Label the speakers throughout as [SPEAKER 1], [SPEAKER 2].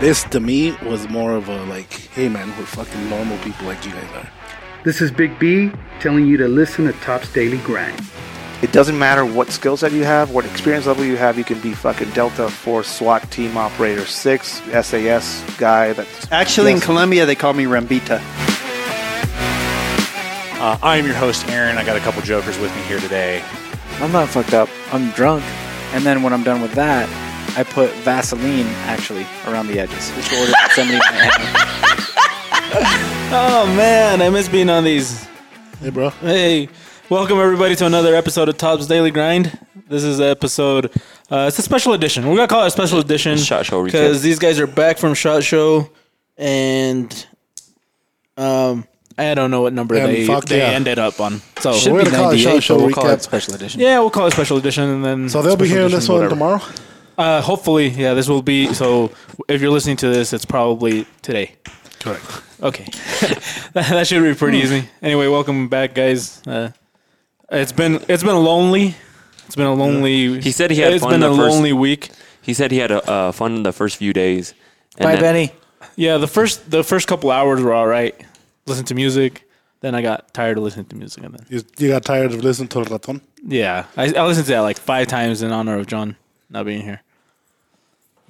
[SPEAKER 1] This to me was more of a like, hey man, we're fucking normal people like you guys are.
[SPEAKER 2] This is Big B telling you to listen to Top's Daily Grind.
[SPEAKER 3] It doesn't matter what skill set you have, what experience level you have, you can be fucking Delta Force SWAT team operator 6, SAS guy that's
[SPEAKER 4] Actually, in
[SPEAKER 3] Yes.
[SPEAKER 4] Colombia, they call me Rambita.
[SPEAKER 5] Uh, I am your host, Aaron. I got a couple jokers with me here today.
[SPEAKER 6] I'm not fucked up. I'm drunk. And then when I'm done with that, I put Vaseline actually around the edges. Which order did somebody might have.
[SPEAKER 7] Oh man, I miss being on these.
[SPEAKER 1] Hey bro,
[SPEAKER 7] Hey, welcome everybody to another episode of Top's Daily Grind. This is the episode. Uh, it's a special edition. We're gonna call it a special edition.
[SPEAKER 8] Shot Show recap.
[SPEAKER 7] because these guys are back from Shot Show, and um, I don't know what number
[SPEAKER 1] And
[SPEAKER 7] they
[SPEAKER 1] fuck
[SPEAKER 7] they
[SPEAKER 1] yeah.
[SPEAKER 6] ended up on.
[SPEAKER 7] so
[SPEAKER 1] Should We're be gonna call it 98, Shot Show but we'll call it recap.
[SPEAKER 6] special edition.
[SPEAKER 7] yeah, we'll call it special edition, and then
[SPEAKER 1] so they'll be
[SPEAKER 7] special
[SPEAKER 1] hearing
[SPEAKER 7] edition,
[SPEAKER 1] this one
[SPEAKER 7] whatever.
[SPEAKER 1] tomorrow.
[SPEAKER 7] Uh, hopefully, yeah, this will be. So if you're listening to this, it's probably today.
[SPEAKER 1] Correct.
[SPEAKER 7] Okay, that, that should be
[SPEAKER 8] Hmm.
[SPEAKER 7] pretty easy. Anyway, welcome back, guys. Uh, it's been it's been lonely. It's been a lonely.
[SPEAKER 8] He said he had
[SPEAKER 7] It's
[SPEAKER 8] fun
[SPEAKER 7] been
[SPEAKER 8] the
[SPEAKER 7] a
[SPEAKER 8] first-
[SPEAKER 7] lonely week.
[SPEAKER 8] He said he had a uh, fun in the first few days. And
[SPEAKER 6] Bye,
[SPEAKER 8] then-
[SPEAKER 6] Benny.
[SPEAKER 7] Yeah, the first the first couple hours were all right. Listened to music. Then I got tired of listening to music, and then
[SPEAKER 1] You, you got tired of listening to Raton?
[SPEAKER 7] yeah, I, I listened to that like five times in honor of John not being here.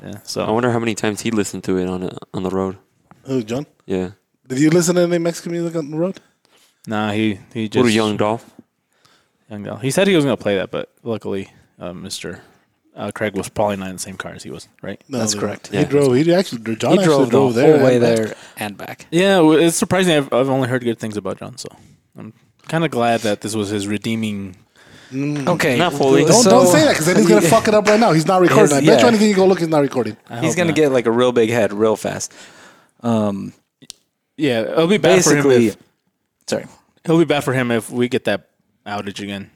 [SPEAKER 7] Yeah,
[SPEAKER 8] I
[SPEAKER 7] so
[SPEAKER 8] wonder how many times he listened to it on a, on the road.
[SPEAKER 1] Who, John?
[SPEAKER 8] Yeah,
[SPEAKER 1] Did you listen to any Mexican music on the road?
[SPEAKER 7] nah, he he just
[SPEAKER 8] little young Dolph.
[SPEAKER 7] Young Dell. He said he was going to play that, but luckily, uh, Mr. Uh, Craig was probably not in the same car as he was, right?
[SPEAKER 1] No,
[SPEAKER 6] That's
[SPEAKER 1] they-
[SPEAKER 6] correct.
[SPEAKER 1] He
[SPEAKER 8] Yeah.
[SPEAKER 1] drove. He actually. dro- John
[SPEAKER 6] He drove
[SPEAKER 1] actually
[SPEAKER 6] the
[SPEAKER 1] drove
[SPEAKER 6] whole
[SPEAKER 1] there. and
[SPEAKER 6] way
[SPEAKER 1] back.
[SPEAKER 6] there and back.
[SPEAKER 7] Yeah, w- it's surprising. I've, I've only heard good things about John, so I'm kind of glad that this was his redeeming.
[SPEAKER 6] Okay.
[SPEAKER 8] Mm. Not fully.
[SPEAKER 1] Don't,
[SPEAKER 6] So-
[SPEAKER 1] don't say that because then he's gonna fuck it up right now. He's not recording. I bet
[SPEAKER 6] yeah.
[SPEAKER 1] you anything you go look, he's not recording.
[SPEAKER 7] I
[SPEAKER 6] He's
[SPEAKER 7] hope
[SPEAKER 6] gonna
[SPEAKER 7] not.
[SPEAKER 6] get like a real big head real fast. Um,
[SPEAKER 7] Yeah, it'll be bad for him.
[SPEAKER 6] basically,
[SPEAKER 7] If,
[SPEAKER 6] sorry.
[SPEAKER 7] it'll be bad for him if we get that outage again,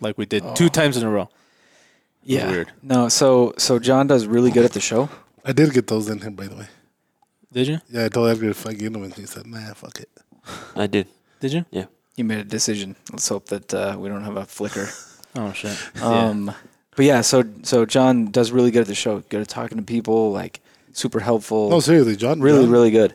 [SPEAKER 7] like we did two times in a row.
[SPEAKER 6] Yeah.
[SPEAKER 7] weird.
[SPEAKER 6] No. So so John does really good at the show.
[SPEAKER 1] I did get those in him, by the way.
[SPEAKER 7] Did you?
[SPEAKER 1] Yeah, I told Edgar to fuck you, and he said, "Nah, fuck it."
[SPEAKER 8] I did.
[SPEAKER 7] Did you?
[SPEAKER 8] Yeah.
[SPEAKER 6] You made a decision. Let's hope that uh, we don't have a flicker.
[SPEAKER 7] Oh shit.
[SPEAKER 6] Um, But yeah, so so John does really good at the show. Good at talking to people, like super helpful.
[SPEAKER 1] No, seriously, John.
[SPEAKER 6] really,
[SPEAKER 1] John-
[SPEAKER 6] really good.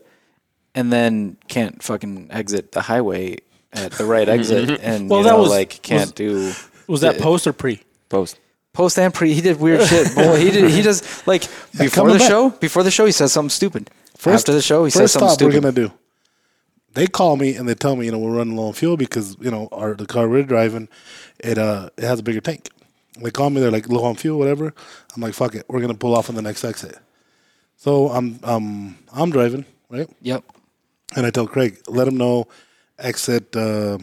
[SPEAKER 6] And then can't fucking exit the highway at the right exit, and
[SPEAKER 7] Well,
[SPEAKER 6] you
[SPEAKER 7] that
[SPEAKER 6] know,
[SPEAKER 7] was-
[SPEAKER 6] like can't do
[SPEAKER 7] was that post or pre?
[SPEAKER 8] Post.
[SPEAKER 6] post and pre. He did weird shit. Boy, he did. He does like before
[SPEAKER 1] coming
[SPEAKER 6] the
[SPEAKER 1] back.
[SPEAKER 6] show. Before the show, he says something stupid. After the show, he says
[SPEAKER 1] first
[SPEAKER 6] something
[SPEAKER 1] stop,
[SPEAKER 6] stupid.
[SPEAKER 1] we're gonna do. They call me and they tell me, you know, we're running low on fuel because you know our the car we're driving, it uh it has a bigger tank. They call me, they're like low on fuel, whatever. I'm like, fuck it, we're gonna pull off on the next exit. So I'm um I'm driving right,
[SPEAKER 6] Yep.
[SPEAKER 1] and I tell Craig, let him know exit uh,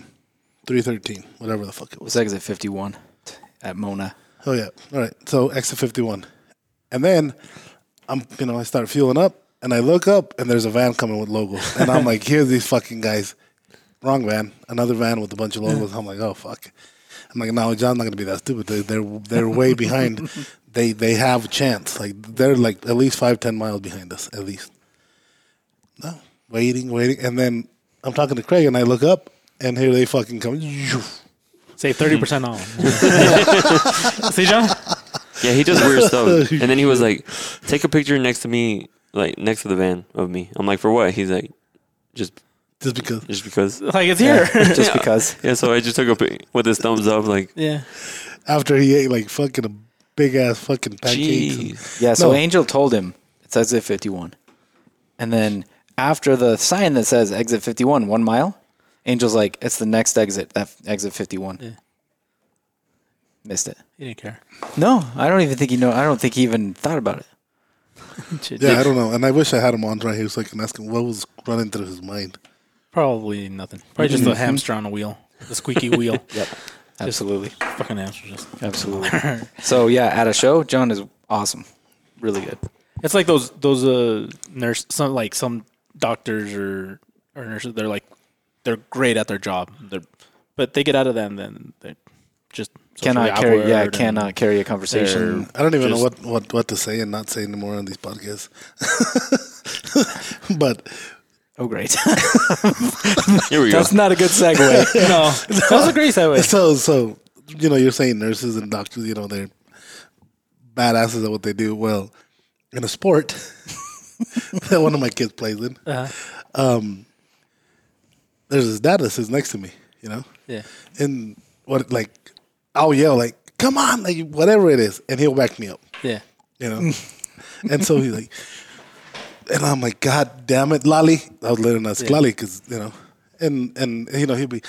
[SPEAKER 1] three thirteen, whatever the fuck it
[SPEAKER 6] It
[SPEAKER 1] was.
[SPEAKER 6] was exit fifty-one at Mona.
[SPEAKER 1] Oh yeah. All right. So exit fifty one, and then I'm you know I start fueling up, and I look up, and there's a van coming with logos, and I'm like, here's these fucking guys. Wrong van. Another van with a bunch of logos. I'm like, oh fuck. I'm like, no, John's not gonna be that stupid. They, they're they're way behind. They they have a chance. Like they're like at least five ten miles behind us at least. No, waiting, waiting, and then I'm talking to Craig, and I look up, and here they fucking come.
[SPEAKER 7] Say thirty percent off. See, John?
[SPEAKER 8] Yeah, he does weird stuff. And then he was like, "Take a picture next to me, like next to the van of me." I'm like, "For what?" He's like, "Just,
[SPEAKER 1] Just because.
[SPEAKER 8] just because."
[SPEAKER 7] Like it's here.
[SPEAKER 6] Just because.
[SPEAKER 8] Yeah, so I just took a pic with his thumbs up, like,
[SPEAKER 7] yeah.
[SPEAKER 1] after he ate like fucking a big ass fucking pancakes. and-
[SPEAKER 8] "Jeez."
[SPEAKER 6] Yeah, so
[SPEAKER 1] No.
[SPEAKER 6] Angel told him it's exit 51. And then after the sign that says exit 51, one mile, Angel's like, it's the next exit, that exit 51. Missed it.
[SPEAKER 7] He didn't care.
[SPEAKER 6] No, I don't even think he know. I don't think he even thought about it.
[SPEAKER 1] Yeah, I don't know. And I wish I had him on right here so I can ask him what was running through his mind.
[SPEAKER 7] Probably nothing. Probably just a hamster on a wheel, the squeaky wheel. Yep.
[SPEAKER 6] Absolutely.
[SPEAKER 7] Fucking hamster. Just.
[SPEAKER 6] Absolutely. so, yeah, at a show, John is awesome. Really good.
[SPEAKER 7] It's like those those uh nurse some like some doctors or or nurses. They're like they're great at their job. They're but they get out of that and then they just socially
[SPEAKER 6] Cannot carry, yeah,
[SPEAKER 7] awkward and
[SPEAKER 6] cannot carry a
[SPEAKER 7] they're-
[SPEAKER 6] conversation.
[SPEAKER 1] I don't even know what,
[SPEAKER 7] Just-
[SPEAKER 1] what, what to say and not say anymore on these podcasts. but
[SPEAKER 6] Oh, great.
[SPEAKER 8] Here we go.
[SPEAKER 6] That's not a good segue.
[SPEAKER 7] No, that was a great segue.
[SPEAKER 1] so so you know, you're saying nurses and doctors, you know, they're badasses at what they do. Well, in a sport that one of my kids plays in. Um, there's his dad that sits next to me, you know,
[SPEAKER 7] Yeah.
[SPEAKER 1] and what like I'll yell like, "Come on!" like whatever it is, and he'll back me up,
[SPEAKER 7] Yeah.
[SPEAKER 1] you know. and so he's like, and I'm like, "God damn it, Lolly!" I was letting us Lolly because you know, and and you know he'll be,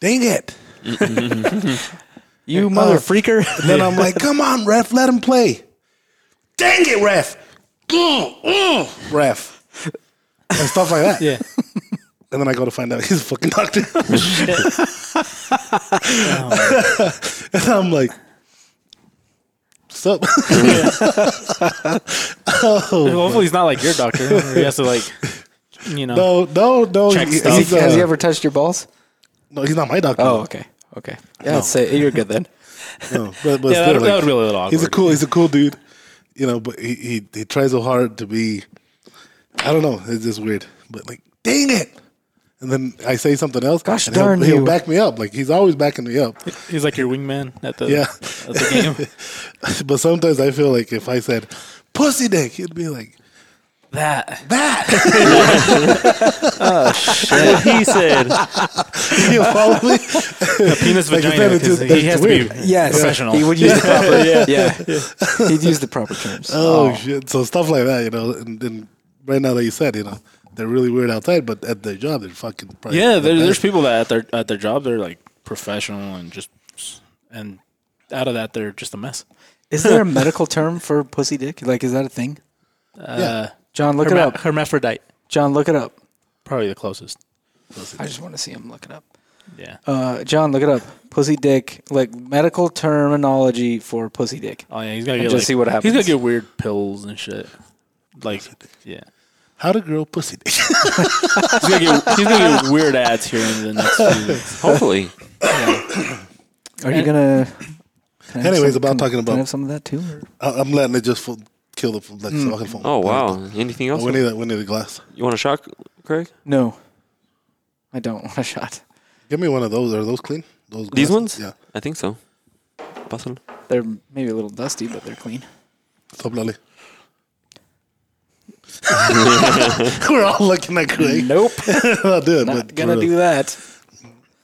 [SPEAKER 1] "Dang it!"
[SPEAKER 7] Uh,
[SPEAKER 6] You mother freaker.
[SPEAKER 1] And then I'm like, come on, ref, let him play. Dang it, ref. Mm, mm, ref. And stuff like that.
[SPEAKER 7] Yeah.
[SPEAKER 1] And then I go to find out he's a fucking doctor. and I'm like, what's up?
[SPEAKER 7] Hopefully he's not like your doctor. He has to like, you know.
[SPEAKER 1] no, no, no.
[SPEAKER 7] Check
[SPEAKER 1] he-
[SPEAKER 7] stuff.
[SPEAKER 1] he's, uh,
[SPEAKER 6] Has he ever touched your balls?
[SPEAKER 1] no, he's not my doctor.
[SPEAKER 6] Oh, okay. Okay. Yeah, let's say you're good then.
[SPEAKER 1] No, but, but
[SPEAKER 7] Yeah,
[SPEAKER 1] still,
[SPEAKER 7] that, that
[SPEAKER 1] like,
[SPEAKER 7] would be a little awkward.
[SPEAKER 1] he's a cool, he's a cool dude. You know, but he, he, he tries so hard to be, I don't know, it's just weird. But like, dang it. And then I say something else.
[SPEAKER 6] Gosh
[SPEAKER 1] and he'll-
[SPEAKER 6] darn
[SPEAKER 1] he'll,
[SPEAKER 6] you.
[SPEAKER 1] back me up. Like he's always backing me up.
[SPEAKER 7] He's like your wingman at the
[SPEAKER 1] Yeah.
[SPEAKER 7] at the game.
[SPEAKER 1] but sometimes I feel like if I said pussy dick, he'd be like
[SPEAKER 7] that
[SPEAKER 1] that.
[SPEAKER 8] he said.
[SPEAKER 1] he'll follow me.
[SPEAKER 7] penis
[SPEAKER 1] Like,
[SPEAKER 7] vagina.
[SPEAKER 1] it's-
[SPEAKER 7] 'cause
[SPEAKER 1] it's
[SPEAKER 7] he has
[SPEAKER 1] weird.
[SPEAKER 7] to be
[SPEAKER 6] Yes.
[SPEAKER 7] Professional.
[SPEAKER 6] He would use the proper yeah. He'd use the proper terms.
[SPEAKER 1] Oh, shit! So stuff like that, you know. And, and right now that you said, you know, they're really weird outside, but at their job, they're fucking. Probably
[SPEAKER 7] Yeah, there,
[SPEAKER 1] they're
[SPEAKER 7] there's people that at their at their job they're like professional and just and out of that they're just a mess.
[SPEAKER 6] Is there a medical term for pussy dick? Like is that a thing?
[SPEAKER 7] Uh,
[SPEAKER 6] John, look
[SPEAKER 7] herma-
[SPEAKER 6] it up.
[SPEAKER 7] Hermaphrodite,
[SPEAKER 6] John, look it up.
[SPEAKER 7] probably the closest.
[SPEAKER 6] I just want to see him look it up.
[SPEAKER 7] Yeah,
[SPEAKER 6] Uh, John, look it up. Pussy dick, like medical terminology for pussy dick.
[SPEAKER 7] oh yeah, he's gonna
[SPEAKER 6] And
[SPEAKER 7] get
[SPEAKER 6] just
[SPEAKER 7] like-
[SPEAKER 6] see what
[SPEAKER 7] He's
[SPEAKER 6] happens.
[SPEAKER 7] gonna get weird pills and shit. Like, yeah,
[SPEAKER 1] How to grow pussy dick?
[SPEAKER 7] he's gonna get, he's gonna get weird ads here in the next few weeks.
[SPEAKER 8] Hopefully,
[SPEAKER 6] Are you gonna? can I have
[SPEAKER 1] Anyways,
[SPEAKER 6] some-
[SPEAKER 1] about
[SPEAKER 6] can-
[SPEAKER 1] talking
[SPEAKER 6] Can
[SPEAKER 1] about-
[SPEAKER 6] I have some of that too? or-
[SPEAKER 1] I- I'm letting it just fo- kill the like, fucking phone.
[SPEAKER 8] Oh wow! Anything else?
[SPEAKER 1] Oh, we need a, we need a glass.
[SPEAKER 8] you want a shot, Craig?
[SPEAKER 6] No, I don't want a shot.
[SPEAKER 1] Give me one of those. Are those clean? Those
[SPEAKER 8] These
[SPEAKER 1] glasses?
[SPEAKER 8] ones?
[SPEAKER 1] Yeah.
[SPEAKER 8] I think so. Pásalo.
[SPEAKER 6] They're maybe a little dusty, but they're clean.
[SPEAKER 1] Stop, Lolly. We're all looking at Craig.
[SPEAKER 6] Nope,
[SPEAKER 8] Mm.
[SPEAKER 1] I'll do it.
[SPEAKER 6] not
[SPEAKER 1] but
[SPEAKER 6] gonna
[SPEAKER 1] for
[SPEAKER 6] do
[SPEAKER 1] real.
[SPEAKER 6] that.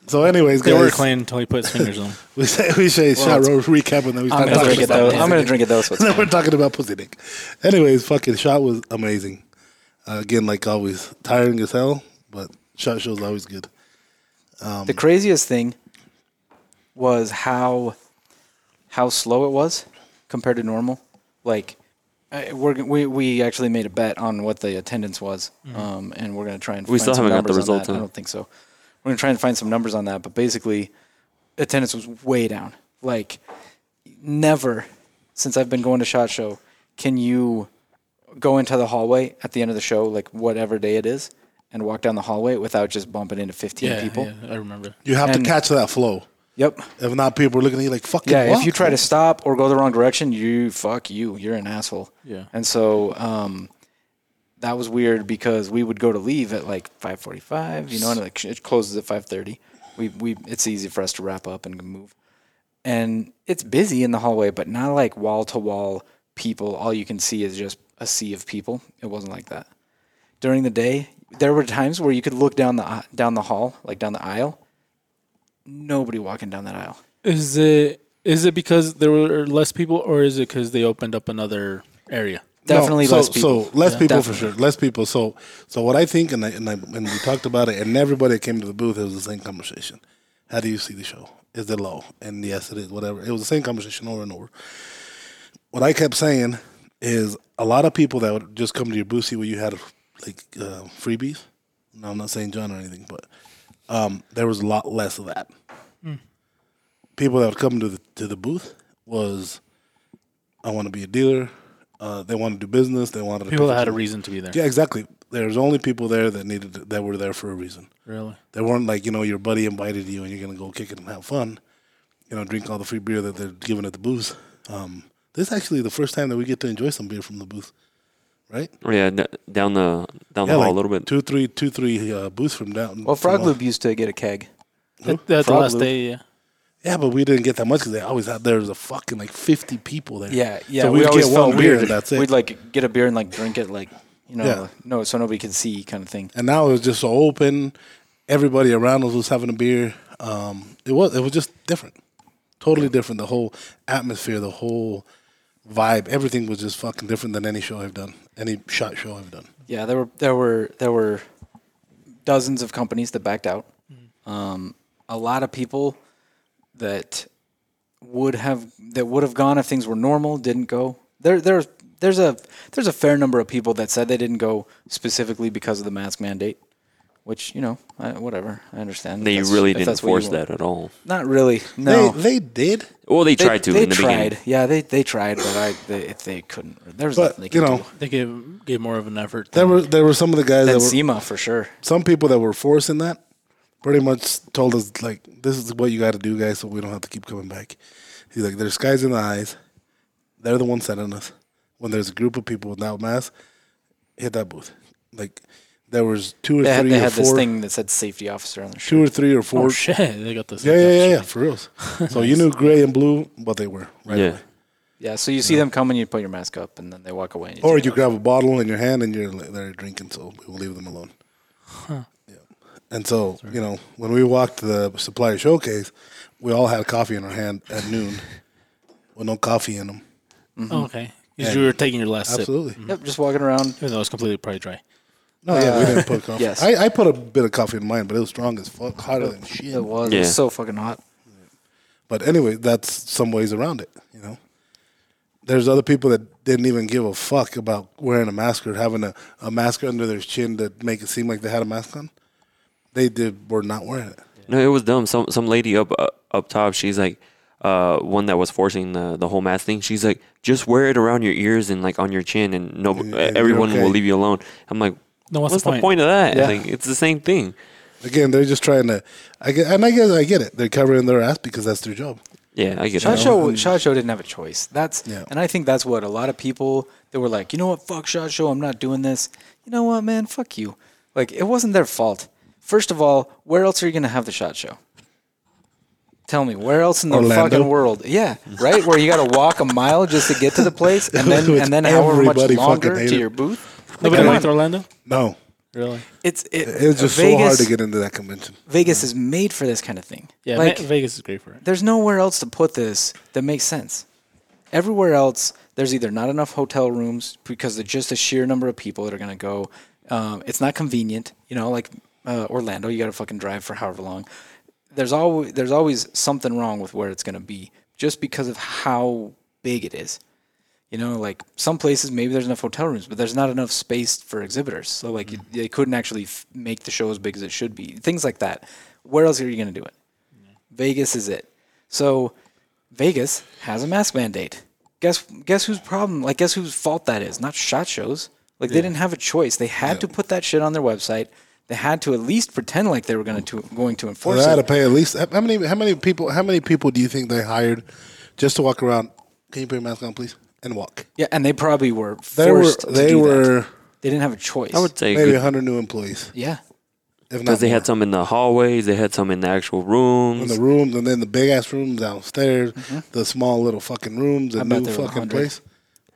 [SPEAKER 1] So, anyways,
[SPEAKER 7] They were
[SPEAKER 1] guys,
[SPEAKER 7] clean until he put his fingers on.
[SPEAKER 1] we say we say shot roll recap, and then we start
[SPEAKER 6] I'm gonna
[SPEAKER 1] talking
[SPEAKER 6] drink it
[SPEAKER 1] about
[SPEAKER 6] though.
[SPEAKER 1] pussy
[SPEAKER 6] I'm gonna
[SPEAKER 1] dick.
[SPEAKER 6] drink it though. So it's
[SPEAKER 1] then we're talking about pussy dick. Anyways, fucking shot was amazing. Uh, again, like always, tiring as hell, but shot show's always good.
[SPEAKER 6] the craziest thing was how how slow it was compared to normal. Like I- we're g- we we actually made a bet on what the attendance was,
[SPEAKER 7] Mm.
[SPEAKER 6] um, and we're gonna try and
[SPEAKER 8] We
[SPEAKER 6] find
[SPEAKER 8] still
[SPEAKER 6] some
[SPEAKER 8] haven't got the
[SPEAKER 6] numbers on
[SPEAKER 8] result,
[SPEAKER 6] that. I
[SPEAKER 8] huh?
[SPEAKER 6] don't think so. We're gonna try and find some numbers on that, but basically, attendance was way down. Like never since I've been going to Shot Show can you go into the hallway at the end of the show, like whatever day it is, and walk down the hallway without just bumping into fifteen
[SPEAKER 7] Yeah,
[SPEAKER 6] people.
[SPEAKER 7] yeah, I remember.
[SPEAKER 1] You have
[SPEAKER 6] And-
[SPEAKER 1] to catch that flow.
[SPEAKER 6] Yep.
[SPEAKER 1] If not, people are looking at you like fucking.
[SPEAKER 6] Yeah,
[SPEAKER 1] what?
[SPEAKER 6] if you try to stop or go the wrong direction, you fuck you. You're an asshole.
[SPEAKER 7] Yeah.
[SPEAKER 6] And so um, that was weird because we would go to leave at like 5:45, you know, and like it closes at 5:30. We we it's easy for us to wrap up and move. And it's busy in the hallway, but not like wall to wall people. All you can see is just a sea of people. It wasn't like that during the day, there were times where you could look down the uh, down the hall, like down the aisle. Nobody walking down that aisle.
[SPEAKER 7] Is it is it because there were less people, or is it because they opened up another area?
[SPEAKER 1] No,
[SPEAKER 6] Definitely
[SPEAKER 1] so,
[SPEAKER 6] less people.
[SPEAKER 1] So less people for
[SPEAKER 6] definitely.
[SPEAKER 1] sure. Less people. So so what I think, and I, and I, and we talked about it, and everybody that came to the booth, it was the same conversation. How do you see the show? Is it low? And yes, it is. Whatever. It was the same conversation over and over. What I kept saying is a lot of people that would just come to your booth see where you had like uh, freebies. No, I'm not saying John or anything, but um, there was a lot less of that. People that would come to the to the booth was, I want to be a dealer. Uh, they want to do business. They wanted to
[SPEAKER 7] People
[SPEAKER 1] pick
[SPEAKER 7] that
[SPEAKER 1] up
[SPEAKER 7] had a reason to be there.
[SPEAKER 1] yeah, exactly. There's only people there that needed that were there for a reason.
[SPEAKER 7] Really?
[SPEAKER 1] They weren't like you know your buddy invited you and you're gonna go kick it and have fun, you know, drink all the free beer that they're giving at the booths. Um, this is actually the first time that we get to enjoy some beer from the booth, right?
[SPEAKER 8] Oh, yeah, d- down the down the hall a little bit.
[SPEAKER 1] Two, three, two, three uh, booths from down.
[SPEAKER 6] Well,
[SPEAKER 1] from
[SPEAKER 6] Frog
[SPEAKER 1] all-
[SPEAKER 6] Lube used to get a keg.
[SPEAKER 7] That, that's the
[SPEAKER 6] Frog
[SPEAKER 7] last
[SPEAKER 6] Loop.
[SPEAKER 7] day. Yeah.
[SPEAKER 1] Yeah, but we didn't get that much because they always had there was a fucking like 50 people there.
[SPEAKER 6] Yeah, yeah.
[SPEAKER 1] So we'd get one beer and that's it.
[SPEAKER 6] We'd like get a beer and like drink it like you know,
[SPEAKER 1] Yeah.
[SPEAKER 6] no, so nobody can see kind of thing.
[SPEAKER 1] and now it was just so open. Everybody around us was having a beer. Um, it was it was just different, totally different. The whole atmosphere, the whole vibe, everything was just fucking different than any show I've done, any shot show I've done.
[SPEAKER 6] Yeah, there were there were there were dozens of companies that backed out.
[SPEAKER 1] Mm.
[SPEAKER 6] Um, a lot of people that would have that would have gone if things were normal didn't go. There there's there's a there's a fair number of people that said they didn't go specifically because of the mask mandate, which you know I, whatever I understand. if
[SPEAKER 8] They
[SPEAKER 6] that's-
[SPEAKER 8] really
[SPEAKER 6] if
[SPEAKER 8] didn't
[SPEAKER 6] that's what you
[SPEAKER 8] force
[SPEAKER 6] want.
[SPEAKER 8] that at all.
[SPEAKER 6] Not really. No.
[SPEAKER 1] They they did,
[SPEAKER 8] Well, they, tried to
[SPEAKER 6] They
[SPEAKER 8] in the
[SPEAKER 6] tried.
[SPEAKER 8] beginning.
[SPEAKER 6] Yeah, they, they tried, but I they, they couldn't. There was
[SPEAKER 1] but
[SPEAKER 6] nothing they could
[SPEAKER 1] you know
[SPEAKER 7] They gave gave more of an effort.
[SPEAKER 1] there
[SPEAKER 7] than-
[SPEAKER 1] were there were some of the guys that
[SPEAKER 6] do. And
[SPEAKER 1] were
[SPEAKER 6] SEMA for sure.
[SPEAKER 1] some people that were forcing that pretty much told us like this is what you got to do guys so we don't have to keep coming back he's like there's guys in the eyes they're the ones sending us when there's a group of people without masks hit that booth like there was two or
[SPEAKER 6] They had,
[SPEAKER 1] three
[SPEAKER 6] they
[SPEAKER 1] or
[SPEAKER 6] had
[SPEAKER 1] four
[SPEAKER 6] this thing that said safety officer on their shirt.
[SPEAKER 1] two or three or four
[SPEAKER 7] oh shit, they got this.
[SPEAKER 1] yeah yeah yeah, yeah for reals so you knew gray and blue what they were right
[SPEAKER 8] yeah.
[SPEAKER 1] away.
[SPEAKER 6] Yeah, so you see them coming, you put your mask up, and then they walk away. And you
[SPEAKER 1] or
[SPEAKER 6] take it
[SPEAKER 1] you
[SPEAKER 6] off.
[SPEAKER 1] grab a bottle in your hand and you're li- they're drinking so we'll leave them alone Yeah. And so, you know, when we walked to the supplier showcase, we all had coffee in our hand at noon with no coffee in them.
[SPEAKER 7] Oh, okay, 'Cause you were taking your last
[SPEAKER 1] Mm-hmm.
[SPEAKER 7] sip,
[SPEAKER 1] Absolutely.
[SPEAKER 6] Yep, just walking around.
[SPEAKER 7] even though it's completely probably dry.
[SPEAKER 1] No, yeah, we didn't put coffee.
[SPEAKER 6] yes.
[SPEAKER 1] I, I put a bit of coffee in mine, but it was strong as fuck, hotter than shit.
[SPEAKER 6] It was, it
[SPEAKER 8] Yeah.
[SPEAKER 6] was so fucking hot.
[SPEAKER 1] But anyway, that's some ways around it, you know. There's other people that didn't even give a fuck about wearing a mask or having a, a mask under their chin to make it seem like they had a mask on. They did were not wearing it.
[SPEAKER 8] No, it was dumb. Some some lady up uh, up top. She's like, uh, one that was forcing the the whole mask thing. She's like, just wear it around your ears and like on your chin, and no, uh,
[SPEAKER 1] you're
[SPEAKER 8] everyone
[SPEAKER 1] okay.
[SPEAKER 8] will leave you alone. I'm like,
[SPEAKER 7] No,
[SPEAKER 8] what's,
[SPEAKER 7] what's
[SPEAKER 8] the,
[SPEAKER 7] the
[SPEAKER 8] point?
[SPEAKER 7] point?
[SPEAKER 8] of that?
[SPEAKER 6] Yeah.
[SPEAKER 8] Like, it's the same thing.
[SPEAKER 1] Again, they're just trying to. I get, and I guess I get it. They're covering their ass because that's their job.
[SPEAKER 8] Yeah, I get
[SPEAKER 6] Shot
[SPEAKER 8] it.
[SPEAKER 6] Show, Shot Show didn't have a choice. That's
[SPEAKER 1] Yeah.
[SPEAKER 6] and I think that's what a lot of people that were like, you know what, fuck Shot Show, I'm not doing this. You know what, man, fuck you. Like it wasn't their fault. First of all, where else are you gonna have the Shot Show? Tell me, where else in the
[SPEAKER 1] Orlando.
[SPEAKER 6] fucking world? Yeah, right. Where you got to walk a mile just to get to the place, and then
[SPEAKER 1] Which
[SPEAKER 6] and then however much
[SPEAKER 1] everybody fucking
[SPEAKER 6] longer to
[SPEAKER 1] hated.
[SPEAKER 6] your booth.
[SPEAKER 7] Nobody
[SPEAKER 6] Come
[SPEAKER 7] liked
[SPEAKER 6] on.
[SPEAKER 7] Orlando.
[SPEAKER 1] No,
[SPEAKER 7] Really?
[SPEAKER 6] It's it,
[SPEAKER 1] it's just so hard
[SPEAKER 6] Vegas-
[SPEAKER 1] to get into that convention.
[SPEAKER 6] Vegas is made for this kind of thing.
[SPEAKER 7] Yeah,
[SPEAKER 6] like
[SPEAKER 7] Ma- Vegas is great for it.
[SPEAKER 6] there's nowhere else to put this that makes sense. Everywhere else, there's either not enough hotel rooms because of just the sheer number of people that are going to go. Um, it's not convenient, you know. Like uh, Orlando, you got to fucking drive for however long. There's always there's always something wrong with where it's going to be just because of how big it is. You know, like some places maybe there's enough hotel rooms, but there's not enough space for exhibitors. So like you- they couldn't actually f- make the show as big as it should be. Things like that. Where else are you going to do it? Vegas is it. So Vegas has a mask mandate. Guess guess whose problem? Like guess whose fault that is? Not shot shows. Like they didn't have a choice. They had to put that shit on their website. They had to at least pretend like they were going to going to
[SPEAKER 1] Well,
[SPEAKER 6] enforce
[SPEAKER 1] they had to
[SPEAKER 6] it.
[SPEAKER 1] pay at least how many how many people how many people do you think they hired just to walk around? Can you put your mask on, please, and walk?
[SPEAKER 6] Yeah, and they probably were
[SPEAKER 1] They were
[SPEAKER 6] forced to
[SPEAKER 1] they
[SPEAKER 6] do that.
[SPEAKER 1] were
[SPEAKER 6] They didn't have a choice.
[SPEAKER 8] I would say
[SPEAKER 1] maybe
[SPEAKER 8] good-
[SPEAKER 1] hundred new employees,
[SPEAKER 6] yeah.
[SPEAKER 1] if not
[SPEAKER 8] Because they
[SPEAKER 1] more.
[SPEAKER 8] had some in the hallways, they had some in the actual
[SPEAKER 1] in
[SPEAKER 8] rooms.
[SPEAKER 1] the rooms, and then the big ass rooms downstairs, the small little fucking rooms, the
[SPEAKER 6] Mm-hmm. I bet
[SPEAKER 1] new
[SPEAKER 6] there were
[SPEAKER 1] fucking
[SPEAKER 6] 100.
[SPEAKER 1] place.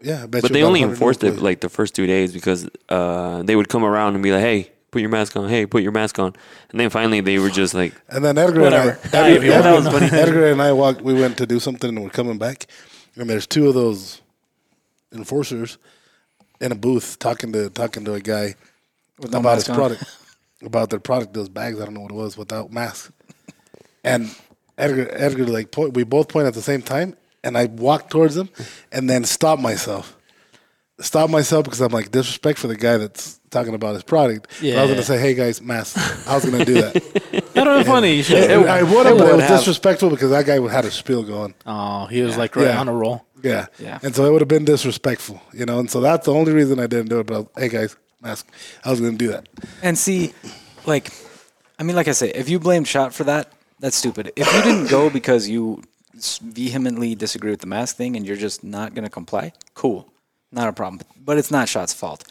[SPEAKER 1] Yeah, I bet
[SPEAKER 8] but
[SPEAKER 1] you
[SPEAKER 8] they
[SPEAKER 1] about
[SPEAKER 8] only
[SPEAKER 1] 100 new
[SPEAKER 8] enforced it
[SPEAKER 1] employees.
[SPEAKER 8] like the first two days because uh, they would come around and be like, "Hey, put your mask on. Hey, put your mask on." And then finally, they were just like,
[SPEAKER 1] And then Edgar
[SPEAKER 7] Whatever.
[SPEAKER 1] and I, Edgar,
[SPEAKER 7] Yeah, that was
[SPEAKER 1] Edgar- Edgar and I walked. We went to do something, and we're coming back, and there's two of those enforcers in a booth talking to talking to a guy
[SPEAKER 6] With no
[SPEAKER 1] about
[SPEAKER 6] mask
[SPEAKER 1] his
[SPEAKER 6] on.
[SPEAKER 1] product, about their product, those bags. I don't know what it was without masks. And Edgar, Edgar, like point, we both point at the same time, and I walk towards him, and then stop myself. Stop myself because I'm like disrespect for the guy that's talking about his product. But I was gonna
[SPEAKER 7] Yeah.
[SPEAKER 1] say, "Hey guys, masks." I was gonna do that.
[SPEAKER 7] That would have been funny. You
[SPEAKER 1] It,
[SPEAKER 7] should.
[SPEAKER 1] I would have,
[SPEAKER 6] it
[SPEAKER 1] but it
[SPEAKER 6] would
[SPEAKER 1] was
[SPEAKER 6] have.
[SPEAKER 1] disrespectful because that guy would had a spiel going.
[SPEAKER 7] Oh, he was like right
[SPEAKER 1] Yeah.
[SPEAKER 7] on a roll.
[SPEAKER 1] Yeah.
[SPEAKER 6] Yeah.
[SPEAKER 1] And so it would have been disrespectful, you know. And so that's the only reason I didn't do it. But I was, hey, guys, mask. I was going to do that.
[SPEAKER 6] And see, like, I mean, like I say, if you blame Shot for that, that's stupid. If you didn't go because you s- vehemently disagree with the mask thing and you're just not going to comply, cool, not a problem. But it's not Shot's fault.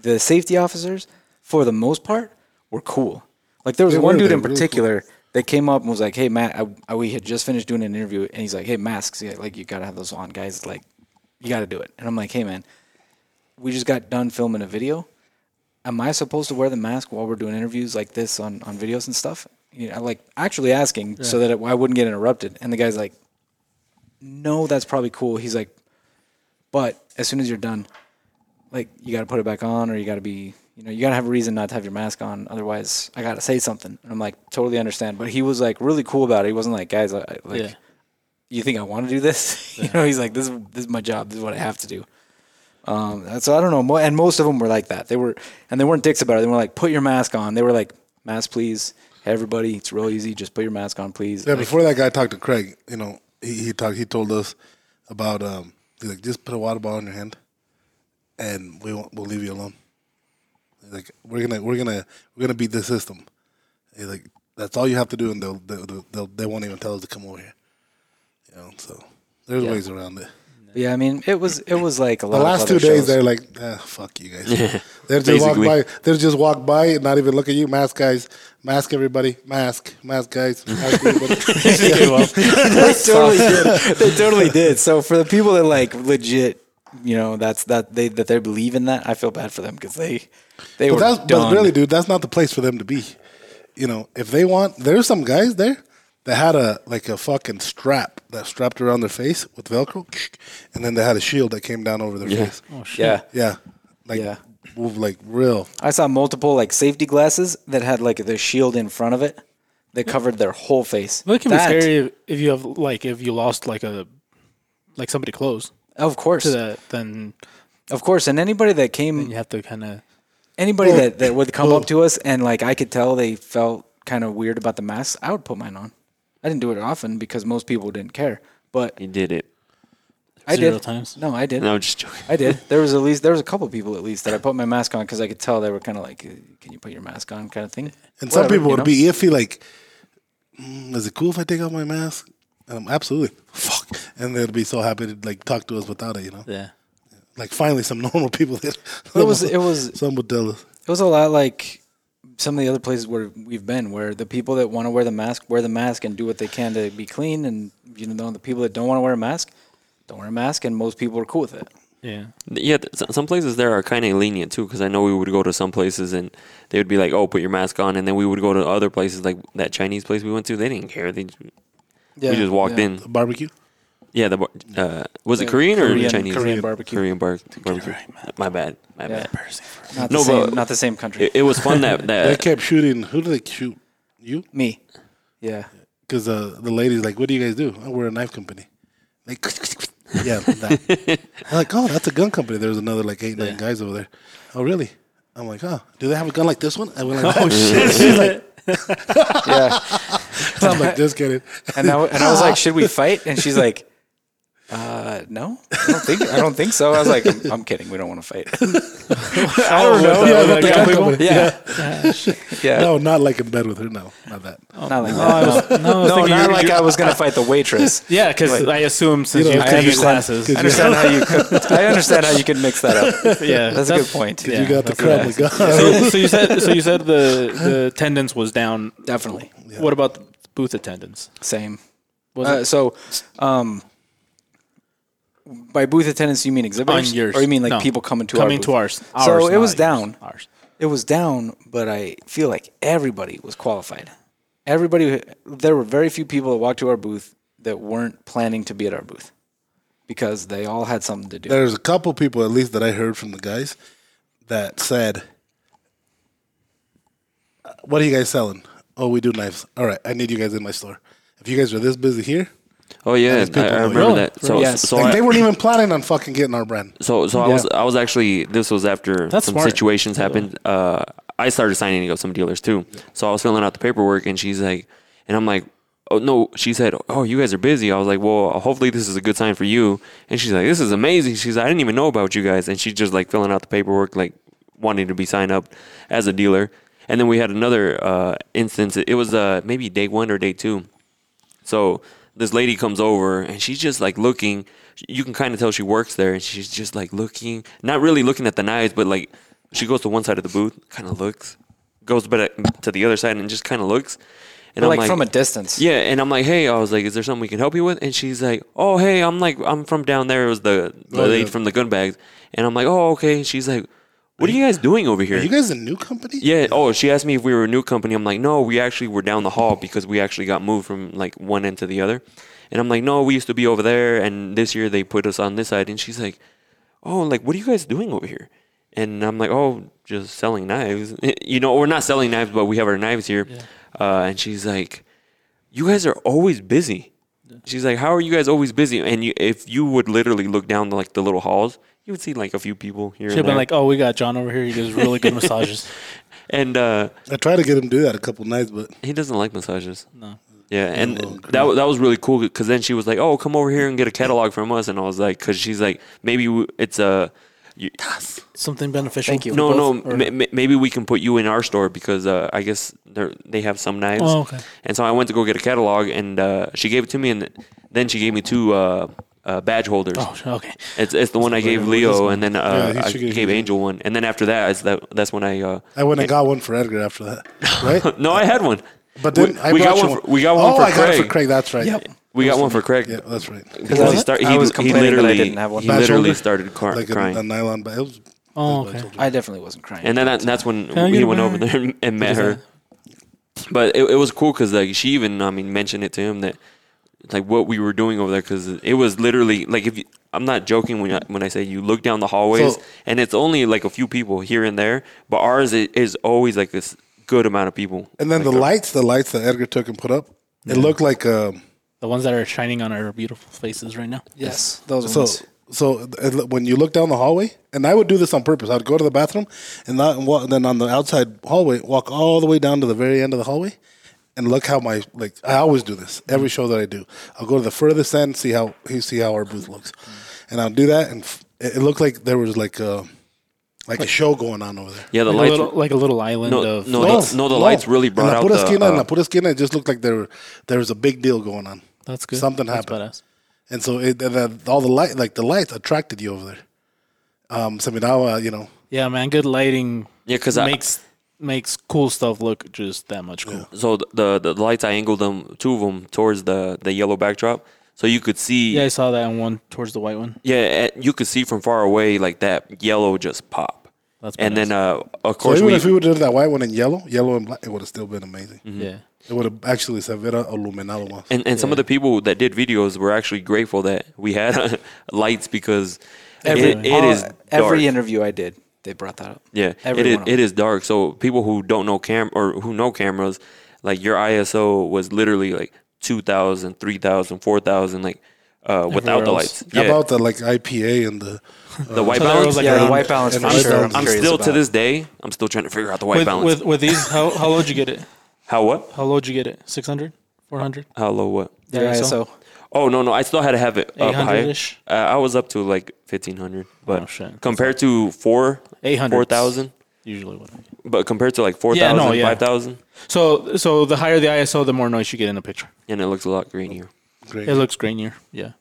[SPEAKER 6] The safety officers, for the most part, were cool. Like there was
[SPEAKER 1] They
[SPEAKER 6] one
[SPEAKER 1] were,
[SPEAKER 6] dude
[SPEAKER 1] they
[SPEAKER 6] in
[SPEAKER 1] were really
[SPEAKER 6] particular that came up and was like, "Hey Matt, I, I, we had just finished doing an interview, and he's like, "Hey masks, yeah, like you gotta have those on, guys. Like, you gotta do it." And I'm like, "Hey man, we just got done filming a video. am I supposed to wear the mask while we're doing interviews like this on, on videos and stuff? You know, like actually asking so that it, I wouldn't get interrupted. And the guy's like, no, that's probably cool. He's like, but as soon as you're done, like you got to put it back on or you got to be, you know, you got to have a reason not to have your mask on. Otherwise I got to say something. And I'm like, totally understand. But he was like really cool about it. He wasn't like, guys, I, I- like,
[SPEAKER 7] Yeah.
[SPEAKER 6] you think I want to do this? you know, he's like, this is, this is my job. This is what I have to do. Um, and so I don't know. Mo- And most of them were like that. They were, and they weren't dicks about it. They were like, put your mask on. They were like, mask, please. Hey, everybody, it's real easy. Just put your mask on, please.
[SPEAKER 1] Yeah,
[SPEAKER 6] Like,
[SPEAKER 1] before that guy talked to Craig, you know, he, he talked. He told us about um, he's like, just put a water bottle in your hand, and we won't, we'll leave you alone. He's like we're gonna we're gonna we're gonna beat the system. He's like that's all you have to do, and they'll they'll, they'll they won't even tell us to come over here. You know, so there's
[SPEAKER 6] Yeah.
[SPEAKER 1] ways around it.
[SPEAKER 6] yeah, I mean, it was, it was like a lot
[SPEAKER 1] The last
[SPEAKER 6] of
[SPEAKER 1] two
[SPEAKER 6] other
[SPEAKER 1] days,
[SPEAKER 6] shows.
[SPEAKER 1] they're like, ah, "Fuck you guys." they're just walk
[SPEAKER 8] Basically.
[SPEAKER 1] by. They're just walk by and not even look at you. Mask guys, mask everybody, mask, mask guys, mask everybody.
[SPEAKER 6] they totally did. They totally did. So for the people that like legit, you know, that's that they that they believe in that. I feel bad for them because they they
[SPEAKER 1] But
[SPEAKER 6] were
[SPEAKER 1] that's but
[SPEAKER 6] done.
[SPEAKER 1] really, dude, that's not the place for them to be. You know, if they want, there's some guys there that had a like a fucking strap that strapped around their face with Velcro, and then they had a shield that came down over their face.
[SPEAKER 6] yeah.
[SPEAKER 1] Yeah, like
[SPEAKER 6] Yeah.
[SPEAKER 1] move like real.
[SPEAKER 6] I saw multiple like safety glasses that had like the shield in front of it that covered their whole face.
[SPEAKER 7] Well, it can
[SPEAKER 6] That-
[SPEAKER 7] be scary if, if you have like if you lost like a like somebody close
[SPEAKER 6] Of course,
[SPEAKER 7] to that, then
[SPEAKER 6] of course. And anybody that came,
[SPEAKER 7] you have to kind of
[SPEAKER 6] anybody that that would come up to us and like I could tell they felt kind of weird about the masks. I would put mine on. I didn't do it often because most people didn't care, but
[SPEAKER 8] He did it.
[SPEAKER 6] I
[SPEAKER 7] zero
[SPEAKER 6] did.
[SPEAKER 7] times.
[SPEAKER 6] No, I did.
[SPEAKER 8] No, I'm just joking.
[SPEAKER 6] I did. There was at least there was a couple people at least that I put my mask on because I could tell they were kind of like, "Eh, "Can you put your mask on?" kind of thing.
[SPEAKER 1] And some
[SPEAKER 6] Whatever,
[SPEAKER 1] people
[SPEAKER 6] you
[SPEAKER 1] would be
[SPEAKER 6] know?
[SPEAKER 1] iffy, like, mm, "Is it cool if I take off my mask?" And I'm absolutely fuck, and they'd be so happy to like talk to us without it. You know,
[SPEAKER 7] Yeah.
[SPEAKER 1] like finally some normal people. That
[SPEAKER 6] It was it was
[SPEAKER 1] some would tell us.
[SPEAKER 6] it was a lot like some of the other places where we've been, where the people that want to wear the mask wear the mask and do what they can to be clean, and you know the people that don't want to wear a mask don't wear a mask, and most people are cool with it.
[SPEAKER 7] Yeah.
[SPEAKER 8] Yeah, th- s- some places there are kind of lenient too, because I know we would go to some places and they would be like, "Oh, put your mask on," and then we would go to other places like that Chinese place we went to. They didn't care. They j-
[SPEAKER 6] Yeah,
[SPEAKER 8] we just walked
[SPEAKER 6] yeah.
[SPEAKER 8] in.
[SPEAKER 1] Barbecue.
[SPEAKER 8] Yeah, the bar- uh, was it
[SPEAKER 6] The
[SPEAKER 8] Korean, or
[SPEAKER 6] Korean-
[SPEAKER 8] Chinese?
[SPEAKER 6] Korean barbecue.
[SPEAKER 8] Korean bar- barbecue. My bad. My
[SPEAKER 6] Yeah.
[SPEAKER 8] bad.
[SPEAKER 6] Not the
[SPEAKER 8] No,
[SPEAKER 6] same,
[SPEAKER 8] but-
[SPEAKER 6] not the same country.
[SPEAKER 8] It, it was fun that
[SPEAKER 6] Uh,
[SPEAKER 1] They
[SPEAKER 8] that
[SPEAKER 1] kept shooting. Who did they shoot? You?
[SPEAKER 6] Me, yeah,
[SPEAKER 1] Because uh, the lady's like, "What do you guys do?" "Oh, we're a knife company. Like, yeah, that. I'm like, oh, that's a gun company. There's another like eight, nine guys over there. Oh, really? I'm like, oh, do they have a gun like this one? I went like, oh shit! She's like,
[SPEAKER 6] yeah.
[SPEAKER 1] I'm like, just kidding.
[SPEAKER 6] And I, and I was like, should we fight? And she's like, uh, no, I don't think I don't think so. I was like, I'm, I'm kidding. We don't want to fight. I don't know.
[SPEAKER 1] Yeah,
[SPEAKER 6] Yeah,
[SPEAKER 1] with the gun company.
[SPEAKER 6] yeah,
[SPEAKER 1] No, not like in bed with her. No, not that.
[SPEAKER 6] not like that.
[SPEAKER 7] No, I was
[SPEAKER 6] No,
[SPEAKER 7] thinking
[SPEAKER 6] not
[SPEAKER 7] you-
[SPEAKER 6] like
[SPEAKER 7] you-
[SPEAKER 6] I was gonna fight the waitress.
[SPEAKER 7] Yeah, because
[SPEAKER 6] Like-
[SPEAKER 7] I assume since
[SPEAKER 1] You
[SPEAKER 7] you,
[SPEAKER 1] know,
[SPEAKER 7] have
[SPEAKER 1] I
[SPEAKER 7] taken your
[SPEAKER 1] understand.
[SPEAKER 7] classes,
[SPEAKER 6] I understand how you could. I understand how you could mix that up.
[SPEAKER 7] yeah,
[SPEAKER 6] That's a good point.
[SPEAKER 1] you got the
[SPEAKER 7] that's
[SPEAKER 1] crap.
[SPEAKER 7] what
[SPEAKER 1] Like,
[SPEAKER 7] I- So, so you said so you said the the attendance was down.
[SPEAKER 6] Definitely
[SPEAKER 7] What about the booth attendance?
[SPEAKER 6] same.
[SPEAKER 7] Was
[SPEAKER 6] Uh, so, um, by booth attendance, you mean exhibitors, or you mean like
[SPEAKER 7] No.
[SPEAKER 6] people coming to
[SPEAKER 7] coming
[SPEAKER 6] our
[SPEAKER 7] to
[SPEAKER 6] booth?
[SPEAKER 7] ours?
[SPEAKER 6] So
[SPEAKER 7] Ours,
[SPEAKER 6] it
[SPEAKER 7] not yours.
[SPEAKER 6] was down.
[SPEAKER 7] Ours.
[SPEAKER 6] It was down, but I feel like everybody was qualified. Everybody, there were very few people that walked to our booth that weren't planning to be at our booth because they all had something to do.
[SPEAKER 1] there's a couple people at least that I heard from the guys that said, "Uh, "What are you guys selling?" "Oh, we do knives." "All right, I need you guys in my store." If you guys are this busy here,
[SPEAKER 8] oh yeah,
[SPEAKER 1] people
[SPEAKER 8] I, I
[SPEAKER 1] know you.
[SPEAKER 8] remember
[SPEAKER 1] Really?
[SPEAKER 8] that. So
[SPEAKER 6] Yes.
[SPEAKER 8] so
[SPEAKER 1] like
[SPEAKER 8] I,
[SPEAKER 1] they weren't even planning on fucking getting our brand.
[SPEAKER 8] so so I was I was actually this was after
[SPEAKER 7] That's
[SPEAKER 8] some
[SPEAKER 7] smart.
[SPEAKER 8] situations happened. Uh, I started signing up some dealers too. So I was filling out the paperwork, and she's like, and I'm like. Oh no! She said, "Oh, you guys are busy." I was like, "Well, hopefully this is a good sign for you." And she's like, "This is amazing." She's, like, "I didn't even know about you guys," and she's just like filling out the paperwork, like wanting to be signed up as a dealer. And then we had another uh, instance. It was uh, maybe day one or day two. So this lady comes over and she's just like looking. You can kind of tell she works there, and she's just like looking, not really looking at the knives, but like she goes to one side of the booth, kind of looks, goes but to the other side and just kind of looks. And
[SPEAKER 6] like, from a distance.
[SPEAKER 8] yeah, and I'm like, hey, I was like, is there something we can help you with? And she's like, oh, hey, I'm like, I'm from down there. It was the, the lady from the gun bags. And I'm like, oh, okay. And she's like, What are you guys doing over here?
[SPEAKER 1] Are you guys a new company?
[SPEAKER 8] Yeah. Oh, she asked me if we were a new company. I'm like, no, we actually were down the hall because we actually got moved from like one end to the other. And I'm like, no, we used to be over there, and this year they put us on this side. And she's like, oh, like what are you guys doing over here? And I'm like, oh, just selling knives. You know, we're not selling knives, but we have our knives here. Uh, and she's like, you guys are always busy. She's like, how are you guys always busy? And you, if you would literally look down like the little halls, you would see like a few people here.
[SPEAKER 7] Should have
[SPEAKER 8] and
[SPEAKER 7] been
[SPEAKER 8] there.
[SPEAKER 7] like, oh, we got John over here. He does really good massages.
[SPEAKER 8] and uh,
[SPEAKER 1] I tried to get him to do that a couple nights, but
[SPEAKER 8] He doesn't like massages.
[SPEAKER 7] No.
[SPEAKER 8] Yeah, and that wa- that was really cool because then she was like, "Oh, come over here and get a catalog from us," and I was like, "Cause she's like, maybe w- it's a." You,
[SPEAKER 7] Something beneficial.
[SPEAKER 6] Thank you.
[SPEAKER 8] no,
[SPEAKER 6] Both
[SPEAKER 8] no.
[SPEAKER 6] or-
[SPEAKER 8] ma- ma- maybe we can put you in our store because uh, I guess they're- they have some knives.
[SPEAKER 7] Oh, okay.
[SPEAKER 8] And so I went to go get a catalog, and uh, she gave it to me, and then she gave me two uh, uh, badge holders.
[SPEAKER 7] Oh, okay.
[SPEAKER 8] It's, it's the one I gave Leo, and then uh,
[SPEAKER 1] Yeah, he
[SPEAKER 8] I
[SPEAKER 1] should get-
[SPEAKER 8] gave Angel one, and then after that, it's that that's when I. Uh,
[SPEAKER 1] I went and got one for Edgar after that, right?
[SPEAKER 8] no, I had one.
[SPEAKER 1] But then
[SPEAKER 8] we,
[SPEAKER 1] I
[SPEAKER 8] we got
[SPEAKER 1] brought you
[SPEAKER 8] one. For, we got one
[SPEAKER 1] oh,
[SPEAKER 8] for
[SPEAKER 1] I got it
[SPEAKER 8] Craig.
[SPEAKER 1] for Craig. That's right.
[SPEAKER 8] We got one for Craig.
[SPEAKER 1] Yeah, that's right.
[SPEAKER 8] Because he started,
[SPEAKER 6] I
[SPEAKER 8] he,
[SPEAKER 6] was
[SPEAKER 8] he
[SPEAKER 6] complaining that I
[SPEAKER 8] literally,
[SPEAKER 6] didn't have one.
[SPEAKER 8] He
[SPEAKER 1] Badge
[SPEAKER 8] literally
[SPEAKER 1] holder?
[SPEAKER 8] started car-
[SPEAKER 1] Like a,
[SPEAKER 8] crying,
[SPEAKER 1] a nylon bag. It was,
[SPEAKER 7] Oh,
[SPEAKER 1] that's
[SPEAKER 7] okay.
[SPEAKER 1] what I told you.
[SPEAKER 6] I definitely wasn't crying.
[SPEAKER 8] and then that, that's when
[SPEAKER 7] I
[SPEAKER 8] he
[SPEAKER 7] get a
[SPEAKER 8] went over
[SPEAKER 7] bag?
[SPEAKER 8] there and met her. But it, it was cool because like she even I mean mentioned it to him that like what we were doing over there because it was literally like if you, I'm not joking when I, when I say you look down the hallways
[SPEAKER 1] So-
[SPEAKER 8] and it's only like a few people here and there, but ours i- is always like this good amount of people.
[SPEAKER 1] And then
[SPEAKER 8] Like,
[SPEAKER 1] the
[SPEAKER 8] uh,
[SPEAKER 1] lights, the lights that Edgar took and put up, it looked like um,
[SPEAKER 7] The ones that are shining on our beautiful faces right now.
[SPEAKER 6] Yes, those
[SPEAKER 1] so.
[SPEAKER 6] ones.
[SPEAKER 1] So it lo- when you look down the hallway, and I would do this on purpose. I'd go to the bathroom, and not, and walk, then on the outside hallway, walk all the way down to the very end of the hallway, and look how my like. I always do this every show that I do. I'll go to the furthest end, see how you see how our booth looks, and I'll do that, and f- it, it looked like there was like a like a show going on over there.
[SPEAKER 8] yeah, the
[SPEAKER 7] Like,
[SPEAKER 8] lights.
[SPEAKER 7] a little, like a little island
[SPEAKER 8] no,
[SPEAKER 7] of. Oh,
[SPEAKER 8] no, the, no, the lights really brought
[SPEAKER 1] and
[SPEAKER 8] out
[SPEAKER 1] La Pura
[SPEAKER 8] the.
[SPEAKER 1] Esquina, and
[SPEAKER 8] uh,
[SPEAKER 1] La Pura Esquina, it just looked like there were- there was a big deal going on.
[SPEAKER 7] That's good.
[SPEAKER 1] Something
[SPEAKER 7] That's
[SPEAKER 1] happened.
[SPEAKER 7] badass.
[SPEAKER 1] And so it, and then all the light, like the lights, attracted you over there. Um, Seminawa, you know,
[SPEAKER 7] Yeah, man. Good lighting
[SPEAKER 8] yeah, because
[SPEAKER 7] makes makes cool stuff look just that much cool.
[SPEAKER 8] So th- the the lights, I angled them two of them towards the the yellow backdrop, so you could see.
[SPEAKER 7] Yeah, I saw that one towards the white one.
[SPEAKER 8] Yeah, eh, you could see from far away like that yellow just pop.
[SPEAKER 7] That's
[SPEAKER 8] and then uh,
[SPEAKER 1] so
[SPEAKER 8] of course
[SPEAKER 1] even
[SPEAKER 8] we,
[SPEAKER 1] if we would have done that white one in yellow, yellow and black, it would have still been amazing.
[SPEAKER 6] Mm-hmm.
[SPEAKER 8] Mm.
[SPEAKER 7] Yeah.
[SPEAKER 1] It would have actually se hubiera iluminado más.
[SPEAKER 8] and, and some of the people that did videos were actually grateful that we had lights because it,
[SPEAKER 6] Every,
[SPEAKER 8] it is
[SPEAKER 6] all-
[SPEAKER 8] dark.
[SPEAKER 6] every interview I did, they brought that up.
[SPEAKER 8] yeah
[SPEAKER 6] every
[SPEAKER 8] it is,
[SPEAKER 6] one of
[SPEAKER 8] it
[SPEAKER 6] them.
[SPEAKER 8] is dark so people who don't know cam or who know cameras like your ISO was literally like 2000 3000 4000 like uh, without the
[SPEAKER 7] else.
[SPEAKER 8] lights
[SPEAKER 1] How about the like IPA and the
[SPEAKER 8] the white
[SPEAKER 7] there
[SPEAKER 8] balance
[SPEAKER 7] was, like,
[SPEAKER 6] yeah, the
[SPEAKER 7] around-
[SPEAKER 6] white balance
[SPEAKER 1] and
[SPEAKER 6] for
[SPEAKER 1] white
[SPEAKER 6] sure.
[SPEAKER 1] balance.
[SPEAKER 6] I'm,
[SPEAKER 8] I'm
[SPEAKER 6] curious
[SPEAKER 8] still to
[SPEAKER 6] about.
[SPEAKER 8] this day. I'm still trying to figure out the white
[SPEAKER 7] with,
[SPEAKER 8] balance.
[SPEAKER 7] with with these, how how low'd you get it?
[SPEAKER 8] how what?
[SPEAKER 7] How low'd you get it? 600? 400?
[SPEAKER 8] How low what?
[SPEAKER 6] their ISO.
[SPEAKER 8] Oh no no! I still had to have it up high.
[SPEAKER 7] 800-ish?
[SPEAKER 8] Uh, I was up to like fifteen hundred, but
[SPEAKER 7] Oh, shit.
[SPEAKER 8] compared to four
[SPEAKER 7] 800.
[SPEAKER 8] four thousand,
[SPEAKER 7] Usually what I get.
[SPEAKER 8] but compared to like four
[SPEAKER 7] Yeah,
[SPEAKER 8] thousand,
[SPEAKER 7] no, yeah.
[SPEAKER 8] five thousand,
[SPEAKER 7] So so the higher the ISO, the more noise you get in a picture.
[SPEAKER 8] and it looks a lot grainier.
[SPEAKER 1] great?
[SPEAKER 7] It looks grainier. Yeah.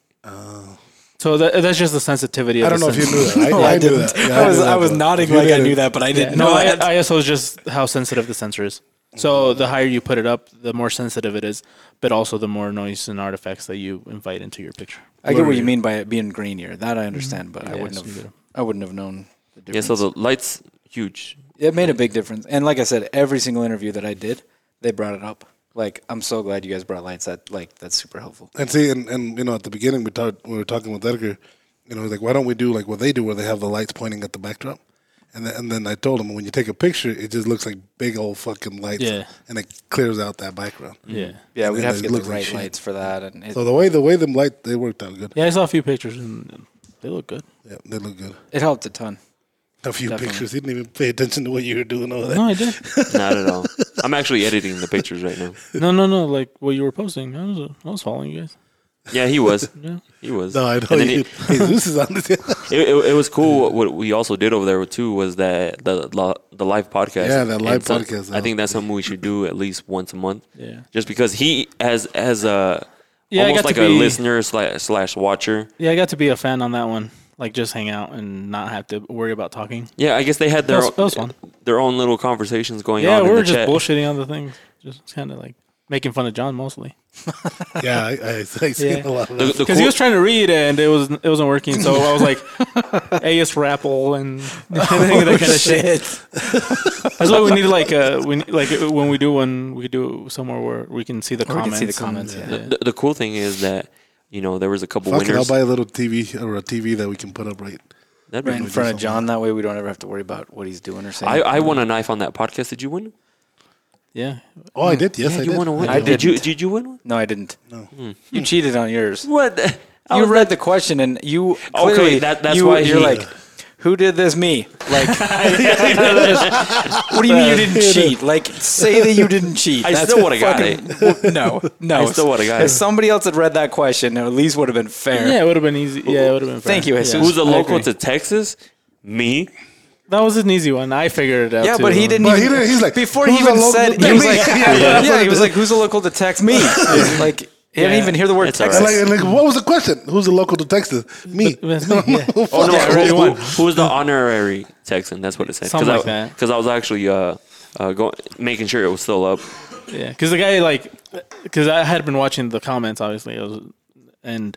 [SPEAKER 7] So that, that's just the sensitivity. Of
[SPEAKER 1] I don't
[SPEAKER 7] the
[SPEAKER 1] know if you
[SPEAKER 7] sensor.
[SPEAKER 1] knew that. I,
[SPEAKER 6] No,
[SPEAKER 1] I,
[SPEAKER 6] I
[SPEAKER 1] knew
[SPEAKER 6] didn't.
[SPEAKER 1] that. Yeah,
[SPEAKER 6] I was
[SPEAKER 1] knew
[SPEAKER 6] I
[SPEAKER 1] that,
[SPEAKER 6] was
[SPEAKER 1] but
[SPEAKER 6] nodding
[SPEAKER 1] you
[SPEAKER 6] like I
[SPEAKER 1] didn't.
[SPEAKER 6] knew that, but I didn't
[SPEAKER 7] No,
[SPEAKER 6] know
[SPEAKER 7] I,
[SPEAKER 6] that.
[SPEAKER 7] ISO is just how sensitive the sensor is. So the higher you put it up, the more sensitive it is, but also the more noise and artifacts that you invite into your picture.
[SPEAKER 6] I get what you mean by it being greenier. That I understand, but I wouldn't have. I wouldn't have known the
[SPEAKER 8] Yeah,
[SPEAKER 6] difference.
[SPEAKER 8] so the lights huge.
[SPEAKER 6] it made a big difference, and like I said, every single interview that I did, they brought it up. Like I'm so glad you guys brought lights. That like that's super helpful.
[SPEAKER 1] And see, and, and you know, at the beginning we talked we were talking with Edgar, you know, he's like, why don't we do like what they do, where they have the lights pointing at the backdrop, and then, and then I told him when you take a picture, it just looks like big old fucking lights,
[SPEAKER 7] Yeah.
[SPEAKER 1] and it clears out that background.
[SPEAKER 7] Yeah.
[SPEAKER 6] Yeah, we'd
[SPEAKER 1] And
[SPEAKER 6] have
[SPEAKER 1] it
[SPEAKER 6] to get the
[SPEAKER 1] looks like
[SPEAKER 6] right
[SPEAKER 1] shit.
[SPEAKER 6] lights for that, and it,
[SPEAKER 1] So the way the way them light they worked out good.
[SPEAKER 7] Yeah, I saw a few pictures and they look good.
[SPEAKER 1] Yeah, they look good.
[SPEAKER 6] it helped a ton.
[SPEAKER 1] A few
[SPEAKER 7] Definitely.
[SPEAKER 1] pictures. He didn't even pay attention to what you were doing over there.
[SPEAKER 7] No, I did.
[SPEAKER 8] Not at all. I'm actually editing the pictures right now.
[SPEAKER 7] No, no, no. Like what you were posting. I was, I was following you guys.
[SPEAKER 8] Yeah, he was.
[SPEAKER 7] Yeah.
[SPEAKER 8] He was.
[SPEAKER 1] No, I
[SPEAKER 8] And
[SPEAKER 1] know
[SPEAKER 8] then
[SPEAKER 1] you.
[SPEAKER 8] it-
[SPEAKER 1] Jesus is on this.
[SPEAKER 8] it, it, it was cool. What we also did over there too was that the the, the live podcast.
[SPEAKER 1] Yeah, that live
[SPEAKER 8] And so-
[SPEAKER 1] podcast,
[SPEAKER 8] I think that's something we should do at least once a month.
[SPEAKER 7] Yeah.
[SPEAKER 8] Just because he has as a
[SPEAKER 7] Yeah, I
[SPEAKER 8] almost
[SPEAKER 7] got
[SPEAKER 8] like
[SPEAKER 7] to
[SPEAKER 8] a
[SPEAKER 7] be-
[SPEAKER 8] listener slash slash watcher.
[SPEAKER 7] Yeah, I got to be a fan on that one. Like just hang out and not have to worry about talking.
[SPEAKER 8] Yeah, I guess they had their
[SPEAKER 7] That was- that was fun.
[SPEAKER 8] their own little conversations going
[SPEAKER 7] Yeah,
[SPEAKER 8] on.
[SPEAKER 7] we
[SPEAKER 8] in
[SPEAKER 7] were
[SPEAKER 8] the
[SPEAKER 7] just
[SPEAKER 8] chat.
[SPEAKER 7] bullshitting on the things. Just kind of like making fun of John mostly
[SPEAKER 1] Yeah, I, I, I seen
[SPEAKER 7] Yeah.
[SPEAKER 1] a lot of
[SPEAKER 8] The,
[SPEAKER 1] that.
[SPEAKER 8] the
[SPEAKER 7] because he
[SPEAKER 8] cool-
[SPEAKER 7] was trying to read and it was it wasn't working. So I was like, AS Rapple and that kind of shit. That's why we need like uh we need, like uh, when we do one we do somewhere where we can see the
[SPEAKER 6] Or we can
[SPEAKER 7] comments.
[SPEAKER 6] see the
[SPEAKER 7] and-
[SPEAKER 6] comments, yeah.
[SPEAKER 7] yeah.
[SPEAKER 8] the, the cool thing is that you know there was a couple
[SPEAKER 1] Fuck it, I'll
[SPEAKER 8] winners.
[SPEAKER 1] buy a little TV or a TV that we can put up right.
[SPEAKER 8] That'd be
[SPEAKER 6] Right in
[SPEAKER 8] cool.
[SPEAKER 6] front of John. That way we don't ever have to worry about what he's doing or saying.
[SPEAKER 8] I, I won a knife on that podcast. Did you win?
[SPEAKER 7] Yeah.
[SPEAKER 1] Oh, I did. Yes, I
[SPEAKER 8] you
[SPEAKER 1] did.
[SPEAKER 8] won a win.
[SPEAKER 6] I
[SPEAKER 8] did you?
[SPEAKER 6] didn't.
[SPEAKER 8] Did you win one?
[SPEAKER 6] No, I didn't. No.
[SPEAKER 8] Hmm.
[SPEAKER 6] You cheated on yours.
[SPEAKER 8] What? the- I
[SPEAKER 6] you
[SPEAKER 8] was-
[SPEAKER 6] read the question and you
[SPEAKER 8] Okay,
[SPEAKER 6] clearly
[SPEAKER 8] that- that's
[SPEAKER 6] you,
[SPEAKER 8] why
[SPEAKER 6] you're
[SPEAKER 8] he-
[SPEAKER 6] like, who did this? Me. Like, what do you mean you didn't cheat? Like, say that you didn't cheat.
[SPEAKER 8] I
[SPEAKER 6] That's
[SPEAKER 8] still would've got
[SPEAKER 6] fucking- No, no.
[SPEAKER 8] I still would've got
[SPEAKER 6] If
[SPEAKER 8] it.
[SPEAKER 6] somebody else had read that question, it at least would have been fair.
[SPEAKER 7] Yeah, it would have been easy. Yeah, it would have been. Fair.
[SPEAKER 6] Thank you, Jesus.
[SPEAKER 8] Who's a
[SPEAKER 6] I
[SPEAKER 8] local
[SPEAKER 6] agree.
[SPEAKER 8] to Texas? Me.
[SPEAKER 7] That was an easy one. I figured it out.
[SPEAKER 6] Yeah,
[SPEAKER 7] too.
[SPEAKER 6] but he didn't.
[SPEAKER 1] But
[SPEAKER 6] even,
[SPEAKER 1] he didn't- he's like,
[SPEAKER 6] before he
[SPEAKER 1] "Who's a
[SPEAKER 6] even
[SPEAKER 1] local
[SPEAKER 6] said,
[SPEAKER 1] to
[SPEAKER 6] he was
[SPEAKER 1] me?"
[SPEAKER 6] like,
[SPEAKER 1] Yeah,
[SPEAKER 6] yeah,
[SPEAKER 1] yeah, that's what
[SPEAKER 6] he
[SPEAKER 1] it
[SPEAKER 6] was
[SPEAKER 1] is.
[SPEAKER 6] like, who's a local to text me? Like, he didn't
[SPEAKER 7] Yeah.
[SPEAKER 6] even hear the word
[SPEAKER 8] It's all
[SPEAKER 6] Texas.
[SPEAKER 8] right.
[SPEAKER 1] And like, and like, what was the question? Who's the local to Texas? Me.
[SPEAKER 7] That's me, yeah.
[SPEAKER 1] Who
[SPEAKER 8] Oh
[SPEAKER 1] fucking-
[SPEAKER 8] no! who,
[SPEAKER 7] already
[SPEAKER 8] who-
[SPEAKER 7] won.
[SPEAKER 8] who was the honorary Texan? That's what it said.
[SPEAKER 7] Something
[SPEAKER 8] I,
[SPEAKER 7] like that.
[SPEAKER 8] Because I was actually uh, uh, going making sure it was still up.
[SPEAKER 7] Yeah, because the guy like, because I had been watching the comments obviously, I was, and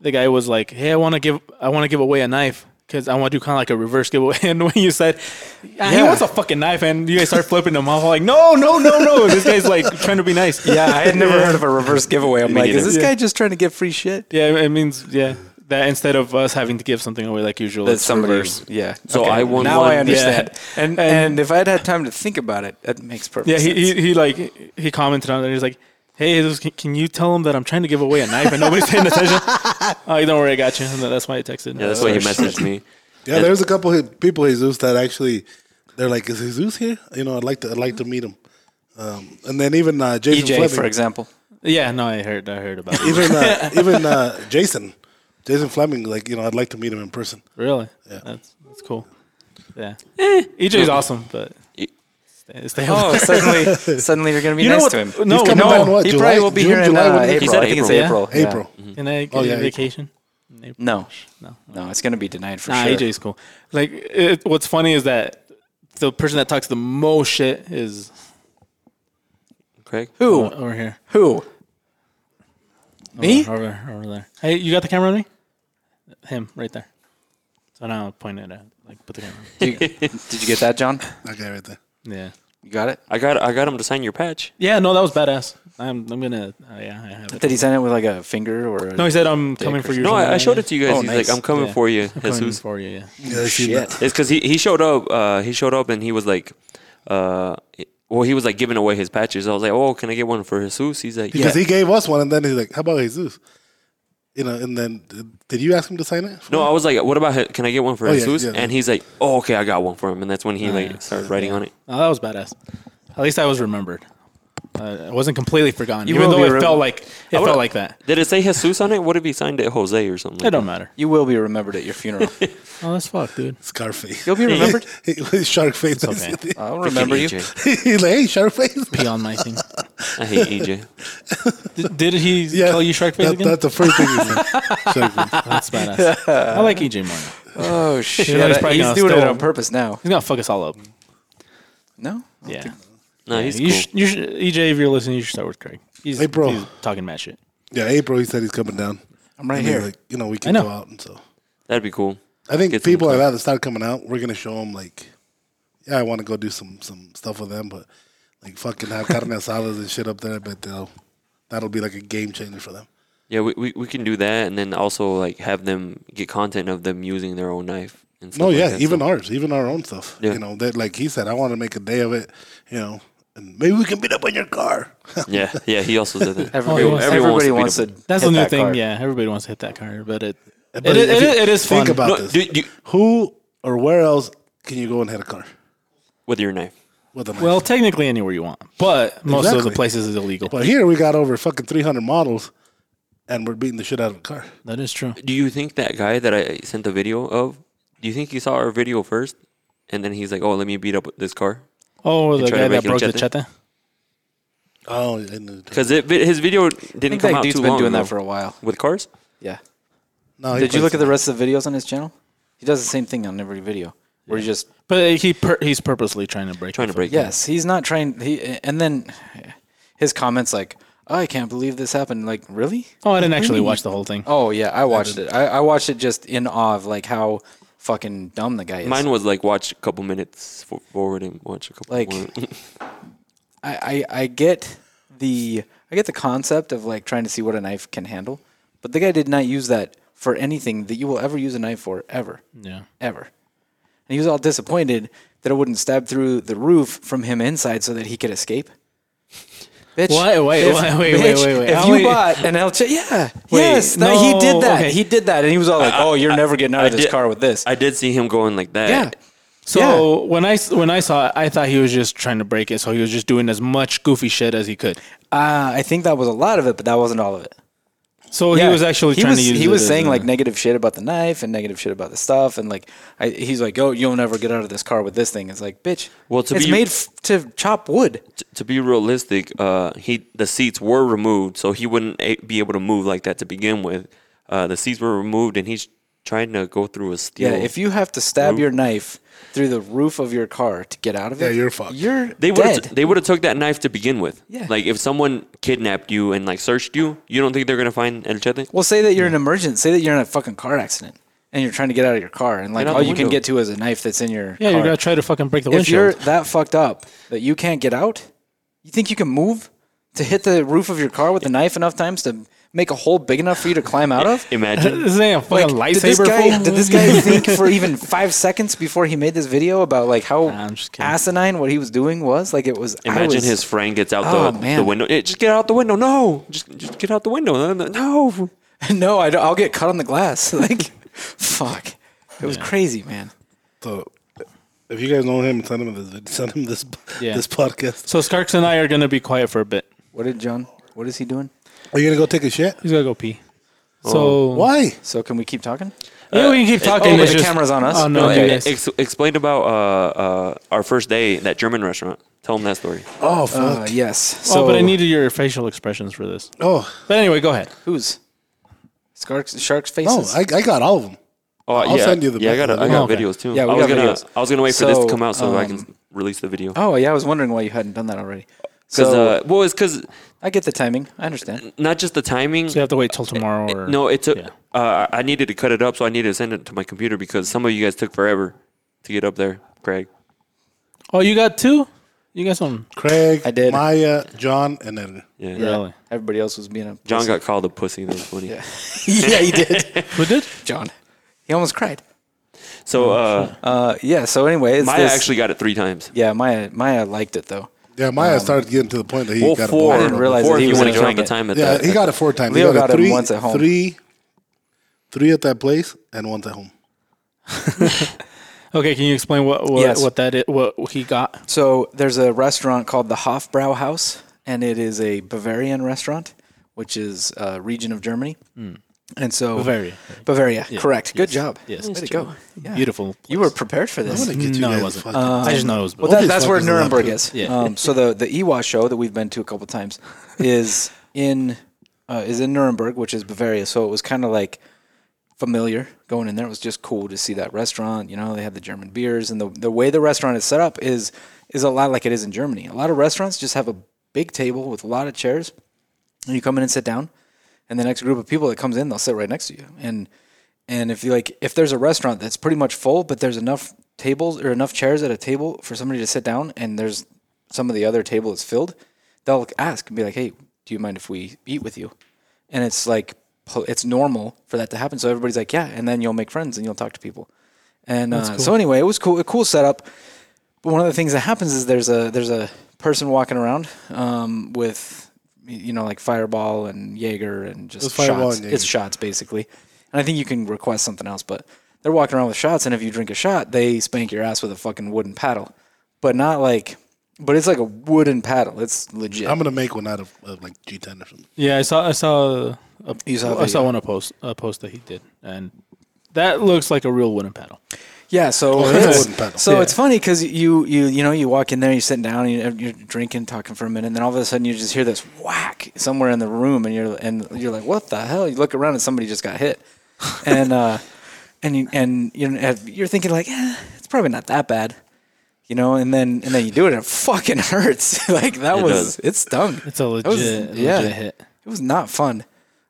[SPEAKER 7] the guy was like, "Hey, I want to give, I want to give away a knife." Cause I want to do kind of like a reverse giveaway, and when you said "Ah, he
[SPEAKER 6] Yeah.
[SPEAKER 7] wants a fucking knife, and you guys start flipping him off, I'm like no, no, no, no, this guy's like trying to be nice.
[SPEAKER 6] Yeah, I had never heard of a reverse giveaway. I'm like,
[SPEAKER 8] neither.
[SPEAKER 6] is this
[SPEAKER 7] Yeah.
[SPEAKER 6] guy just trying to get free shit?
[SPEAKER 7] yeah, it means yeah that instead of us having to give something away like usual,
[SPEAKER 6] That
[SPEAKER 7] it's
[SPEAKER 6] somebody,
[SPEAKER 7] reverse.
[SPEAKER 6] yeah.
[SPEAKER 8] So I won
[SPEAKER 6] Now
[SPEAKER 8] one.
[SPEAKER 6] I understand.
[SPEAKER 7] Yeah.
[SPEAKER 6] And, and if I'd had time to think about it, that makes perfect.
[SPEAKER 7] Yeah, he,
[SPEAKER 6] sense.
[SPEAKER 7] he he like he commented on it. He's like, "Hey, Jesus, can, can you tell him that I'm trying to give away a knife and nobody's paying attention?" oh, don't worry, I got you. And that's why I texted.
[SPEAKER 8] Yeah, that's why he messaged me.
[SPEAKER 1] Yeah, there's a couple of people Jesus that actually they're like, is Jesus here? You know, I'd like to, I'd like to meet him. Um, and then even uh,
[SPEAKER 7] E
[SPEAKER 1] Jason
[SPEAKER 6] EJ,
[SPEAKER 1] Fleming,
[SPEAKER 6] E for example.
[SPEAKER 7] Yeah, no, I heard I heard about it.
[SPEAKER 1] even uh, even uh, Jason, Jason Fleming, like you know, I'd like to meet him in person.
[SPEAKER 7] Really?
[SPEAKER 1] Yeah.
[SPEAKER 7] That's that's cool. Yeah. EJ's awesome, but stay, stay
[SPEAKER 6] Oh,
[SPEAKER 7] away.
[SPEAKER 6] suddenly, suddenly you're gonna be
[SPEAKER 7] You know
[SPEAKER 6] nice
[SPEAKER 7] what-
[SPEAKER 6] to him.
[SPEAKER 7] no, He's coming
[SPEAKER 1] no. down, what,
[SPEAKER 6] he
[SPEAKER 1] July-
[SPEAKER 6] probably will be
[SPEAKER 1] June,
[SPEAKER 6] here in
[SPEAKER 1] July,
[SPEAKER 6] uh,
[SPEAKER 1] when is it?
[SPEAKER 6] April.
[SPEAKER 8] He said
[SPEAKER 6] I think it's
[SPEAKER 7] April.
[SPEAKER 6] April. Yeah.
[SPEAKER 1] April.
[SPEAKER 7] Can I get
[SPEAKER 1] Oh, yeah,
[SPEAKER 7] a
[SPEAKER 1] April.
[SPEAKER 7] vacation? in April?
[SPEAKER 6] No,
[SPEAKER 7] No.
[SPEAKER 6] no, it's gonna be denied for
[SPEAKER 7] Nah, E
[SPEAKER 6] sure.
[SPEAKER 7] EJ's cool. Like, it, what's funny is that the person that talks the most shit is
[SPEAKER 8] Craig.
[SPEAKER 6] Who?
[SPEAKER 7] over here.
[SPEAKER 6] Who? Oh, Me?
[SPEAKER 7] Over, over, over there. Hey, you got the camera on me? Him, right there. So now I'll point it at, like, put the camera.
[SPEAKER 6] Did you, did you get that, John?
[SPEAKER 1] That guy right there.
[SPEAKER 7] on. Yeah.
[SPEAKER 6] You got it?
[SPEAKER 8] I got I got him to sign your patch.
[SPEAKER 7] Yeah. No, that was badass. I'm, I'm gonna. Uh, yeah, I have it.
[SPEAKER 6] Did he sign it with like a finger or? A,
[SPEAKER 7] No, he said I'm coming for you. or
[SPEAKER 8] No,
[SPEAKER 7] something
[SPEAKER 8] I, I
[SPEAKER 7] like
[SPEAKER 8] showed
[SPEAKER 7] that.
[SPEAKER 8] it to you guys.
[SPEAKER 6] Oh,
[SPEAKER 8] He's
[SPEAKER 6] nice.
[SPEAKER 8] like, I'm coming
[SPEAKER 7] Yeah.
[SPEAKER 8] for you,
[SPEAKER 7] Coming
[SPEAKER 8] Jesus.
[SPEAKER 7] for you. Yeah.
[SPEAKER 1] Yeah, I seen that.
[SPEAKER 8] It's because he, he showed up. Uh, he showed up and he was like, uh, well, he was like giving away his patches. I was like, oh, can I get one for Jesus? He's like, yeah.
[SPEAKER 1] Because he gave us one, and then he's like, "How about Jesus?" You know, and then uh, did you ask him to sign it?
[SPEAKER 8] No, I was like, what about? he- Can I get one for
[SPEAKER 1] Oh, yeah,
[SPEAKER 8] Jesus?
[SPEAKER 1] yeah.
[SPEAKER 8] And he's like, oh, okay, I got one for him. And that's when he like started writing on it.
[SPEAKER 7] No, Oh, that was badass. At least I was remembered. Uh, I wasn't completely forgotten,
[SPEAKER 6] You
[SPEAKER 7] even
[SPEAKER 6] will
[SPEAKER 7] though
[SPEAKER 6] be
[SPEAKER 7] it
[SPEAKER 6] remem-
[SPEAKER 7] felt like it
[SPEAKER 8] would-
[SPEAKER 7] felt like that.
[SPEAKER 8] Did it say Jesus on it? What if he signed it Jose or something?
[SPEAKER 7] It
[SPEAKER 8] like
[SPEAKER 7] don't
[SPEAKER 8] that?
[SPEAKER 7] matter.
[SPEAKER 6] You will be remembered at your funeral.
[SPEAKER 7] Oh, that's fuck, dude.
[SPEAKER 1] Scarface.
[SPEAKER 6] You'll be remembered.
[SPEAKER 1] Shark face.
[SPEAKER 7] okay.
[SPEAKER 6] I'll remember
[SPEAKER 7] E
[SPEAKER 6] you.
[SPEAKER 8] EJ.
[SPEAKER 1] He's like, "Hey, shark face."
[SPEAKER 7] Pee on my thing.
[SPEAKER 8] I hate EJ.
[SPEAKER 7] Did, did he
[SPEAKER 1] Yeah,
[SPEAKER 7] call you Shark Face
[SPEAKER 1] that-
[SPEAKER 7] again?
[SPEAKER 1] That's the first thing he said. Shark face.
[SPEAKER 7] That's badass. I like EJ more. now.
[SPEAKER 6] Oh shit!
[SPEAKER 7] Yeah, he's
[SPEAKER 6] He's,
[SPEAKER 7] probably gonna
[SPEAKER 6] doing it
[SPEAKER 7] steal
[SPEAKER 6] on
[SPEAKER 7] him.
[SPEAKER 6] purpose now.
[SPEAKER 7] He's gonna fuck us all up.
[SPEAKER 6] No.
[SPEAKER 7] Yeah.
[SPEAKER 8] No, he's
[SPEAKER 7] you
[SPEAKER 8] cool.
[SPEAKER 7] sh- you sh- EJ, if you're listening, you should start with Craig. He's,
[SPEAKER 1] Hey, bro.
[SPEAKER 7] he's talking mad shit.
[SPEAKER 1] Yeah, April. He said he's coming down.
[SPEAKER 6] I'm right
[SPEAKER 1] And he's
[SPEAKER 6] here.
[SPEAKER 1] like, you know, we
[SPEAKER 7] I
[SPEAKER 1] can
[SPEAKER 7] know.
[SPEAKER 1] go out and so.
[SPEAKER 8] That'd be cool.
[SPEAKER 1] I think
[SPEAKER 8] Get some
[SPEAKER 1] people like
[SPEAKER 8] club.
[SPEAKER 1] that that start coming out, we're gonna show them like, yeah, I want to go do some some stuff with them, but like fucking have carne asadas and shit up there. But they'll that'll be like a game changer for them.
[SPEAKER 8] Yeah, we, we, we can do that, and then also like have them get content of them using their own knife. And stuff
[SPEAKER 1] No,
[SPEAKER 8] like
[SPEAKER 1] Oh, yeah,
[SPEAKER 8] that,
[SPEAKER 1] even
[SPEAKER 8] so-
[SPEAKER 1] ours, even our own stuff.
[SPEAKER 8] Yeah.
[SPEAKER 1] You know, that like he said, I want to make a day of it. You know, and maybe we can beat up on your car.
[SPEAKER 8] yeah, yeah. He also did that.
[SPEAKER 6] Everybody,
[SPEAKER 7] Oh, he wants-
[SPEAKER 8] everybody
[SPEAKER 6] everybody
[SPEAKER 8] wants
[SPEAKER 6] wants
[SPEAKER 8] to
[SPEAKER 6] to.
[SPEAKER 8] beat
[SPEAKER 7] That's
[SPEAKER 6] hit
[SPEAKER 7] the new
[SPEAKER 6] that
[SPEAKER 7] thing.
[SPEAKER 6] card.
[SPEAKER 7] Yeah, everybody wants to hit that card, but it it,
[SPEAKER 1] But
[SPEAKER 7] it,
[SPEAKER 1] if
[SPEAKER 7] it,
[SPEAKER 1] you
[SPEAKER 7] it is fun.
[SPEAKER 1] Think about
[SPEAKER 8] No,
[SPEAKER 1] this.
[SPEAKER 8] do, do,
[SPEAKER 1] Who or where else can you go and hit a car
[SPEAKER 8] with your knife.
[SPEAKER 1] with a knife?
[SPEAKER 7] well, technically anywhere you want, but most of the
[SPEAKER 1] Exactly.
[SPEAKER 7] places is illegal.
[SPEAKER 1] but here we got over fucking three hundred models, and we're beating the shit out of a car.
[SPEAKER 7] that is true.
[SPEAKER 8] Do you think that guy that I sent the video of? Do you think he saw our video first, and then he's like, "Oh, let me beat up this car,"
[SPEAKER 7] Oh, the
[SPEAKER 8] try to
[SPEAKER 7] guy
[SPEAKER 8] make
[SPEAKER 7] that
[SPEAKER 8] him
[SPEAKER 7] broke the
[SPEAKER 8] chete?
[SPEAKER 7] cheta.
[SPEAKER 1] Oh, I knew that.
[SPEAKER 8] because his video
[SPEAKER 6] I
[SPEAKER 8] didn't
[SPEAKER 6] think
[SPEAKER 8] come
[SPEAKER 6] that
[SPEAKER 8] out
[SPEAKER 6] dude's
[SPEAKER 8] too
[SPEAKER 6] been
[SPEAKER 8] long
[SPEAKER 6] doing
[SPEAKER 8] ago.
[SPEAKER 6] that for a while.
[SPEAKER 8] with cars.
[SPEAKER 6] Yeah.
[SPEAKER 1] no,
[SPEAKER 7] Oh,
[SPEAKER 1] he
[SPEAKER 6] Did you
[SPEAKER 1] plays
[SPEAKER 6] look at the rest of the videos on his channel? He does the same thing on every video. Where he just
[SPEAKER 7] But he pur- he's purposely trying to break.
[SPEAKER 8] Trying
[SPEAKER 7] it
[SPEAKER 8] to
[SPEAKER 7] for-
[SPEAKER 8] break. it.
[SPEAKER 6] yes, he's not trying. He and then his comments like, oh, "I can't believe this happened." Like, really?
[SPEAKER 7] Oh, I didn't actually watch the whole thing.
[SPEAKER 6] Oh yeah, I watched it. I, I watched it just in awe of like how fucking dumb the guy is.
[SPEAKER 8] Mine was like watch a couple minutes for- forward and watch a couple.
[SPEAKER 6] Like-
[SPEAKER 8] more.
[SPEAKER 6] I, I I get the I get the concept of like trying to see what a knife can handle, but the guy did not use that for anything that you will ever use a knife for ever.
[SPEAKER 7] Yeah.
[SPEAKER 6] Ever. And he was all disappointed that it wouldn't stab through the roof from him inside so that he could escape. Bitch.
[SPEAKER 7] What? Wait,
[SPEAKER 6] if-
[SPEAKER 7] wait, wait, wait, wait, wait.
[SPEAKER 6] If
[SPEAKER 7] How
[SPEAKER 6] you
[SPEAKER 7] many-
[SPEAKER 6] bought an El Che, yeah,
[SPEAKER 7] Wait,
[SPEAKER 6] yes, that, he
[SPEAKER 7] no,
[SPEAKER 6] did that.
[SPEAKER 7] okay.
[SPEAKER 6] He did that, and he was all like, "Oh, you're never getting out
[SPEAKER 8] I
[SPEAKER 6] of this
[SPEAKER 8] did-
[SPEAKER 6] car with this."
[SPEAKER 8] I did see him going like that.
[SPEAKER 6] yeah,
[SPEAKER 7] So when I s- when I saw it, I thought he was just trying to break it. So he was just doing as much goofy shit as he could.
[SPEAKER 6] uh, I think that was a lot of it, but that wasn't all of it.
[SPEAKER 7] So
[SPEAKER 6] Yeah,
[SPEAKER 7] he was actually
[SPEAKER 6] he
[SPEAKER 7] trying
[SPEAKER 6] was,
[SPEAKER 7] to use.
[SPEAKER 6] he
[SPEAKER 7] it
[SPEAKER 6] was
[SPEAKER 7] as
[SPEAKER 6] saying
[SPEAKER 7] a-
[SPEAKER 6] like negative shit about the knife and negative shit about the stuff and like I, he's like oh you'll never get out of this car with this thing it's like bitch
[SPEAKER 8] Well, to
[SPEAKER 6] it's
[SPEAKER 8] be-
[SPEAKER 6] made f- to chop wood
[SPEAKER 8] T- to be realistic, uh, he the seats were removed, so he wouldn't a- be able to move like that to begin with. Uh, the seats were removed, and he's trying to go through a steel.
[SPEAKER 6] yeah if you have to stab your knife through the roof of your car to get out of it
[SPEAKER 1] Yeah, you're fucked.
[SPEAKER 6] you're
[SPEAKER 8] they
[SPEAKER 6] dead
[SPEAKER 8] would they would have took that knife to begin with.
[SPEAKER 6] Yeah.
[SPEAKER 8] Like if someone kidnapped you and like searched you, you don't think they're gonna find El Chete?
[SPEAKER 6] well say that you're an emergent say that you're in a fucking car accident and you're trying to get out of your car and like
[SPEAKER 8] Get out
[SPEAKER 6] all
[SPEAKER 8] the
[SPEAKER 6] you can
[SPEAKER 8] window.
[SPEAKER 6] get to is a knife that's in your
[SPEAKER 7] yeah,
[SPEAKER 6] car.
[SPEAKER 7] you're gonna try to fucking break the
[SPEAKER 6] if you're
[SPEAKER 7] windshield.
[SPEAKER 6] that fucked up that you can't get out, you think you can move to hit the roof of your car with a knife enough times to make a hole big enough for you to climb out of?
[SPEAKER 8] Imagine.
[SPEAKER 7] This ain't a
[SPEAKER 6] Like,
[SPEAKER 7] fucking
[SPEAKER 6] did this
[SPEAKER 7] lightsaber.
[SPEAKER 6] guy
[SPEAKER 7] fool.
[SPEAKER 6] did this guy think for even five seconds before he made this video about like how
[SPEAKER 7] Nah, I'm just kidding.
[SPEAKER 6] asinine what he was doing was? Like it was. I
[SPEAKER 8] Imagine
[SPEAKER 6] was-
[SPEAKER 8] his friend gets out
[SPEAKER 6] Oh,
[SPEAKER 8] the, the
[SPEAKER 6] man.
[SPEAKER 8] window. Eh, just get out the window. No, just just get out the window. No, no.
[SPEAKER 6] no, I don't, I'll get cut on the glass. like, fuck, it was crazy, man.
[SPEAKER 1] So if you guys know him, send him this. vid- Send him this.
[SPEAKER 7] Yeah.
[SPEAKER 1] This podcast.
[SPEAKER 7] So Skarks and I are gonna be quiet for a bit.
[SPEAKER 6] What did John? What is he doing?
[SPEAKER 1] Are you gonna go take a shit?
[SPEAKER 7] He's gotta go pee.
[SPEAKER 8] Oh,
[SPEAKER 7] So
[SPEAKER 1] Why?
[SPEAKER 6] So can we keep talking?
[SPEAKER 7] Yeah, we can keep talking.
[SPEAKER 6] oh, but
[SPEAKER 7] it's
[SPEAKER 6] the
[SPEAKER 7] just-
[SPEAKER 6] camera's on us?
[SPEAKER 7] Oh no,
[SPEAKER 8] No,
[SPEAKER 7] you
[SPEAKER 8] eh,
[SPEAKER 7] guys.
[SPEAKER 8] ex- explain about uh, uh, our first day at that German restaurant. Tell him that story.
[SPEAKER 1] Oh fuck.
[SPEAKER 6] Uh, yes. So,
[SPEAKER 7] oh, but I needed your facial expressions for this.
[SPEAKER 1] oh
[SPEAKER 7] But anyway, go ahead.
[SPEAKER 6] who's sharks? Sharks
[SPEAKER 1] no,
[SPEAKER 6] faces.
[SPEAKER 1] I, I got all of them.
[SPEAKER 8] Oh,
[SPEAKER 1] I'll
[SPEAKER 8] yeah.
[SPEAKER 1] send you the
[SPEAKER 8] yeah. I got
[SPEAKER 1] back
[SPEAKER 8] a, I
[SPEAKER 1] of
[SPEAKER 8] got
[SPEAKER 7] Oh, okay.
[SPEAKER 8] videos too.
[SPEAKER 6] Yeah, we
[SPEAKER 8] I was
[SPEAKER 6] got
[SPEAKER 8] gonna
[SPEAKER 6] videos.
[SPEAKER 8] I was gonna wait for this
[SPEAKER 6] So,
[SPEAKER 8] to come out so I
[SPEAKER 6] um,
[SPEAKER 8] can release the video.
[SPEAKER 6] Oh yeah, I was wondering why you hadn't done that already.
[SPEAKER 8] Because
[SPEAKER 6] So
[SPEAKER 8] uh, well, it's because
[SPEAKER 6] I get the timing. I understand.
[SPEAKER 8] not just the timing.
[SPEAKER 7] So you have to wait till tomorrow. Or
[SPEAKER 8] Eh, no, it took.
[SPEAKER 7] yeah.
[SPEAKER 8] Uh, I needed to cut it up, so I needed to send it to my computer because some of you guys took forever to get up there, Craig.
[SPEAKER 7] Oh, you got two. You got some.
[SPEAKER 1] Craig,
[SPEAKER 6] I did.
[SPEAKER 1] Maya, John, and Edgar.
[SPEAKER 8] Yeah.
[SPEAKER 7] Really?
[SPEAKER 6] Everybody else was being a
[SPEAKER 8] John got called a pussy. That was funny.
[SPEAKER 6] yeah, he did.
[SPEAKER 7] Who did?
[SPEAKER 6] John, he almost cried.
[SPEAKER 8] So uh,
[SPEAKER 6] Uh, yeah. So anyway, it's
[SPEAKER 8] Maya
[SPEAKER 6] this-
[SPEAKER 8] actually got it three times.
[SPEAKER 6] Yeah, Maya. Maya liked it though.
[SPEAKER 1] Yeah, Maya started getting to the point that he
[SPEAKER 8] Well,
[SPEAKER 1] got a
[SPEAKER 8] four.
[SPEAKER 6] Um, I didn't
[SPEAKER 1] ball.
[SPEAKER 6] realize
[SPEAKER 8] four
[SPEAKER 6] that he
[SPEAKER 8] if
[SPEAKER 6] was
[SPEAKER 8] you want to
[SPEAKER 6] enjoying
[SPEAKER 8] count the
[SPEAKER 6] it.
[SPEAKER 8] time at
[SPEAKER 1] Yeah,
[SPEAKER 8] that.
[SPEAKER 1] he got it four times.
[SPEAKER 6] Leo
[SPEAKER 1] he got,
[SPEAKER 6] got
[SPEAKER 1] it
[SPEAKER 6] him
[SPEAKER 1] three,
[SPEAKER 6] once at home.
[SPEAKER 1] Three, three at that place and once at home.
[SPEAKER 7] Okay, can you explain what what,
[SPEAKER 6] Yes.
[SPEAKER 7] what that is, what he got?
[SPEAKER 6] So there's a restaurant called the Hofbrauhaus, and it is a Bavarian restaurant, which is a region of Germany. And so
[SPEAKER 7] Hmm. Bavaria.
[SPEAKER 6] Bavaria, correct. Good job.
[SPEAKER 7] Yes.
[SPEAKER 6] Way
[SPEAKER 7] Nice
[SPEAKER 6] to go. Yeah.
[SPEAKER 7] Beautiful.
[SPEAKER 6] You were prepared for this.
[SPEAKER 7] No,
[SPEAKER 1] guys
[SPEAKER 7] it
[SPEAKER 1] a
[SPEAKER 7] wasn't.
[SPEAKER 1] fucking-
[SPEAKER 7] I just know it was.
[SPEAKER 6] Well, that,
[SPEAKER 1] these
[SPEAKER 6] that's where
[SPEAKER 1] fuckers are allowed
[SPEAKER 6] Nuremberg
[SPEAKER 1] to-
[SPEAKER 6] is.
[SPEAKER 7] Yeah.
[SPEAKER 6] Um, so the the Ewa show that we've been to a couple times is in uh, is in Nuremberg, which is Bavaria. So it was kind of like familiar going in there. It was just cool to see that restaurant. You know, they had the German beers, and the the way the restaurant is set up is is a lot like it is in Germany. A lot of restaurants just have a big table with a lot of chairs, and you come in and sit down, and the next group of people that comes in, they'll sit right next to you. And and if you like, if there's a restaurant that's pretty much full, but there's enough tables or enough chairs at a table for somebody to sit down, and there's some of the other table is filled, they'll ask and be like, "Hey, do you mind if we eat with you?" And it's like po- it's normal for that to happen. So everybody's like, "Yeah," and then you'll make friends and you'll talk to people. And uh, so anyway, it was cool, a cool setup. But one of the things that happens is there's a there's a person walking around um, with you know like Fireball and Jaeger and just
[SPEAKER 1] It's Fireball
[SPEAKER 6] shots.
[SPEAKER 1] and
[SPEAKER 6] it's
[SPEAKER 1] Jaeger.
[SPEAKER 6] shots basically, and I think you can request something else. But they're walking around with shots, and if you drink a shot, they spank your ass with a fucking wooden paddle, but not like. But it's like a wooden paddle. It's legit.
[SPEAKER 1] I'm gonna make one out of, of like G10 or something.
[SPEAKER 7] Yeah, I saw I saw a,
[SPEAKER 6] You saw a
[SPEAKER 7] I saw
[SPEAKER 6] video.
[SPEAKER 7] one a post a post that he did, and that looks like a real wooden paddle.
[SPEAKER 6] Yeah, so
[SPEAKER 1] that's a
[SPEAKER 6] it's,
[SPEAKER 1] wooden pedal.
[SPEAKER 6] so
[SPEAKER 7] Yeah.
[SPEAKER 6] it's funny because you you you know you walk in there, you sit down, you, you're drinking, talking for a minute, and then all of a sudden you just hear this whack somewhere in the room, and you're and you're like, what the hell? You look around and somebody just got hit, and uh, and you, and you're you're thinking like, eh, it's probably not that bad. you know, and then and then you do it and it fucking hurts. like that
[SPEAKER 8] It
[SPEAKER 6] was
[SPEAKER 8] does.
[SPEAKER 6] it stung.
[SPEAKER 7] It's a legit,
[SPEAKER 6] was- yeah.
[SPEAKER 7] legit hit.
[SPEAKER 6] It was not fun.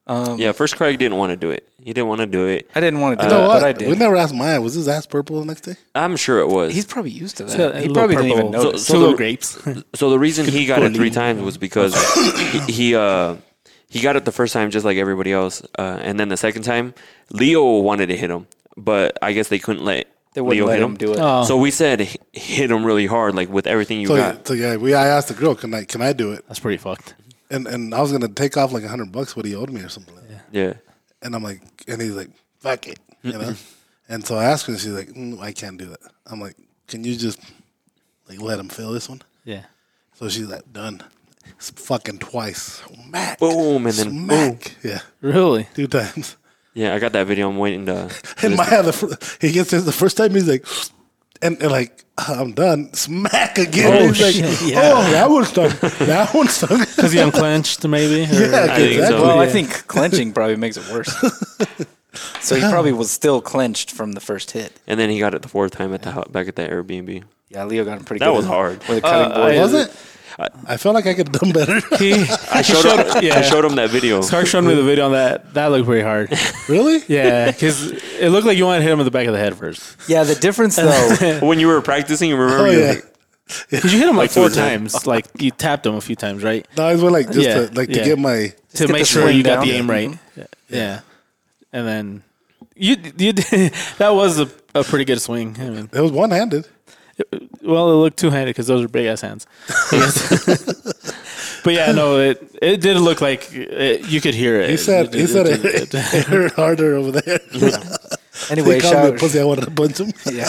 [SPEAKER 8] yeah, first Craig didn't want to do it. He didn't want to do it.
[SPEAKER 6] I didn't want to do
[SPEAKER 1] You know
[SPEAKER 6] it,
[SPEAKER 1] what?
[SPEAKER 6] Uh, but I
[SPEAKER 1] We
[SPEAKER 6] did.
[SPEAKER 1] never asked Maya. Was his ass purple the next day?
[SPEAKER 8] I'm sure it was.
[SPEAKER 6] He's probably used to that.
[SPEAKER 7] got a
[SPEAKER 6] he
[SPEAKER 7] little
[SPEAKER 6] probably didn't even
[SPEAKER 7] purple-
[SPEAKER 8] So-
[SPEAKER 6] notice.
[SPEAKER 8] so the-
[SPEAKER 7] grapes.
[SPEAKER 8] So the reason he got it three times was because he, he uh he got it the first time just like everybody else, uh, and then the second time Leo wanted to hit him, but I guess they couldn't let
[SPEAKER 6] they wouldn't
[SPEAKER 8] Leo
[SPEAKER 6] let
[SPEAKER 8] hit
[SPEAKER 6] him do it.
[SPEAKER 7] Oh.
[SPEAKER 8] So we said "H- hit him really hard, like with everything you
[SPEAKER 1] So,
[SPEAKER 8] got.
[SPEAKER 1] so yeah, we, I asked the girl, can I can I do it?
[SPEAKER 7] That's pretty fucked.
[SPEAKER 1] And and I was gonna take off like a hundred bucks what he owed me or something. Like that.
[SPEAKER 8] Yeah,
[SPEAKER 1] And I'm like, and he's like, fuck it, you know. and so I asked her, and she's like, mm, I can't do that. I'm like, can you just like let him feel this one?
[SPEAKER 7] Yeah.
[SPEAKER 1] So she's like, done. It's fucking twice. Smack.
[SPEAKER 8] Boom, and then
[SPEAKER 1] smack. Yeah,
[SPEAKER 7] Really?
[SPEAKER 1] two times.
[SPEAKER 8] yeah. I got that video. I'm waiting to.
[SPEAKER 1] And Maya, the fir- he gets this the first time, he's like, and, and like, "Uh, I'm done. Smack again.
[SPEAKER 7] Oh,
[SPEAKER 1] he's like,
[SPEAKER 7] shit, yeah.
[SPEAKER 1] oh, that one stung. That one stung.
[SPEAKER 7] Because he unclenched, maybe.
[SPEAKER 1] Yeah,
[SPEAKER 7] Or,
[SPEAKER 8] I think so.
[SPEAKER 1] exactly.
[SPEAKER 6] Well, I
[SPEAKER 7] Yeah.
[SPEAKER 6] think clenching probably makes it worse. so he probably was still clenched from the first hit.
[SPEAKER 8] And then he got it the fourth time at the hou- back at the Airbnb.
[SPEAKER 6] Yeah, Leo got him pretty.
[SPEAKER 8] That
[SPEAKER 6] good
[SPEAKER 8] was
[SPEAKER 6] with-
[SPEAKER 8] hard.
[SPEAKER 6] With a cutting
[SPEAKER 7] Uh,
[SPEAKER 6] board.
[SPEAKER 7] I-
[SPEAKER 1] Was it? I felt like I could have done better.
[SPEAKER 7] He,
[SPEAKER 8] I showed him.
[SPEAKER 7] yeah.
[SPEAKER 8] I showed him that video.
[SPEAKER 7] Clark showed me the video on that. That looked pretty hard.
[SPEAKER 1] really?
[SPEAKER 7] Yeah, because it looked like you wanted to hit him in the back of the head first.
[SPEAKER 6] yeah, the difference though.
[SPEAKER 8] When you were practicing, you remember?
[SPEAKER 1] Oh
[SPEAKER 8] you're
[SPEAKER 1] yeah.
[SPEAKER 8] like,
[SPEAKER 7] Because you hit him like
[SPEAKER 8] to
[SPEAKER 7] four
[SPEAKER 8] his head.
[SPEAKER 7] times. Like you tapped him a few times, right?
[SPEAKER 1] No, I was like just
[SPEAKER 7] Yeah,
[SPEAKER 1] to, like
[SPEAKER 7] yeah.
[SPEAKER 1] to get my.
[SPEAKER 7] to
[SPEAKER 6] get
[SPEAKER 7] make
[SPEAKER 6] the
[SPEAKER 7] sure
[SPEAKER 6] swing
[SPEAKER 7] you got
[SPEAKER 6] down.
[SPEAKER 7] the aim right. Yeah. And then you you did, that was a, a pretty good swing. I mean,
[SPEAKER 1] It was one handed.
[SPEAKER 7] well, it looked two handed because those are big ass hands. but yeah, no, it it did look like it, you could hear it.
[SPEAKER 1] He said.
[SPEAKER 7] It-
[SPEAKER 1] He said
[SPEAKER 7] it-
[SPEAKER 1] it, it hurt harder over there.
[SPEAKER 6] Anyway,
[SPEAKER 1] they
[SPEAKER 6] shout
[SPEAKER 1] called me a pussy.
[SPEAKER 6] out,
[SPEAKER 1] I wanted to punch him.
[SPEAKER 6] yeah.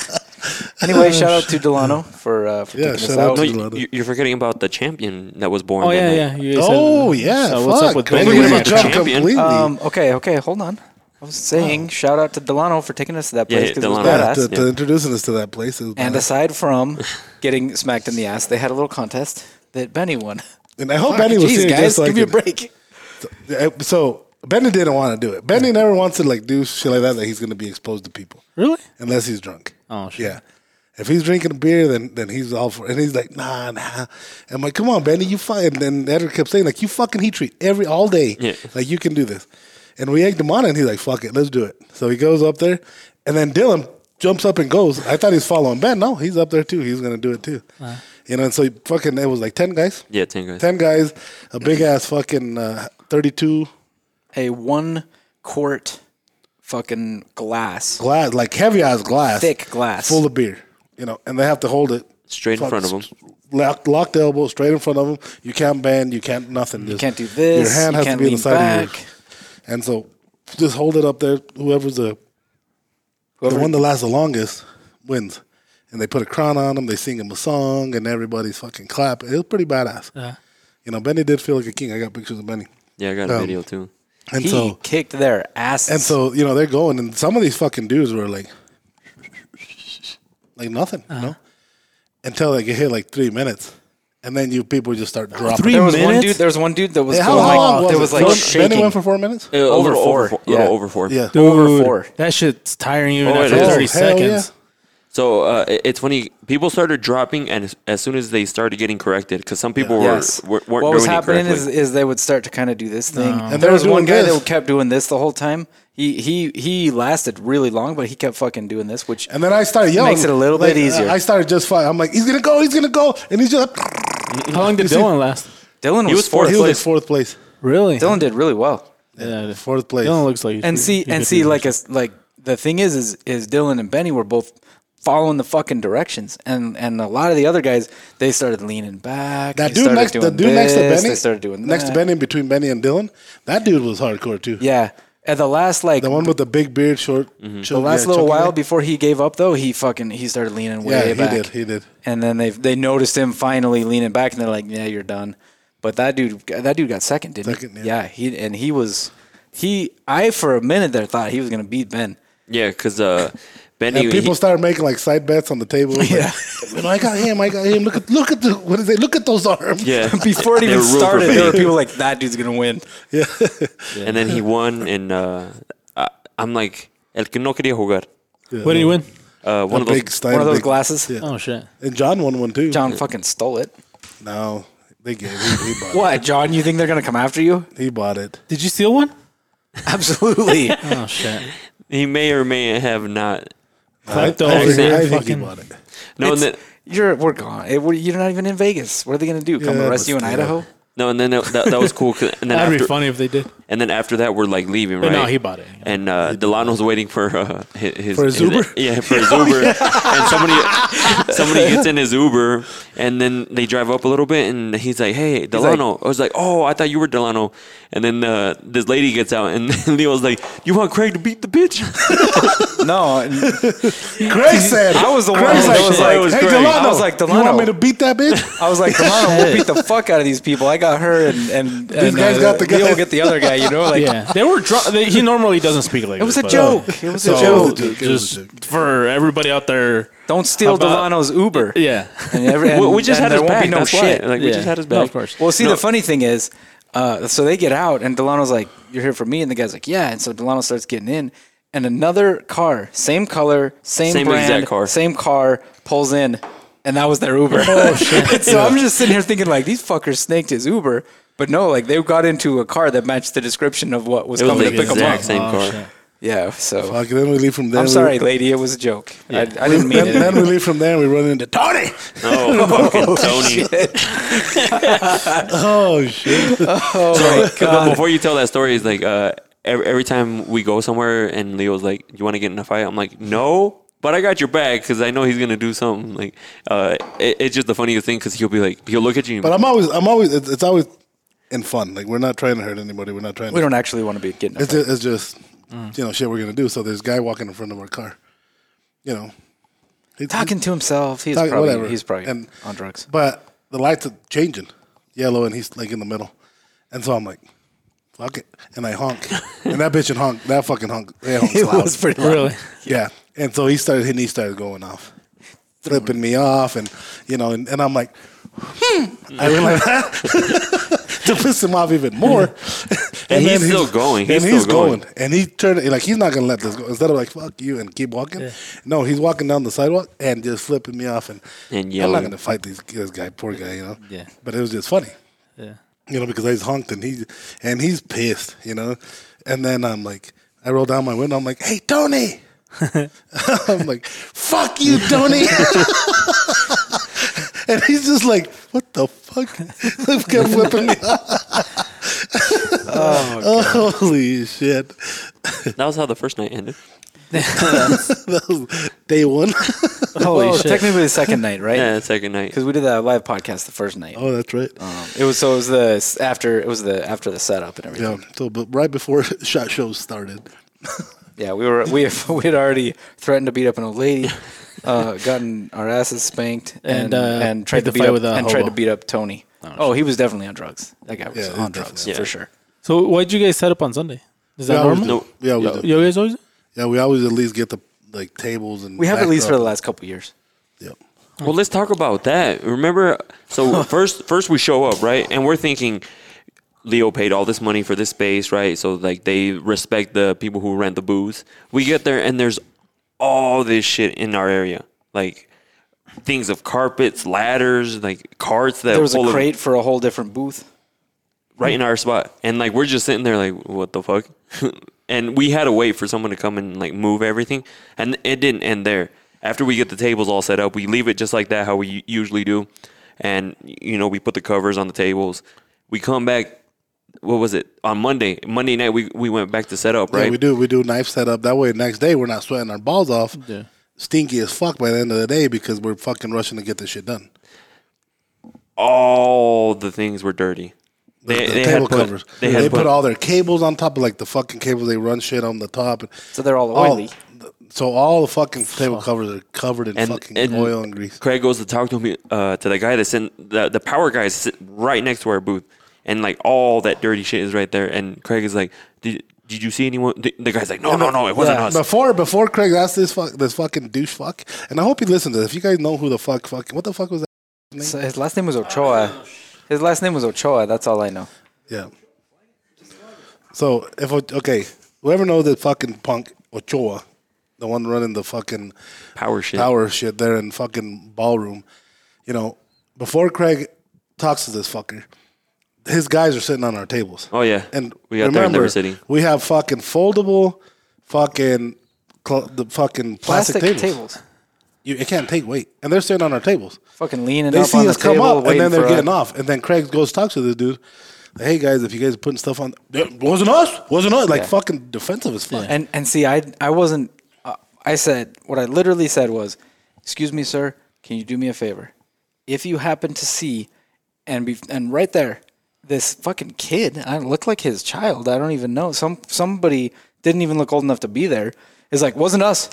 [SPEAKER 6] Anyway, shout out to Delano for uh, for
[SPEAKER 1] Yeah,
[SPEAKER 6] picking us
[SPEAKER 1] shout out to-
[SPEAKER 6] out.
[SPEAKER 8] no,
[SPEAKER 1] Too loud.
[SPEAKER 8] you, you're forgetting about the champion that was born.
[SPEAKER 7] oh
[SPEAKER 8] that
[SPEAKER 7] yeah,
[SPEAKER 8] night.
[SPEAKER 7] yeah. You guys
[SPEAKER 1] Oh
[SPEAKER 7] said-
[SPEAKER 1] yeah.
[SPEAKER 7] so
[SPEAKER 1] fuck.
[SPEAKER 7] what's up with
[SPEAKER 1] Maybe
[SPEAKER 8] Benjamin?
[SPEAKER 1] we
[SPEAKER 8] Benjamin's
[SPEAKER 1] jumped
[SPEAKER 8] champion.
[SPEAKER 1] completely.
[SPEAKER 6] Um, okay, okay, hold on. I was saying, shout out to Delano for taking us to that
[SPEAKER 8] Yeah,
[SPEAKER 6] place because it was
[SPEAKER 8] Delano.
[SPEAKER 1] yeah,
[SPEAKER 6] badass.
[SPEAKER 1] to, to introducing us to that place. It was
[SPEAKER 6] And
[SPEAKER 1] badass.
[SPEAKER 6] aside from getting smacked in the ass, they had a little contest that Benny won.
[SPEAKER 1] and I hope
[SPEAKER 6] Fuck,
[SPEAKER 1] Oh, Benny was
[SPEAKER 6] jeez,
[SPEAKER 1] here
[SPEAKER 6] guys,
[SPEAKER 1] just so I
[SPEAKER 6] give me a
[SPEAKER 1] could-
[SPEAKER 6] break.
[SPEAKER 1] Uh, So Benny didn't want to do it. Benny never wants to like do shit like that that he's going to be exposed to people
[SPEAKER 7] really?
[SPEAKER 1] unless he's drunk.
[SPEAKER 7] Oh shit.
[SPEAKER 1] Yeah. If he's drinking a beer, then then he's all for And he's like, nah, nah. I'm like, come on, Benny, you fucking. And then Edward kept saying, like, you fucking heat treat every all day.
[SPEAKER 8] Yeah.
[SPEAKER 1] Like, you can do this. And we egged him on, and he's like, fuck it, let's do it. So he goes up there, and then Dylan jumps up and goes. I thought he was following Ben. No, he's up there too. He's going to do it too. You know, and so he fucking, it was like 10 guys.
[SPEAKER 8] Yeah, ten guys.
[SPEAKER 1] 10 guys, a big ass fucking uh, 32
[SPEAKER 6] A one quart fucking glass,
[SPEAKER 1] glass, like heavy ass glass,
[SPEAKER 6] thick glass.
[SPEAKER 1] full of beer. You know, and they have to hold it
[SPEAKER 8] Straight
[SPEAKER 1] Fuck,
[SPEAKER 8] in front of him.
[SPEAKER 1] Locked, locked elbow, straight in front of him. You can't bend. You can't nothing.
[SPEAKER 6] you can't do this.
[SPEAKER 1] Your hand
[SPEAKER 6] you
[SPEAKER 1] has
[SPEAKER 6] can't
[SPEAKER 1] to be on
[SPEAKER 6] lean
[SPEAKER 1] the side
[SPEAKER 6] back.
[SPEAKER 1] of your. And so, just hold it up there. Whoever's the the one that lasts the longest wins. And they put a crown on them. They sing him a song, and everybody's fucking clapping. It was pretty badass.
[SPEAKER 6] Uh-huh.
[SPEAKER 1] You know, Benny did feel like a king. I got pictures of Benny.
[SPEAKER 8] Yeah, I got a
[SPEAKER 1] Um,
[SPEAKER 8] video too.
[SPEAKER 1] And
[SPEAKER 6] he
[SPEAKER 1] so,
[SPEAKER 6] kicked their asses.
[SPEAKER 1] and so, you know, they're going, and some of these fucking dudes were like, like nothing,
[SPEAKER 6] Uh-huh.
[SPEAKER 1] you know, until they get hit like three minets, and then you people just start dropping.
[SPEAKER 7] three
[SPEAKER 6] there was one
[SPEAKER 7] minutes?
[SPEAKER 6] dude. There was one dude that was
[SPEAKER 1] Yeah, how long
[SPEAKER 6] going like
[SPEAKER 1] was
[SPEAKER 6] there
[SPEAKER 1] it?
[SPEAKER 6] was like
[SPEAKER 1] Four-
[SPEAKER 6] shaking.
[SPEAKER 1] Benny went for four minutes.
[SPEAKER 8] Uh, a
[SPEAKER 6] over
[SPEAKER 8] little
[SPEAKER 6] four,
[SPEAKER 8] over A little
[SPEAKER 6] yeah.
[SPEAKER 8] over four.
[SPEAKER 1] Yeah.
[SPEAKER 6] Over four.
[SPEAKER 7] That shit's tiring even
[SPEAKER 8] Oh, it
[SPEAKER 7] after
[SPEAKER 8] is.
[SPEAKER 7] thirty
[SPEAKER 1] Oh, hell yeah.
[SPEAKER 7] seconds.
[SPEAKER 8] So uh, it- it's funny. People started dropping, and as, as soon as they started getting corrected, because some people were,
[SPEAKER 6] Yes.
[SPEAKER 8] were weren't
[SPEAKER 6] what
[SPEAKER 8] doing
[SPEAKER 6] was happening
[SPEAKER 8] it
[SPEAKER 6] is,
[SPEAKER 8] correctly.
[SPEAKER 6] is they would start to kind of do this thing.
[SPEAKER 1] they
[SPEAKER 6] And there
[SPEAKER 1] were
[SPEAKER 6] was
[SPEAKER 1] doing
[SPEAKER 6] one guy
[SPEAKER 1] this.
[SPEAKER 6] that kept doing this the whole time. He he he lasted really long, but he kept fucking doing this, which
[SPEAKER 1] And then I started yelling.
[SPEAKER 6] Makes it a little
[SPEAKER 1] Like, uh,
[SPEAKER 6] bit easier.
[SPEAKER 1] I started just fighting. I'm like, he's gonna go, he's gonna go, and he's just
[SPEAKER 7] How long did Dylan last?
[SPEAKER 6] Dylan was,
[SPEAKER 8] He was
[SPEAKER 6] fourth.
[SPEAKER 1] he was like
[SPEAKER 6] place.
[SPEAKER 1] fourth place.
[SPEAKER 7] Really?
[SPEAKER 6] Dylan did really well.
[SPEAKER 7] yeah,
[SPEAKER 1] Fourth place.
[SPEAKER 7] Dylan looks like he
[SPEAKER 6] And
[SPEAKER 7] should-
[SPEAKER 6] see
[SPEAKER 7] he
[SPEAKER 6] and
[SPEAKER 7] could
[SPEAKER 6] see
[SPEAKER 7] do
[SPEAKER 6] like
[SPEAKER 7] this.
[SPEAKER 6] as like the thing is is is Dylan and Benny were both following the fucking directions and and a lot of the other guys they started leaning back
[SPEAKER 1] that
[SPEAKER 6] they
[SPEAKER 1] dude
[SPEAKER 6] started
[SPEAKER 1] next, the
[SPEAKER 6] doing
[SPEAKER 1] dude next to
[SPEAKER 6] this,
[SPEAKER 1] Benny,
[SPEAKER 6] they started doing
[SPEAKER 1] next to
[SPEAKER 6] that.
[SPEAKER 1] Benny between Benny and Dylan, that dude was hardcore too.
[SPEAKER 6] yeah at the last like
[SPEAKER 1] the one with the big beard, short.
[SPEAKER 6] the last little while before he gave up though he fucking he started leaning way
[SPEAKER 1] yeah, he
[SPEAKER 6] back
[SPEAKER 1] did, he did.
[SPEAKER 6] and then they they noticed him finally leaning back, and they're like, "Yeah, you're done." But that dude, that dude got second, didn't
[SPEAKER 1] Second,
[SPEAKER 6] he?
[SPEAKER 1] yeah.
[SPEAKER 6] he and he was he. I for a minute there thought he was gonna beat Ben.
[SPEAKER 8] yeah, because uh, Benny.
[SPEAKER 1] And people
[SPEAKER 8] he-
[SPEAKER 1] started making like side bets on the table. Like,
[SPEAKER 6] Yeah.
[SPEAKER 1] you know, I got him, I got him. Look at look at the what is it? Look at those arms.
[SPEAKER 8] yeah,
[SPEAKER 6] Before it
[SPEAKER 8] they
[SPEAKER 6] even
[SPEAKER 8] were rooting for
[SPEAKER 6] started,
[SPEAKER 8] Benny.
[SPEAKER 6] there were people like, "That dude's gonna win."
[SPEAKER 8] and then he won, and uh, I, I'm like, el que no quería jugar.
[SPEAKER 7] what did he win?
[SPEAKER 8] uh, one
[SPEAKER 1] One
[SPEAKER 8] of those.
[SPEAKER 1] big Stein,
[SPEAKER 6] One of those
[SPEAKER 1] big-
[SPEAKER 6] glasses.
[SPEAKER 1] Yeah.
[SPEAKER 7] Oh shit.
[SPEAKER 1] And John won one too.
[SPEAKER 6] John fucking stole it.
[SPEAKER 1] No, they gave. He, he bought it.
[SPEAKER 6] What, John? You think they're gonna come after you?
[SPEAKER 1] He bought it.
[SPEAKER 7] Did you steal one?
[SPEAKER 6] Absolutely.
[SPEAKER 7] Oh shit.
[SPEAKER 8] He may or may have not.
[SPEAKER 7] Clapped
[SPEAKER 1] I,
[SPEAKER 7] over
[SPEAKER 1] think-
[SPEAKER 7] here,
[SPEAKER 1] I think he
[SPEAKER 7] fucking-
[SPEAKER 1] bought it.
[SPEAKER 8] No, and
[SPEAKER 6] It's-
[SPEAKER 8] then,
[SPEAKER 6] You're we're gone. It- we're- you're not even in Vegas. What are they gonna do? Come
[SPEAKER 1] Yeah,
[SPEAKER 6] arrest
[SPEAKER 1] but
[SPEAKER 6] you in
[SPEAKER 1] still.
[SPEAKER 6] Idaho?
[SPEAKER 8] no, and then that, that, that was cool. 'cause- And then
[SPEAKER 7] That'd
[SPEAKER 8] after,
[SPEAKER 7] be funny if they did.
[SPEAKER 8] and then after that, we're like leaving,
[SPEAKER 7] But
[SPEAKER 8] right?
[SPEAKER 7] no, he bought it.
[SPEAKER 8] and uh, Delano's waiting for uh, hi- his,
[SPEAKER 1] For his Uber?
[SPEAKER 8] Yeah, for his Uber. And somebody somebody gets in his Uber, and then they drive up a little bit, and he's like, "Hey, Delano." I was like, "Oh, I thought you were Delano." And then uh, this lady gets out, and Leo's like, "You want Craig to beat the bitch?"
[SPEAKER 6] No, and-
[SPEAKER 1] Craig said.
[SPEAKER 6] I was the one
[SPEAKER 1] Craig's
[SPEAKER 6] that
[SPEAKER 1] like,
[SPEAKER 6] was
[SPEAKER 1] hey,
[SPEAKER 6] like,
[SPEAKER 1] hey,
[SPEAKER 8] Craig."
[SPEAKER 1] Delano,
[SPEAKER 6] I was like,
[SPEAKER 1] You want
[SPEAKER 6] Delano.
[SPEAKER 1] me to beat that bitch?
[SPEAKER 6] I was like, come on, we'll beat the fuck out of these people. I got her, and and, and uh,
[SPEAKER 1] guys got the
[SPEAKER 6] Leo
[SPEAKER 1] guy.
[SPEAKER 6] get the other guy. You know, like
[SPEAKER 7] Yeah, they were drunk. They, he normally doesn't speak like
[SPEAKER 6] it was a
[SPEAKER 7] this, but- Oh.
[SPEAKER 6] joke. It was
[SPEAKER 1] So-
[SPEAKER 6] a
[SPEAKER 1] It was a
[SPEAKER 6] joke.
[SPEAKER 1] joke, it was
[SPEAKER 7] Just
[SPEAKER 1] a joke.
[SPEAKER 7] for everybody out there.
[SPEAKER 6] Don't steal
[SPEAKER 7] About-
[SPEAKER 6] Delano's Uber.
[SPEAKER 7] Yeah.
[SPEAKER 6] And every, and,
[SPEAKER 8] we, we just
[SPEAKER 6] and
[SPEAKER 8] had
[SPEAKER 6] there
[SPEAKER 8] his
[SPEAKER 6] won't
[SPEAKER 8] back.
[SPEAKER 6] be no
[SPEAKER 8] that's why.
[SPEAKER 6] shit.
[SPEAKER 8] Like we
[SPEAKER 7] Yeah.
[SPEAKER 8] just had his back.
[SPEAKER 7] No, of course.
[SPEAKER 6] Well, see,
[SPEAKER 8] No.
[SPEAKER 6] the funny thing is, uh, so they get out, and Delano's like, "You're here for me," and the guy's like, "Yeah." And so Delano starts getting in, and another car, same color, same,
[SPEAKER 8] Same
[SPEAKER 6] brand,
[SPEAKER 8] exact car.
[SPEAKER 6] same car, pulls in, and that was their Uber. Oh shit! so I'm just sitting here thinking, like, these fuckers snaked his Uber, but no, like they got into a car that matched the description of what was
[SPEAKER 8] It was
[SPEAKER 6] coming
[SPEAKER 8] the
[SPEAKER 6] to pick them
[SPEAKER 8] exact
[SPEAKER 6] up.
[SPEAKER 7] Oh,
[SPEAKER 8] same car.
[SPEAKER 6] Yeah, so
[SPEAKER 1] Fuck, then we leave from there.
[SPEAKER 6] I'm
[SPEAKER 1] we-
[SPEAKER 6] sorry, lady, it was a joke. I, I didn't mean
[SPEAKER 1] Then, then we
[SPEAKER 6] it.
[SPEAKER 1] leave from there. and We run into Tony.
[SPEAKER 8] Oh, fucking Tony.
[SPEAKER 1] Oh shit!
[SPEAKER 6] Oh my
[SPEAKER 8] But
[SPEAKER 6] god!
[SPEAKER 8] before you tell that story, it's like uh, every, every time we go somewhere and Leo's like, "You want to get in a fight?" I'm like, "No." But I got your back because I know he's gonna do something. Like, uh, it, it's just the funniest thing because he'll be like, he'll look at you.
[SPEAKER 1] But I'm always, I'm always. It's, it's always in fun. Like we're not trying to hurt anybody. We're not trying.
[SPEAKER 6] We
[SPEAKER 1] to,
[SPEAKER 6] don't actually want to be getting.
[SPEAKER 1] it's, just, it's just,
[SPEAKER 6] Mm.
[SPEAKER 1] you know, shit we're gonna do. So there's a guy walking in front of our car. You know, He- he-
[SPEAKER 6] talking to himself. He's
[SPEAKER 1] Talk-
[SPEAKER 6] probably
[SPEAKER 1] whatever.
[SPEAKER 6] he's probably
[SPEAKER 1] And-
[SPEAKER 6] on drugs.
[SPEAKER 1] But the lights are changing, yellow, and he's like in the middle. And so I'm like, fuck it. And I honk. and that bitch and honk, that fucking honk. That honk's loud.
[SPEAKER 6] pretty
[SPEAKER 7] Really?
[SPEAKER 1] yeah. And so he started hitting, he started going off, flipping me off. And, you know, and, and I'm like, hmm. I realized to piss him off even more. and, then
[SPEAKER 8] he's still going. He's
[SPEAKER 1] and
[SPEAKER 8] still
[SPEAKER 1] he's going.
[SPEAKER 8] going.
[SPEAKER 1] And he turned, like, he's not going to let this go. Instead of like, fuck you and keep walking. No, he's walking down the sidewalk and just flipping me off. And,
[SPEAKER 8] And
[SPEAKER 1] I'm not
[SPEAKER 8] yelling.
[SPEAKER 1] going to fight these, this guy, poor guy, you know?
[SPEAKER 7] Yeah.
[SPEAKER 1] But it was just funny
[SPEAKER 7] Yeah.
[SPEAKER 1] you know, because I just honked and he and he's pissed, you know. And then I'm like, I roll down my window. I'm like, hey, Tony. I'm like, fuck you, Tony. and he's just like, what the fuck? This guy flipping me oh, Holy shit.
[SPEAKER 8] that was how the first night ended.
[SPEAKER 1] That was day one.
[SPEAKER 7] Holy
[SPEAKER 6] well,
[SPEAKER 7] shit.
[SPEAKER 6] technically the second night,
[SPEAKER 8] Yeah,
[SPEAKER 6] right?
[SPEAKER 8] the second night.
[SPEAKER 6] Because we did that live podcast the first night.
[SPEAKER 1] oh, that's right.
[SPEAKER 6] Um, it was so it was the s- after it was the after the setup and
[SPEAKER 1] yeah.
[SPEAKER 6] everything.
[SPEAKER 1] So, but right before shot shows started,
[SPEAKER 6] Yeah, we were we we had already threatened to beat up an old lady, uh, gotten our asses spanked, and
[SPEAKER 7] And,
[SPEAKER 6] and,
[SPEAKER 7] uh,
[SPEAKER 6] tried
[SPEAKER 7] picked
[SPEAKER 6] to
[SPEAKER 7] a
[SPEAKER 6] beat
[SPEAKER 7] fight
[SPEAKER 6] up,
[SPEAKER 7] with a
[SPEAKER 6] and tried to
[SPEAKER 7] hobo.
[SPEAKER 6] beat up Tony. Oh, he was definitely on drugs. That guy was
[SPEAKER 1] Yeah,
[SPEAKER 6] on
[SPEAKER 1] definitely.
[SPEAKER 6] drugs
[SPEAKER 8] Yeah.
[SPEAKER 6] for sure.
[SPEAKER 7] So why'd you guys set up on Sunday? Is
[SPEAKER 1] we
[SPEAKER 7] that
[SPEAKER 1] always
[SPEAKER 7] normal?
[SPEAKER 1] do.
[SPEAKER 8] Nope.
[SPEAKER 1] Yeah, we do.
[SPEAKER 7] You guys always?
[SPEAKER 1] yeah, we always at least get the like tables and
[SPEAKER 6] We have at least for the
[SPEAKER 1] backdrop.
[SPEAKER 6] last couple years.
[SPEAKER 1] Yep.
[SPEAKER 8] Well, let's talk about that. Remember, so first, first we show up, right, and we're thinking, Leo paid all this money for this space, right? So like they respect the people who rent the booths. We get there and there's all this shit in our area, like things of carpets, ladders, like carts that
[SPEAKER 6] There was a
[SPEAKER 8] full of-
[SPEAKER 6] crate for a whole different booth.
[SPEAKER 8] right in our spot, and like we're just sitting there like, what the fuck? and we had to wait for someone to come and like move everything, and it didn't end there. After we get the tables all set up, we leave it just like that how we u- usually do, and you know we put the covers on the tables. We come back. What was it on Monday? Monday night we, we went back to set up, right?
[SPEAKER 1] Yeah, we do. We do knife setup. That way, next day we're not sweating our balls off.
[SPEAKER 7] Yeah.
[SPEAKER 1] Stinky as fuck by the end of the day because we're fucking rushing to get this shit done.
[SPEAKER 8] All the things were dirty. They,
[SPEAKER 1] The
[SPEAKER 8] they had
[SPEAKER 1] table
[SPEAKER 8] put,
[SPEAKER 1] covers.
[SPEAKER 8] They had
[SPEAKER 1] put,
[SPEAKER 8] put,
[SPEAKER 1] all their cables on top of like the fucking cables. They run shit on the top.
[SPEAKER 6] So they're all oily.
[SPEAKER 1] so all the fucking table covers are covered in
[SPEAKER 8] And-
[SPEAKER 1] fucking
[SPEAKER 8] and-
[SPEAKER 1] oil and grease.
[SPEAKER 8] Craig goes to talk to me uh, to the guy that's in the the power guy is sitting right next to our booth, and like all that dirty shit is right there. And Craig is like, "Did, did you see anyone?" The, the guy's like, "No, no, no, it wasn't us."
[SPEAKER 1] Before before Craig asked this fuck this fucking douche fuck, and I hope you listen to this. If you guys know who the fuck fucking what the fuck was that?
[SPEAKER 6] So his last name was Ochoa. His last name was Ochoa. That's all I know.
[SPEAKER 1] Yeah. So if okay, whoever knows that fucking punk Ochoa the one running the fucking
[SPEAKER 8] Power shit.
[SPEAKER 1] power shit there in fucking ballroom. You know, before Craig talks to this fucker, his guys are sitting on our tables.
[SPEAKER 8] Oh yeah.
[SPEAKER 1] And
[SPEAKER 8] we got there in
[SPEAKER 1] remember,
[SPEAKER 8] River City.
[SPEAKER 1] we have fucking foldable, fucking cl- the fucking plastic, tables. You, it can't take weight, and they're sitting on our tables.
[SPEAKER 6] Fucking leaning
[SPEAKER 1] They
[SPEAKER 6] up on
[SPEAKER 1] see
[SPEAKER 6] the
[SPEAKER 1] us come
[SPEAKER 6] table,
[SPEAKER 1] up, and
[SPEAKER 6] waiting
[SPEAKER 1] then they're
[SPEAKER 6] for
[SPEAKER 1] getting
[SPEAKER 6] us.
[SPEAKER 1] off. And then Craig goes talks to this dude. Hey guys, if you guys are putting stuff on, it wasn't us. Wasn't us. Like fucking defensive as fuck.
[SPEAKER 6] And and see, I I wasn't. Uh, I said what I literally said was, "Excuse me, sir. Can you do me a favor? If you happen to see, and be and right there, this fucking kid. I look like his child. I don't even know. Some somebody didn't even look old enough to be there. Is like wasn't us.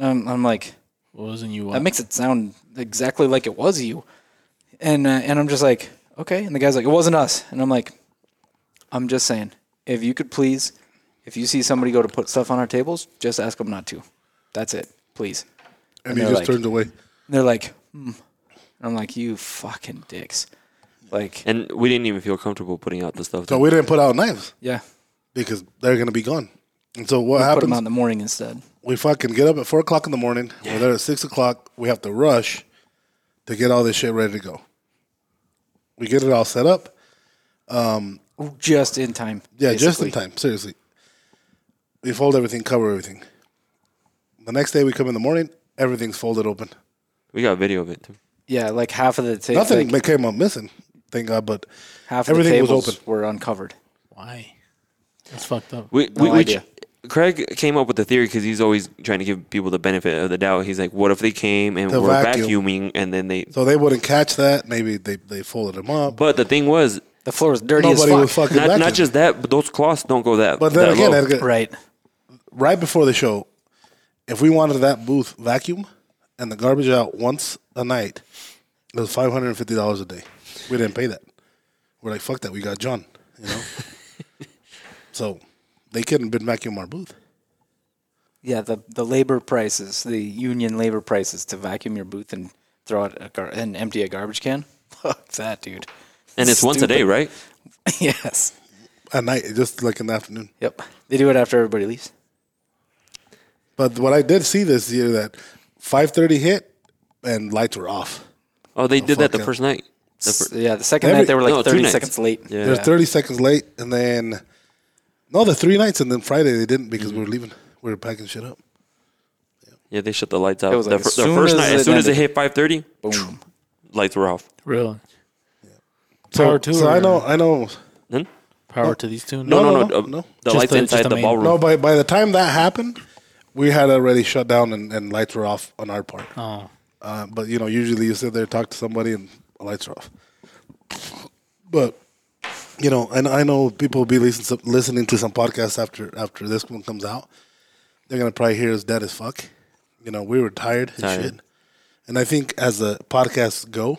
[SPEAKER 6] Um, I'm like,
[SPEAKER 7] Wasn't you?
[SPEAKER 6] that makes it sound exactly like it was you. And uh, and I'm just like, okay. And the guy's like, it wasn't us. And I'm like, I'm just saying, if you could please, if you see somebody go to put stuff on our tables, just ask them not to. That's it, please.
[SPEAKER 1] and he
[SPEAKER 6] they're
[SPEAKER 1] just
[SPEAKER 6] like-
[SPEAKER 1] turned away.
[SPEAKER 6] And they're like, hmm. I'm like, you fucking dicks. Like,
[SPEAKER 8] And we didn't even feel comfortable putting out the stuff.
[SPEAKER 1] So we didn't put out knives
[SPEAKER 6] yeah,
[SPEAKER 1] because they're gonna be gone. And so what
[SPEAKER 6] put them
[SPEAKER 1] happens?
[SPEAKER 6] out in the morning instead.
[SPEAKER 1] we fucking get up at four o'clock in the morning. We're there at six o'clock. We have to rush to get all this shit ready to go. We get it all set up.
[SPEAKER 6] Just in time.
[SPEAKER 1] Yeah, just in
[SPEAKER 6] basically.
[SPEAKER 1] time. Seriously, we fold everything, cover everything. The next day we come in the morning, everything's folded open.
[SPEAKER 8] we got video of it too.
[SPEAKER 6] Yeah, like half of the table.
[SPEAKER 1] Nothing
[SPEAKER 6] Like
[SPEAKER 1] came up missing, thank God. But
[SPEAKER 6] half of the
[SPEAKER 1] everything was
[SPEAKER 6] tables
[SPEAKER 1] open.
[SPEAKER 6] were uncovered.
[SPEAKER 7] Why? That's fucked up.
[SPEAKER 8] We,
[SPEAKER 6] No
[SPEAKER 8] we, we
[SPEAKER 6] idea.
[SPEAKER 8] Craig came up with the theory because he's always trying to give people the benefit of the doubt. He's like, "What if they came and
[SPEAKER 1] The
[SPEAKER 8] were
[SPEAKER 1] vacuum.
[SPEAKER 8] vacuuming and then they?"
[SPEAKER 1] so they wouldn't catch that. Maybe they they folded them up.
[SPEAKER 8] But the thing was,
[SPEAKER 6] The floor was dirty
[SPEAKER 1] Nobody was
[SPEAKER 6] as fuck.
[SPEAKER 1] fucking
[SPEAKER 8] not,
[SPEAKER 1] vacuuming.
[SPEAKER 8] not just that, but those cloths don't go that.
[SPEAKER 1] But then
[SPEAKER 8] that
[SPEAKER 1] again,
[SPEAKER 8] low.
[SPEAKER 1] Edgar,
[SPEAKER 6] right.
[SPEAKER 1] right before the show, if we wanted that booth vacuum and the garbage out once a night, it was five hundred and fifty dollars a day. We didn't pay that. We're like, fuck that. We got John, you know. so they couldn't been vacuum our booth.
[SPEAKER 6] Yeah, the, the labor prices, the union labor prices to vacuum your booth and throw out a gar- and empty a garbage can. Fuck that, dude.
[SPEAKER 8] and it's once a day,
[SPEAKER 6] Stupid.
[SPEAKER 8] right?
[SPEAKER 6] yes.
[SPEAKER 1] At night, just like in the afternoon.
[SPEAKER 6] Yep. They do it after everybody leaves.
[SPEAKER 1] But what I did see this year that five thirty hit and lights were off.
[SPEAKER 8] Oh, they did that
[SPEAKER 1] fuck
[SPEAKER 8] the
[SPEAKER 1] yeah.
[SPEAKER 8] first night. The
[SPEAKER 6] S-
[SPEAKER 8] fir-
[SPEAKER 6] yeah, the second
[SPEAKER 1] Every-
[SPEAKER 6] night they were like
[SPEAKER 8] no, two
[SPEAKER 6] 30
[SPEAKER 8] nights.
[SPEAKER 6] seconds late.
[SPEAKER 8] Yeah.
[SPEAKER 1] There's thirty seconds late, and then no, the three nights, and then Friday they didn't because we were leaving. We were packing shit up.
[SPEAKER 8] yeah, they shut the lights out.
[SPEAKER 6] It was
[SPEAKER 8] the,
[SPEAKER 6] like,
[SPEAKER 8] fir-
[SPEAKER 6] as
[SPEAKER 8] the
[SPEAKER 6] soon
[SPEAKER 8] first
[SPEAKER 6] as
[SPEAKER 8] night,
[SPEAKER 6] it
[SPEAKER 8] as soon as it
[SPEAKER 6] ended.
[SPEAKER 8] hit five thirty,
[SPEAKER 6] Boom.
[SPEAKER 8] lights were off.
[SPEAKER 7] Really?
[SPEAKER 1] So,
[SPEAKER 7] Power tour.
[SPEAKER 1] so I know, I know.
[SPEAKER 8] Then
[SPEAKER 7] Power to these two.
[SPEAKER 8] no,
[SPEAKER 1] No,
[SPEAKER 8] no, no,
[SPEAKER 1] no,
[SPEAKER 8] uh,
[SPEAKER 1] no.
[SPEAKER 8] the
[SPEAKER 7] Just
[SPEAKER 8] lights
[SPEAKER 7] the- just
[SPEAKER 8] inside
[SPEAKER 7] the
[SPEAKER 8] the,
[SPEAKER 7] main.
[SPEAKER 8] ballroom.
[SPEAKER 1] No, by by the time that happened, we had already shut down and, and lights were off on our part.
[SPEAKER 7] Oh.
[SPEAKER 1] Uh, but you know, usually you sit there talk to somebody and the lights are off. But you know, and I know people will be listening listening to some podcasts after after this one comes out. They're gonna probably hear us dead as fuck. You know, we were tired and
[SPEAKER 8] Tired.
[SPEAKER 1] shit. And I think as the podcasts go,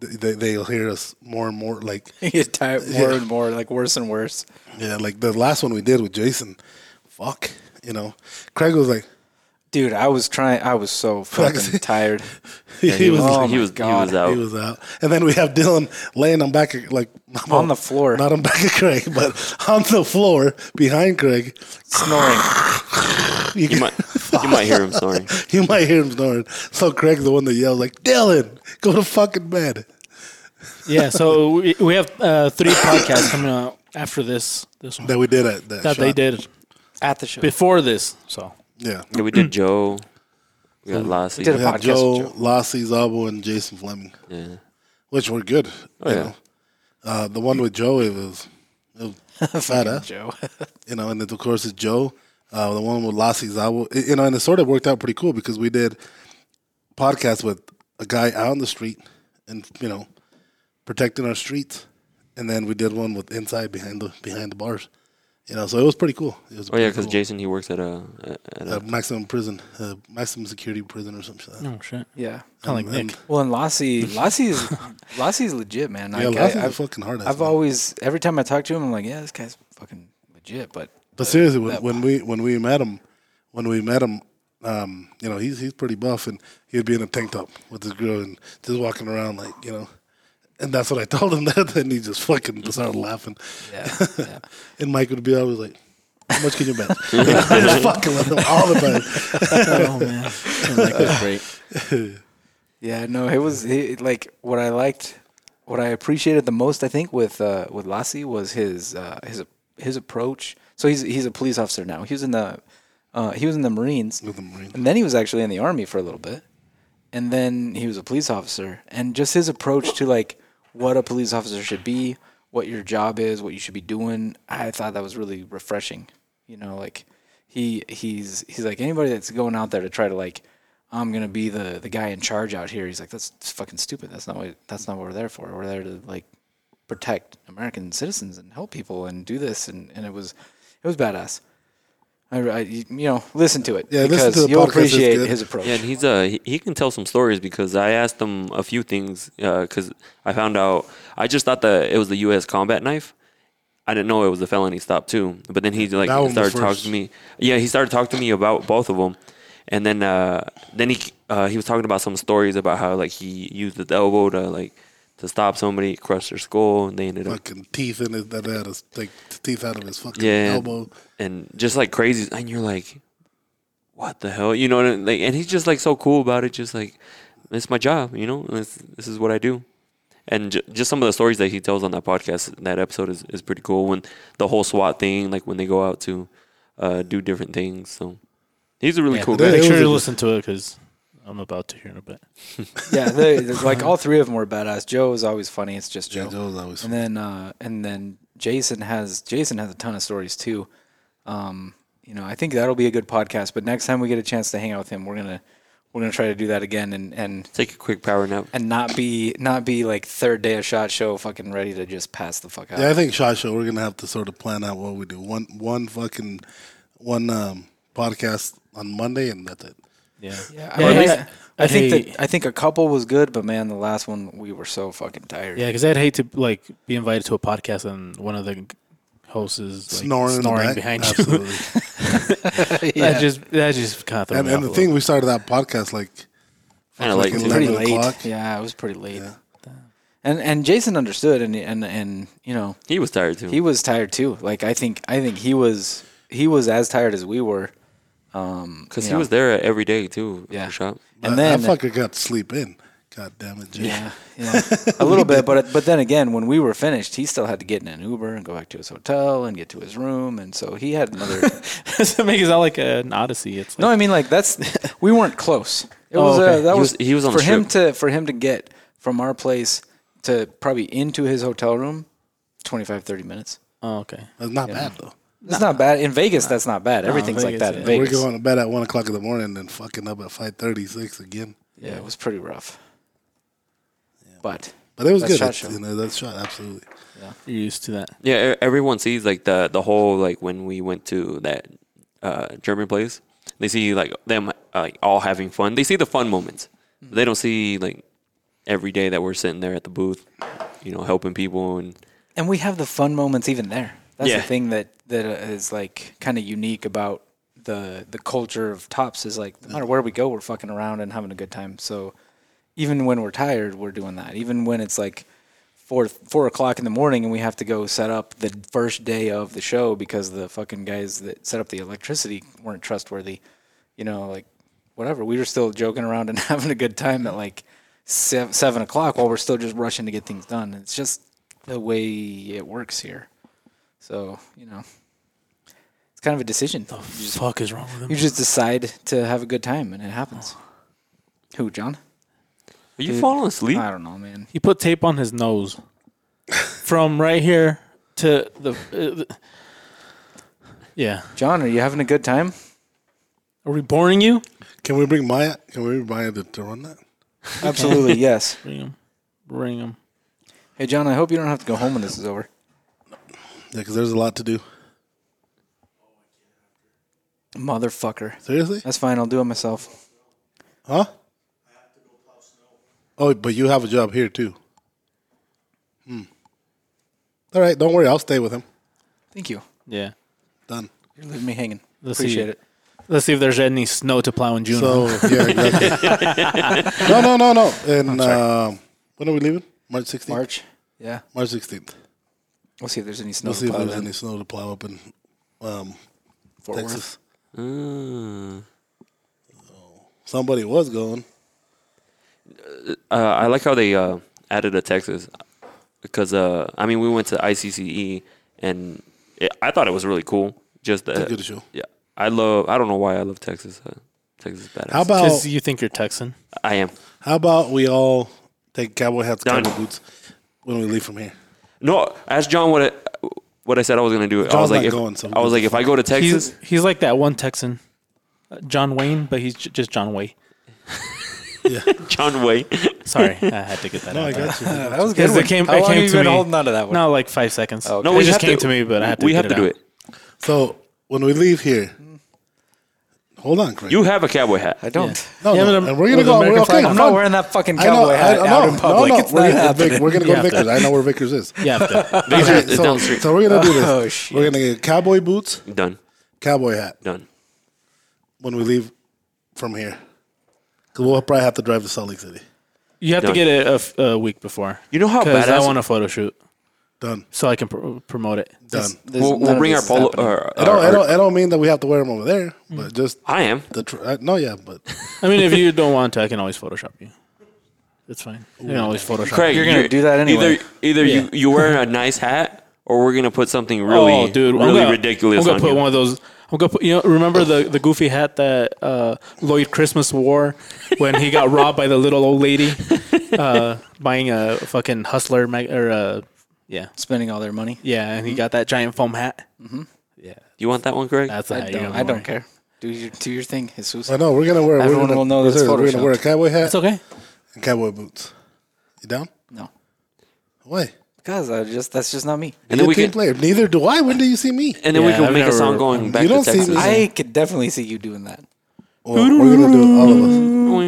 [SPEAKER 1] th- they they'll hear us more and more like
[SPEAKER 6] You get tired more and more, like worse and worse.
[SPEAKER 1] yeah, like the last one we did with Jason. Fuck, you know, Craig was like.
[SPEAKER 6] Dude, I was trying. I was so fucking tired.
[SPEAKER 1] He,
[SPEAKER 8] he
[SPEAKER 1] was,
[SPEAKER 8] was,
[SPEAKER 6] Oh
[SPEAKER 8] he
[SPEAKER 6] my
[SPEAKER 8] was, he
[SPEAKER 6] God.
[SPEAKER 8] was out.
[SPEAKER 1] He was out. And then we have Dylan laying on back of, like
[SPEAKER 6] On the floor.
[SPEAKER 1] Not on back of Craig, but on the floor behind Craig.
[SPEAKER 6] Snoring.
[SPEAKER 1] You,
[SPEAKER 8] you might, you might hear him snoring.
[SPEAKER 1] you might hear him snoring. So Craig's the one that yells like, Dylan, go to fucking bed.
[SPEAKER 7] Yeah. So we, we have uh, three podcasts coming out after this. This one
[SPEAKER 1] That we did at that.
[SPEAKER 7] that they
[SPEAKER 1] shot.
[SPEAKER 7] did
[SPEAKER 6] At the show.
[SPEAKER 7] before this. So
[SPEAKER 1] Yeah.
[SPEAKER 8] Yeah, we did Joe. We got Lassie.
[SPEAKER 6] did a
[SPEAKER 1] We
[SPEAKER 6] podcast
[SPEAKER 1] had
[SPEAKER 6] with
[SPEAKER 1] Joe,
[SPEAKER 6] Joe.
[SPEAKER 1] Lassie, Zabo, and Jason Fleming,
[SPEAKER 8] Yeah.
[SPEAKER 1] which were good.
[SPEAKER 8] Oh, yeah.
[SPEAKER 1] Uh, the one with Joe, it was, it was badass.
[SPEAKER 6] Joe.
[SPEAKER 1] you know, and then of course it's Joe, uh, the one with Lassie Zawo, you know, and it sort of worked out pretty cool because we did podcasts with a guy out on the street and you know protecting our streets, and then we did one with inside behind the behind the bars, you know, so it was pretty cool. It was
[SPEAKER 8] Oh yeah,
[SPEAKER 1] pretty
[SPEAKER 8] because
[SPEAKER 1] cool.
[SPEAKER 8] Jason he works at a at
[SPEAKER 1] Uh,
[SPEAKER 8] a
[SPEAKER 1] maximum prison, uh, maximum security prison or something. Like that.
[SPEAKER 7] oh shit.
[SPEAKER 6] yeah.
[SPEAKER 7] Kind of like
[SPEAKER 1] And-
[SPEAKER 7] Nick.
[SPEAKER 6] Well, and Lassie, Lassie's, Lassie's legit, man.
[SPEAKER 1] Yeah,
[SPEAKER 6] Like, I-
[SPEAKER 1] Lassie's a
[SPEAKER 6] I've-
[SPEAKER 1] fucking hard ass.
[SPEAKER 6] I've
[SPEAKER 1] man.
[SPEAKER 6] always, every time I talk to him, I'm like, yeah, this guy's fucking legit. But
[SPEAKER 1] But seriously, when, when we when we met him, when we met him, um, you know, he's he's pretty buff, and he'd be in a tank top with his girl and just walking around like you know. And that's what I told him. That then he just fucking started laughing,
[SPEAKER 6] yeah, yeah.
[SPEAKER 1] and Mike would be always like, How much can you bet? I was fucking with him all the time.
[SPEAKER 7] oh man,
[SPEAKER 4] That's great.
[SPEAKER 6] Yeah, no, it was it, like what I liked, what I appreciated the most. I think with uh, with Lassie was his uh, his his approach. So he's he's a police officer now. He was in the uh, he was in the Marines,
[SPEAKER 1] With the Marines.
[SPEAKER 6] and then he was actually in the Army for a little bit, and then he was a police officer. And just his approach to like what a police officer should be, what your job is, what you should be doing. I thought that was really refreshing. You know, like he he's he's like anybody that's going out there to try to like I'm gonna be the the guy in charge out here. He's like, that's fucking stupid. That's not what that's not what we're there for. We're there to like protect American citizens and help people and do this. And, and it was it was badass. I, I- you know listen to it
[SPEAKER 1] Yeah, listen
[SPEAKER 6] because
[SPEAKER 1] to the
[SPEAKER 6] you'll
[SPEAKER 1] podcast, it's
[SPEAKER 6] appreciate
[SPEAKER 1] good.
[SPEAKER 6] his approach.
[SPEAKER 8] Yeah, and he's uh he, he can tell some stories because I asked him a few things because I found out I just thought that it was the U.S. combat knife. I didn't know it was a felony stop too. But then he
[SPEAKER 1] That
[SPEAKER 8] like
[SPEAKER 1] one was
[SPEAKER 8] started talking
[SPEAKER 1] first.
[SPEAKER 8] to me. Yeah, he started talking to me about both of them, and then uh then he uh, he was talking about some stories about how like he used his elbow to like to stop somebody, crush their skull, and they ended up
[SPEAKER 1] Fucking teeth in his, that had his like, teeth out of his fucking
[SPEAKER 8] yeah,
[SPEAKER 1] elbow.
[SPEAKER 8] and just like crazy, and you're like, what the hell, you know? And, like, and he's just like so cool about it, just like it's my job, you know. This this is what I do, and j- just some of the stories that he tells on that podcast, that episode is, is pretty cool. When the whole SWAT thing, like when they go out to uh, do different things, so he's a really cool
[SPEAKER 1] it
[SPEAKER 8] guy.
[SPEAKER 7] make
[SPEAKER 1] was
[SPEAKER 7] sure
[SPEAKER 1] a-
[SPEAKER 7] you listen to it because I'm about to hear in a bit.
[SPEAKER 6] yeah, they, they- like all three of them were badass. Joe is always funny. It's just Joe.
[SPEAKER 1] Yeah, Joe's always
[SPEAKER 6] and then uh, and then Jason has Jason has a ton of stories too. Um, you know, I think that'll be a good podcast. But next time we get a chance to hang out with him, we're gonna we're gonna try to do that again and and
[SPEAKER 8] Take a quick power nap.
[SPEAKER 6] and not be not be like third day of shot show fucking ready to just pass the fuck out.
[SPEAKER 1] Yeah, I think Shot Show. We're gonna have to sort of plan out what we do. One one fucking one um, podcast on Monday, and that's it.
[SPEAKER 7] Yeah,
[SPEAKER 6] Yeah,
[SPEAKER 7] Yeah,
[SPEAKER 6] I, mean,
[SPEAKER 7] I-
[SPEAKER 6] I, I think
[SPEAKER 7] I-
[SPEAKER 6] that I think a couple was good, but man, the last one we were so fucking tired.
[SPEAKER 7] yeah, because I'd hate to like be invited to a podcast and one of the hosts is like,
[SPEAKER 1] snoring, in the back.
[SPEAKER 7] behind you.
[SPEAKER 1] Absolutely.
[SPEAKER 7] That just that just kind of threw
[SPEAKER 1] and
[SPEAKER 7] me
[SPEAKER 1] and
[SPEAKER 7] off
[SPEAKER 1] the
[SPEAKER 7] a
[SPEAKER 1] thing we started that podcast like
[SPEAKER 8] Kind of like
[SPEAKER 1] Fucking
[SPEAKER 8] to-
[SPEAKER 6] pretty
[SPEAKER 1] Eleven
[SPEAKER 6] late.
[SPEAKER 1] o'clock.
[SPEAKER 6] Yeah, it was pretty late. And and Jason understood, and and and you know
[SPEAKER 8] he was tired too.
[SPEAKER 6] he was tired too. Like I think I think he was he was as tired as we were. Um,
[SPEAKER 8] because
[SPEAKER 6] you
[SPEAKER 8] he
[SPEAKER 6] know.
[SPEAKER 8] was there every day too.
[SPEAKER 6] Yeah.
[SPEAKER 8] Yeah, shop.
[SPEAKER 6] and
[SPEAKER 1] that-
[SPEAKER 6] then
[SPEAKER 1] that fucker got to sleep in. God damn it, Jay.
[SPEAKER 6] yeah, yeah, a little bit. But but then again, when we were finished, he still had to get in an Uber and go back to his hotel and get to his room, and so he had another.
[SPEAKER 7] Does it make it sound like uh, an odyssey? It's
[SPEAKER 6] no,
[SPEAKER 7] like,
[SPEAKER 6] I mean like that's we weren't close. It was
[SPEAKER 7] okay.
[SPEAKER 6] uh, that
[SPEAKER 8] He
[SPEAKER 6] was,
[SPEAKER 8] was- he was on
[SPEAKER 6] for
[SPEAKER 8] the
[SPEAKER 6] him to for him to get from our place to probably into his hotel room, 25, 30 minutes.
[SPEAKER 7] oh, okay.
[SPEAKER 1] That's not bad though.
[SPEAKER 6] That's not bad in Vegas. That's not bad. Everything's like
[SPEAKER 7] Vegas,
[SPEAKER 6] that in
[SPEAKER 7] yeah.
[SPEAKER 6] Vegas.
[SPEAKER 1] We're going to bed at one o'clock in the morning, and then fucking up at five thirty six again.
[SPEAKER 6] Yeah, it was pretty rough. But
[SPEAKER 1] But it was
[SPEAKER 6] That's
[SPEAKER 1] good.
[SPEAKER 6] Shot
[SPEAKER 1] It's-
[SPEAKER 6] Show.
[SPEAKER 1] You know, that's shot absolutely.
[SPEAKER 7] You're used to that.
[SPEAKER 8] Yeah, e- everyone sees like the the whole like when we went to that uh, German place, they see like them uh, like all having fun. They see the fun moments. They don't see like every day that we're sitting there at the booth, you know, helping people and
[SPEAKER 6] and we have the fun moments even there. That's
[SPEAKER 8] Yeah.
[SPEAKER 6] the thing that that uh, is like kind of unique about the the culture of tops is like no matter where we go, we're fucking around and having a good time. So even when we're tired, we're doing that. Even when it's like four four o'clock in the morning and we have to go set up the first day of the show because the fucking guys that set up the electricity weren't trustworthy. You know, like whatever. We were still joking around and having a good time at like seven, seven o'clock while we're still just rushing to get things done. It's just the way it works here. So you know, it's kind of a decision.
[SPEAKER 7] The fuck is wrong with him?
[SPEAKER 6] You just decide to have a good time, and it happens. Who, John?
[SPEAKER 8] are you falling asleep?
[SPEAKER 6] I don't know, man.
[SPEAKER 7] He put tape on his nose from right here to the. Uh, the- yeah.
[SPEAKER 6] John, are you having a good time?
[SPEAKER 7] Are we boring you?
[SPEAKER 1] Can we bring Maya? Can we bring Maya to, to run that?
[SPEAKER 6] Absolutely, yes.
[SPEAKER 7] Bring him. Bring him.
[SPEAKER 6] Hey, John, I hope you don't have to go home when this is over.
[SPEAKER 1] Yeah, because there's a lot to do.
[SPEAKER 6] Motherfucker.
[SPEAKER 1] Seriously?
[SPEAKER 6] That's fine. I'll do it myself.
[SPEAKER 1] Huh? Oh, but you have a job here too. Hmm. All right, don't worry. I'll stay with him.
[SPEAKER 6] Thank you.
[SPEAKER 7] Yeah.
[SPEAKER 1] Done.
[SPEAKER 6] You're leaving me hanging.
[SPEAKER 7] Let's
[SPEAKER 6] Appreciate
[SPEAKER 7] see.
[SPEAKER 6] it.
[SPEAKER 7] Let's see if there's any snow to plow in June.
[SPEAKER 1] So yeah, exactly. no, no, no, no. And um, when are we leaving? March sixteenth.
[SPEAKER 6] March. Yeah.
[SPEAKER 1] March sixteenth.
[SPEAKER 6] We'll see if there's any snow.
[SPEAKER 1] We'll see if
[SPEAKER 6] plowed
[SPEAKER 1] there's
[SPEAKER 6] in.
[SPEAKER 1] any snow to plow up in um,
[SPEAKER 6] Fort Worth.
[SPEAKER 1] Texas.
[SPEAKER 8] Mm.
[SPEAKER 1] Somebody was going.
[SPEAKER 8] Uh, I like how they uh, added a Texas because uh, I mean we went to ICCE and it, I thought it was really cool. Just
[SPEAKER 1] It's
[SPEAKER 8] that
[SPEAKER 1] a good show.
[SPEAKER 8] Yeah, I love. I don't know why I love Texas. Uh, Texas is badass.
[SPEAKER 1] How about
[SPEAKER 7] Because you think you're Texan.
[SPEAKER 8] I am.
[SPEAKER 1] how about we all take cowboy hats,
[SPEAKER 8] Done.
[SPEAKER 1] cowboy boots when we leave from here?
[SPEAKER 8] No, ask John what I, what I said I was gonna do. I
[SPEAKER 1] John's
[SPEAKER 8] was like,
[SPEAKER 1] not
[SPEAKER 8] if,
[SPEAKER 1] going, so-
[SPEAKER 8] I was like, if I go to Texas,
[SPEAKER 7] He's, he's like that one Texan, uh, John Wayne, but he's j- just John Way.
[SPEAKER 8] John Way.
[SPEAKER 7] Sorry, I had to get that
[SPEAKER 1] No, I
[SPEAKER 7] out.
[SPEAKER 1] got you.
[SPEAKER 6] That was
[SPEAKER 7] Because it came,
[SPEAKER 6] How
[SPEAKER 7] it
[SPEAKER 6] long
[SPEAKER 7] came
[SPEAKER 6] have you
[SPEAKER 7] to
[SPEAKER 6] been
[SPEAKER 7] me.
[SPEAKER 6] holding on to that one?
[SPEAKER 7] No, like five seconds.
[SPEAKER 6] okay.
[SPEAKER 8] Oh, No,
[SPEAKER 7] it
[SPEAKER 8] we
[SPEAKER 7] just
[SPEAKER 8] have
[SPEAKER 7] came to, me, but I had to.
[SPEAKER 8] we
[SPEAKER 7] get
[SPEAKER 8] have to do
[SPEAKER 7] out.
[SPEAKER 8] it.
[SPEAKER 1] So when we leave here, hold on, Craig.
[SPEAKER 8] You have a cowboy hat.
[SPEAKER 6] I don't.
[SPEAKER 1] no,
[SPEAKER 7] Yeah,
[SPEAKER 1] no,
[SPEAKER 7] but I'm-
[SPEAKER 1] and we're gonna
[SPEAKER 7] with
[SPEAKER 1] go.
[SPEAKER 7] American
[SPEAKER 1] We're, okay,
[SPEAKER 7] flag,
[SPEAKER 6] I'm
[SPEAKER 1] no,
[SPEAKER 6] not wearing that fucking
[SPEAKER 1] I know,
[SPEAKER 6] cowboy
[SPEAKER 1] I-
[SPEAKER 6] hat
[SPEAKER 1] no,
[SPEAKER 6] out in public.
[SPEAKER 1] No, no,
[SPEAKER 6] It's
[SPEAKER 1] we're,
[SPEAKER 6] not
[SPEAKER 1] gonna, Vic,
[SPEAKER 6] happening.
[SPEAKER 1] we're gonna
[SPEAKER 7] You
[SPEAKER 1] go to
[SPEAKER 7] have
[SPEAKER 1] Vickers. I know where Vickers is.
[SPEAKER 7] You have to.
[SPEAKER 8] Vickers
[SPEAKER 1] Okay,
[SPEAKER 8] is down
[SPEAKER 1] so,
[SPEAKER 8] the street.
[SPEAKER 1] so we're gonna do this.
[SPEAKER 6] Oh, shit.
[SPEAKER 1] We're gonna get cowboy boots,
[SPEAKER 8] Done.
[SPEAKER 1] cowboy hat
[SPEAKER 8] Done.
[SPEAKER 1] when we leave from here. Cause we'll probably have to drive to Salt Lake City.
[SPEAKER 7] You have to
[SPEAKER 8] Done.
[SPEAKER 7] get it a, f- a week before.
[SPEAKER 8] You know how
[SPEAKER 7] Because I
[SPEAKER 8] badass-
[SPEAKER 7] want a photo shoot
[SPEAKER 1] Done.
[SPEAKER 7] so I can pr- promote it.
[SPEAKER 1] Done.
[SPEAKER 6] There's
[SPEAKER 8] We'll,
[SPEAKER 6] none
[SPEAKER 8] we'll
[SPEAKER 6] of
[SPEAKER 8] bring our
[SPEAKER 6] this is
[SPEAKER 8] polo.
[SPEAKER 6] happening.
[SPEAKER 8] Or,
[SPEAKER 1] I don't,
[SPEAKER 8] or-
[SPEAKER 1] I don't. I don't mean that we have to wear them over there,
[SPEAKER 6] Mm.
[SPEAKER 1] but just
[SPEAKER 8] I am.
[SPEAKER 1] the. Tr- uh, no, yeah, but
[SPEAKER 7] I mean, if you don't want to, I can always Photoshop you. It's fine. You can always Photoshop.
[SPEAKER 8] Craig,
[SPEAKER 6] You're gonna do that anyway.
[SPEAKER 8] Either, either you you wear a nice hat, or we're gonna put something really,
[SPEAKER 7] oh, dude, I'm
[SPEAKER 8] really
[SPEAKER 7] gonna-
[SPEAKER 8] ridiculous
[SPEAKER 7] I'm gonna
[SPEAKER 8] on
[SPEAKER 7] put
[SPEAKER 8] you.
[SPEAKER 7] one of those. I'm gonna put. You know, remember the the goofy hat that uh, Lloyd Christmas wore when he got robbed by the little old lady uh, buying a fucking hustler mag- or uh, yeah,
[SPEAKER 6] Spending all their money.
[SPEAKER 7] yeah, and he got that giant foam hat.
[SPEAKER 8] you want that one, Craig?
[SPEAKER 7] That's
[SPEAKER 6] I
[SPEAKER 7] how you're
[SPEAKER 6] don't,
[SPEAKER 7] gonna
[SPEAKER 6] I
[SPEAKER 7] wear
[SPEAKER 6] don't
[SPEAKER 7] it.
[SPEAKER 6] care. Do your do your thing, Jesus.
[SPEAKER 1] I know we're gonna wear.
[SPEAKER 6] Everyone
[SPEAKER 1] we're gonna,
[SPEAKER 6] will know that's
[SPEAKER 1] we're gonna- We're gonna wear a
[SPEAKER 6] photoshopped.
[SPEAKER 1] cowboy hat
[SPEAKER 7] It's okay.
[SPEAKER 1] and cowboy boots. You down?
[SPEAKER 6] No,
[SPEAKER 1] Why?
[SPEAKER 6] because I just that's just not me.
[SPEAKER 1] You're
[SPEAKER 8] and then
[SPEAKER 1] a
[SPEAKER 8] we
[SPEAKER 1] team
[SPEAKER 8] can,
[SPEAKER 1] player. Neither do I. When do you see me?
[SPEAKER 8] and then we
[SPEAKER 7] Yeah,
[SPEAKER 8] can
[SPEAKER 7] I've
[SPEAKER 8] make a
[SPEAKER 7] never-
[SPEAKER 8] song going back to
[SPEAKER 1] don't see
[SPEAKER 8] Texas.
[SPEAKER 1] me.
[SPEAKER 6] I could definitely see you doing that.
[SPEAKER 1] Well, we're gonna do it, all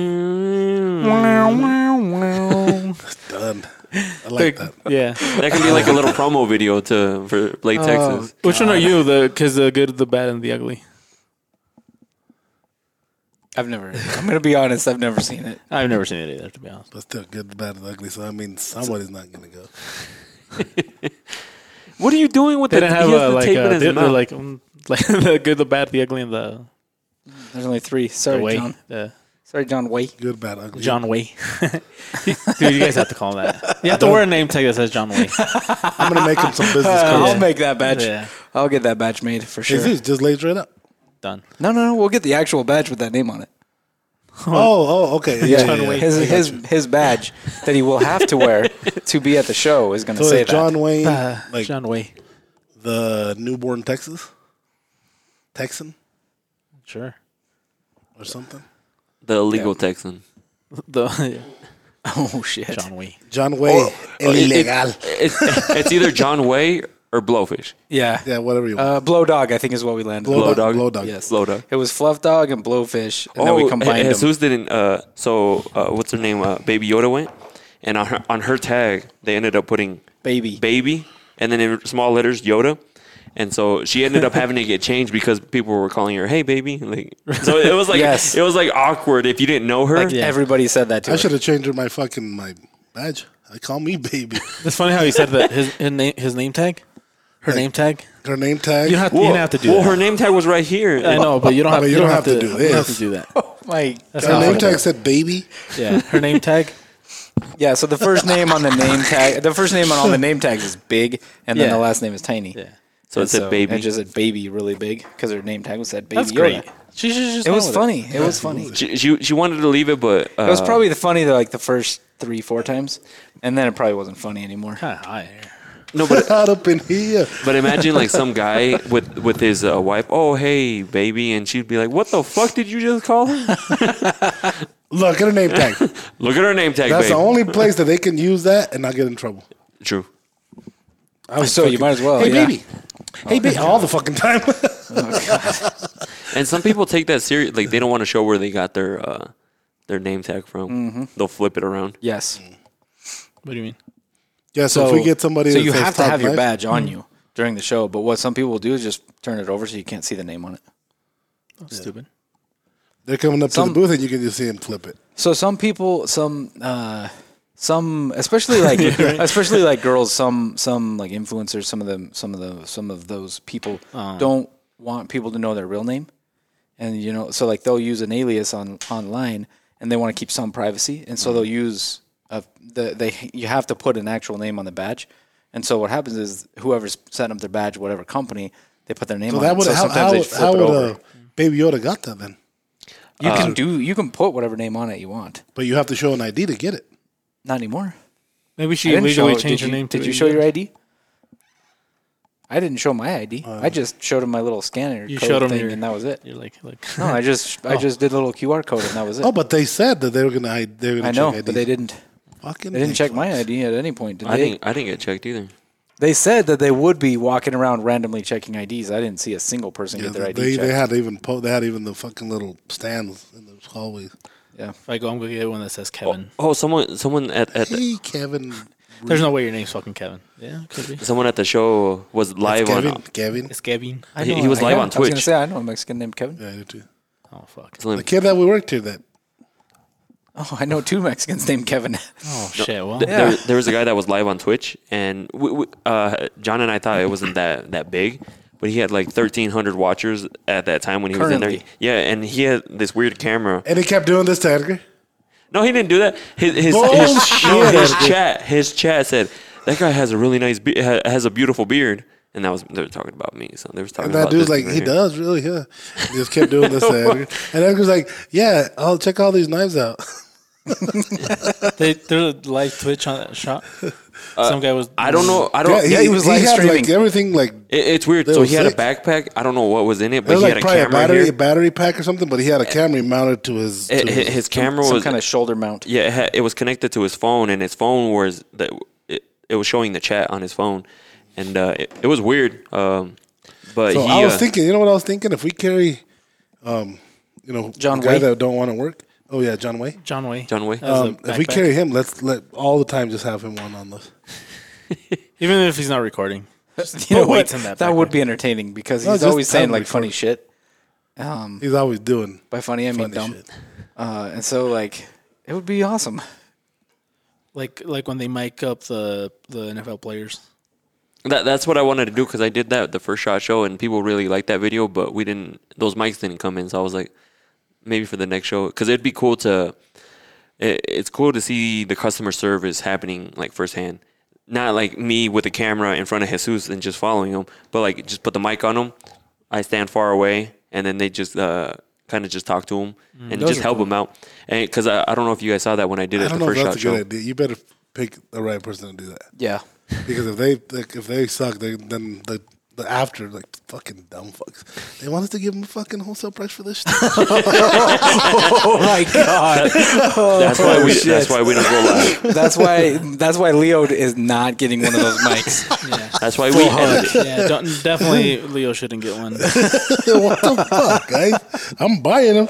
[SPEAKER 1] of us. Done. I like that.
[SPEAKER 7] Yeah.
[SPEAKER 8] that can be like a little promo video to for Play
[SPEAKER 1] Oh.
[SPEAKER 8] Texas.
[SPEAKER 7] Which one are you? The because the good, the bad, and the ugly.
[SPEAKER 6] I've never. I'm gonna be honest. I've never seen it.
[SPEAKER 7] I've never seen it either, to be honest.
[SPEAKER 1] But still, good, bad, and ugly. So I mean, somebody's not gonna go.
[SPEAKER 8] What are you doing with
[SPEAKER 7] They
[SPEAKER 8] that?
[SPEAKER 7] didn't have
[SPEAKER 8] he has
[SPEAKER 7] a,
[SPEAKER 8] the
[SPEAKER 7] like
[SPEAKER 8] tape in
[SPEAKER 7] uh,
[SPEAKER 8] his
[SPEAKER 7] they,
[SPEAKER 8] mouth.
[SPEAKER 7] are like mm, like the good, the bad, the ugly, and the,
[SPEAKER 6] There's only three.
[SPEAKER 7] the
[SPEAKER 6] Sorry,
[SPEAKER 7] way.
[SPEAKER 6] John.
[SPEAKER 7] Uh,
[SPEAKER 6] Sorry, John. Way.
[SPEAKER 1] Good, bad, ugly.
[SPEAKER 7] John Way. Dude, you guys have to call him that. You have to wear a name tag that says John Way.
[SPEAKER 1] I'm gonna make him some business cards.
[SPEAKER 6] I'll make that badge.
[SPEAKER 7] Yeah.
[SPEAKER 6] I'll get that badge made for sure.
[SPEAKER 1] Is this just laid right up?
[SPEAKER 7] Done.
[SPEAKER 6] No, no, no. We'll get the actual badge with that name on it.
[SPEAKER 1] Oh, oh, okay. Yeah, yeah, yeah.
[SPEAKER 6] His his his badge that he will have to wear to be at the show is going to
[SPEAKER 1] So
[SPEAKER 6] say
[SPEAKER 1] is
[SPEAKER 6] that.
[SPEAKER 1] John Wayne, like
[SPEAKER 7] John Way.
[SPEAKER 1] the newborn Texas Texan
[SPEAKER 7] Sure.
[SPEAKER 1] or something?
[SPEAKER 8] the illegal Texan.
[SPEAKER 7] The
[SPEAKER 6] oh shit.
[SPEAKER 7] John Way.
[SPEAKER 1] John Way, el
[SPEAKER 8] It- it-
[SPEAKER 1] ilegal.
[SPEAKER 8] it's, it's either John Way or Blowfish.
[SPEAKER 6] Yeah.
[SPEAKER 1] yeah, whatever you want.
[SPEAKER 6] Uh, blow dog, I think, is what we landed.
[SPEAKER 1] blow,
[SPEAKER 8] blow
[SPEAKER 1] dog,
[SPEAKER 8] dog.
[SPEAKER 1] blow dog.
[SPEAKER 6] Yes.
[SPEAKER 8] Blow dog.
[SPEAKER 6] It was fluff dog and blowfish, and then we combined
[SPEAKER 8] Oh, Jesus
[SPEAKER 6] them.
[SPEAKER 8] didn't. Uh, so uh, what's her name? Uh, Baby Yoda went, and on her, on her tag they ended up putting
[SPEAKER 6] Baby.
[SPEAKER 8] baby, and then in small letters Yoda. And so she ended up having to get changed because people were calling her "Hey, baby." Like, so it was like
[SPEAKER 6] Yes.
[SPEAKER 8] it was like awkward if you didn't know her.
[SPEAKER 6] Like everybody said that to
[SPEAKER 1] I
[SPEAKER 6] her.
[SPEAKER 1] should have changed my fucking my badge. I call me baby.
[SPEAKER 7] It's funny how he said that his, his name his name tag, her name tag.
[SPEAKER 1] Her name tag.
[SPEAKER 7] You don't have to, you
[SPEAKER 8] Well,
[SPEAKER 7] don't have to do
[SPEAKER 8] well,
[SPEAKER 7] that.
[SPEAKER 8] her name tag was right here.
[SPEAKER 7] I know, but you don't have,
[SPEAKER 1] but
[SPEAKER 7] you don't have, to,
[SPEAKER 1] do
[SPEAKER 7] you don't have
[SPEAKER 1] this.
[SPEAKER 7] to do that.
[SPEAKER 6] My
[SPEAKER 7] That's
[SPEAKER 1] her
[SPEAKER 7] not
[SPEAKER 1] name
[SPEAKER 7] funny.
[SPEAKER 1] tag said baby.
[SPEAKER 7] Yeah, her name tag.
[SPEAKER 6] Yeah, so the first name on the name tag, the first name on all the name tags is big, and then
[SPEAKER 7] Yeah.
[SPEAKER 6] the last name is tiny. Yeah.
[SPEAKER 8] So it said baby.
[SPEAKER 6] It just said baby really big because her name tag was said baby.
[SPEAKER 7] That's great.
[SPEAKER 6] Yoda.
[SPEAKER 7] She should just
[SPEAKER 6] It
[SPEAKER 7] go
[SPEAKER 6] was
[SPEAKER 7] with
[SPEAKER 6] funny. It was funny. It
[SPEAKER 8] She, she she wanted to leave it, but uh,
[SPEAKER 6] was probably the funny the, like the first three four times, and then it probably wasn't funny anymore.
[SPEAKER 7] Ah, hi.
[SPEAKER 8] no. But
[SPEAKER 1] Hot up in here.
[SPEAKER 8] but imagine like some guy with with his uh, wife. Oh, hey, baby, and she'd be like, "What the fuck did you just call her?"
[SPEAKER 1] Look at her name tag.
[SPEAKER 8] Look at her name tag,
[SPEAKER 1] That's
[SPEAKER 8] babe.
[SPEAKER 1] the only place that they can use that and not get in trouble. Oh,
[SPEAKER 8] True.
[SPEAKER 1] I was
[SPEAKER 6] So you
[SPEAKER 1] fucking-
[SPEAKER 6] might as well,
[SPEAKER 1] Hey
[SPEAKER 6] yeah.
[SPEAKER 1] baby. Hey baby. All the fucking time.
[SPEAKER 8] And some people take that serious. Like they don't want to show where they got their uh, their name tag from.
[SPEAKER 1] Mm-hmm.
[SPEAKER 8] They'll flip it around.
[SPEAKER 1] Mm.
[SPEAKER 6] Yes.
[SPEAKER 7] What do you mean?
[SPEAKER 1] yeah. So, if we get somebody,
[SPEAKER 6] so
[SPEAKER 1] that
[SPEAKER 6] you
[SPEAKER 1] says
[SPEAKER 6] have to
[SPEAKER 1] top
[SPEAKER 6] have your
[SPEAKER 1] knife-
[SPEAKER 6] badge on you during the show. But what some people will do is just turn it over so you can't see the name on it.
[SPEAKER 7] Stupid.
[SPEAKER 1] They're coming up
[SPEAKER 6] Some-
[SPEAKER 1] to the booth and you can just see him flip it.
[SPEAKER 6] So some people, some, uh, some, especially like, especially Uh-huh. like girls, some, some like influencers, some of them, some of the, some of those people don't want people to know their real name, and you know, so like they'll use an alias on online, and they want to keep some privacy, and so they'll use a the they you have to put an actual name on the badge, and so what happens is whoever's setting up their badge, whatever company, they put their name
[SPEAKER 1] So
[SPEAKER 6] on
[SPEAKER 1] that
[SPEAKER 6] it.
[SPEAKER 1] would
[SPEAKER 6] So
[SPEAKER 1] how,
[SPEAKER 6] sometimes they
[SPEAKER 1] how,
[SPEAKER 6] flip
[SPEAKER 1] how
[SPEAKER 6] it
[SPEAKER 1] would
[SPEAKER 6] over. Um,
[SPEAKER 1] uh, Baby Yoda got that then?
[SPEAKER 6] you can do you can put whatever name on it you want.
[SPEAKER 1] But you have to show an ID to get it.
[SPEAKER 6] Not anymore.
[SPEAKER 7] Maybe
[SPEAKER 6] I
[SPEAKER 7] she
[SPEAKER 6] didn't
[SPEAKER 7] legally
[SPEAKER 6] show-
[SPEAKER 7] changed her
[SPEAKER 6] did you,
[SPEAKER 7] name.
[SPEAKER 6] Did
[SPEAKER 7] to
[SPEAKER 6] you
[SPEAKER 7] it.
[SPEAKER 6] show your ID? I didn't show my ID. I just showed him my little scanner
[SPEAKER 7] You
[SPEAKER 6] code
[SPEAKER 7] showed him
[SPEAKER 6] thing,
[SPEAKER 7] your-
[SPEAKER 6] and that was it.
[SPEAKER 7] You're like, like
[SPEAKER 6] No, I just I just did a little QR code, and that was it.
[SPEAKER 1] Oh, but they said that they were gonna hide. They were gonna
[SPEAKER 6] I know,
[SPEAKER 1] check IDs.
[SPEAKER 6] but they didn't.
[SPEAKER 1] Fucking
[SPEAKER 6] They didn't check my
[SPEAKER 1] fucks.
[SPEAKER 6] ID at any point, did
[SPEAKER 8] I
[SPEAKER 6] they?
[SPEAKER 8] didn't. I didn't get checked either.
[SPEAKER 6] they said that they would be walking around randomly checking IDs. I didn't see a single person
[SPEAKER 1] Yeah,
[SPEAKER 6] get their ID
[SPEAKER 1] they,
[SPEAKER 6] checked.
[SPEAKER 1] they had even po- they had even the fucking little stands in the hallways.
[SPEAKER 7] if I go, I'm gonna get one that says Kevin.
[SPEAKER 8] Oh, someone, someone at, at the,
[SPEAKER 1] Hey, Kevin.
[SPEAKER 7] There's no way your name's fucking Kevin. Yeah, could be.
[SPEAKER 8] someone at the show was live
[SPEAKER 1] Kevin.
[SPEAKER 8] on.
[SPEAKER 1] Kevin.
[SPEAKER 7] It's Kevin.
[SPEAKER 6] I
[SPEAKER 8] He,
[SPEAKER 6] know-
[SPEAKER 8] he was
[SPEAKER 6] I
[SPEAKER 8] live
[SPEAKER 6] know-
[SPEAKER 8] on
[SPEAKER 6] I was
[SPEAKER 8] Twitch.
[SPEAKER 6] gonna say I know a Mexican named Kevin.
[SPEAKER 1] Yeah, I do too.
[SPEAKER 7] Oh fuck.
[SPEAKER 8] So,
[SPEAKER 1] The kid that we worked here that
[SPEAKER 6] Oh, I know two Mexicans named Kevin.
[SPEAKER 7] Oh shit. Well,
[SPEAKER 8] th- there, there was a guy that was live on Twitch, and we, we, uh, John and I thought it wasn't that that big, but he had like thirteen hundred watchers at that time when he was in
[SPEAKER 6] Currently.
[SPEAKER 8] there. Yeah, and he had this weird camera.
[SPEAKER 1] and he kept doing this to Edgar.
[SPEAKER 8] No, he didn't do that. His his, his,
[SPEAKER 1] Bullshit.
[SPEAKER 8] no, his chat his chat said that guy has a really nice be- ha- has a beautiful beard, and that was they were talking about me. So they were talking
[SPEAKER 1] And
[SPEAKER 8] about
[SPEAKER 1] that dude's
[SPEAKER 8] this
[SPEAKER 1] like,
[SPEAKER 8] right
[SPEAKER 1] he
[SPEAKER 8] here.
[SPEAKER 1] does really, yeah. He just kept doing this to Edgar. And Edgar's like, yeah, I'll check all these knives out.
[SPEAKER 7] they there's a live Twitch on that shot. Some guy was.
[SPEAKER 8] I don't know. I don't.
[SPEAKER 1] yeah, he,
[SPEAKER 6] yeah, he was live
[SPEAKER 1] had like
[SPEAKER 6] streaming.
[SPEAKER 1] everything like
[SPEAKER 8] It, it's weird.
[SPEAKER 1] They
[SPEAKER 8] so
[SPEAKER 1] were
[SPEAKER 8] he had a
[SPEAKER 1] sick.
[SPEAKER 8] backpack. I don't know what was in it,
[SPEAKER 1] it
[SPEAKER 8] but
[SPEAKER 1] was like
[SPEAKER 8] he had a
[SPEAKER 1] probably a
[SPEAKER 8] camera
[SPEAKER 1] battery,
[SPEAKER 8] here. Eh,
[SPEAKER 1] a battery pack or something. But he had a camera mounted to his.
[SPEAKER 8] It-
[SPEAKER 1] to
[SPEAKER 8] his, his camera
[SPEAKER 6] Some
[SPEAKER 8] was
[SPEAKER 6] kind of shoulder mount.
[SPEAKER 8] yeah. It, had, it was connected to his phone, and his phone was that it, it was showing the chat on his phone, and uh, it, it was weird. Um, but
[SPEAKER 1] So
[SPEAKER 8] he,
[SPEAKER 1] I was
[SPEAKER 8] uh,
[SPEAKER 1] thinking, you know what I was thinking? If we carry, um, you know,
[SPEAKER 6] John
[SPEAKER 1] the guy
[SPEAKER 6] Wayne.
[SPEAKER 1] that don't want to work. Oh yeah, John Way.
[SPEAKER 7] John Way.
[SPEAKER 8] John Way.
[SPEAKER 7] As a
[SPEAKER 1] Um, if we
[SPEAKER 7] backpack.
[SPEAKER 1] carry him, let's let all the time just have him one on this.
[SPEAKER 7] even if he's not recording,
[SPEAKER 6] You know
[SPEAKER 7] Put
[SPEAKER 6] what?
[SPEAKER 7] weights in
[SPEAKER 6] That,
[SPEAKER 7] that backpack.
[SPEAKER 6] would be entertaining because
[SPEAKER 1] No,
[SPEAKER 6] he's
[SPEAKER 1] just
[SPEAKER 6] always saying
[SPEAKER 1] totally
[SPEAKER 6] like funny shit. Um,
[SPEAKER 1] He's always doing
[SPEAKER 6] by funny I mean
[SPEAKER 1] funny
[SPEAKER 6] dumb.
[SPEAKER 1] shit.
[SPEAKER 6] Uh, and so like it would be awesome.
[SPEAKER 7] like like when they mic up the the NFL players.
[SPEAKER 8] That, that's what I wanted to do because I did that at the first shot show, and people really liked that video, but we didn't. Those mics didn't come in, so I was like, maybe for the next show, because it'd be cool to. It, it's cool to see the customer service happening like firsthand, not like me with a camera in front of Jesus and just following him, but like just put the mic on him. I stand far away, and then they just uh, kind of just talk to him and just help him out. And because I, I don't know if you guys saw that when I did it
[SPEAKER 1] I
[SPEAKER 8] at
[SPEAKER 1] don't
[SPEAKER 8] the
[SPEAKER 1] know if
[SPEAKER 8] first
[SPEAKER 1] that's
[SPEAKER 8] shot
[SPEAKER 1] a
[SPEAKER 8] show.
[SPEAKER 1] good idea. You better pick the right person to do that
[SPEAKER 6] Yeah.
[SPEAKER 1] because if they like, if they suck, they, then the the after like fucking dumb fucks. They want us to give them a fucking wholesale price for this. shit.
[SPEAKER 6] Oh my god.
[SPEAKER 8] That's
[SPEAKER 1] Oh,
[SPEAKER 8] why we.
[SPEAKER 6] shit.
[SPEAKER 8] That's why we don't go live.
[SPEAKER 6] that's why that's why Leo is not getting one of those mics.
[SPEAKER 8] That's why we edited it.
[SPEAKER 7] Yeah, don't, definitely Leo shouldn't get one.
[SPEAKER 1] what the fuck, guys? I'm buying them.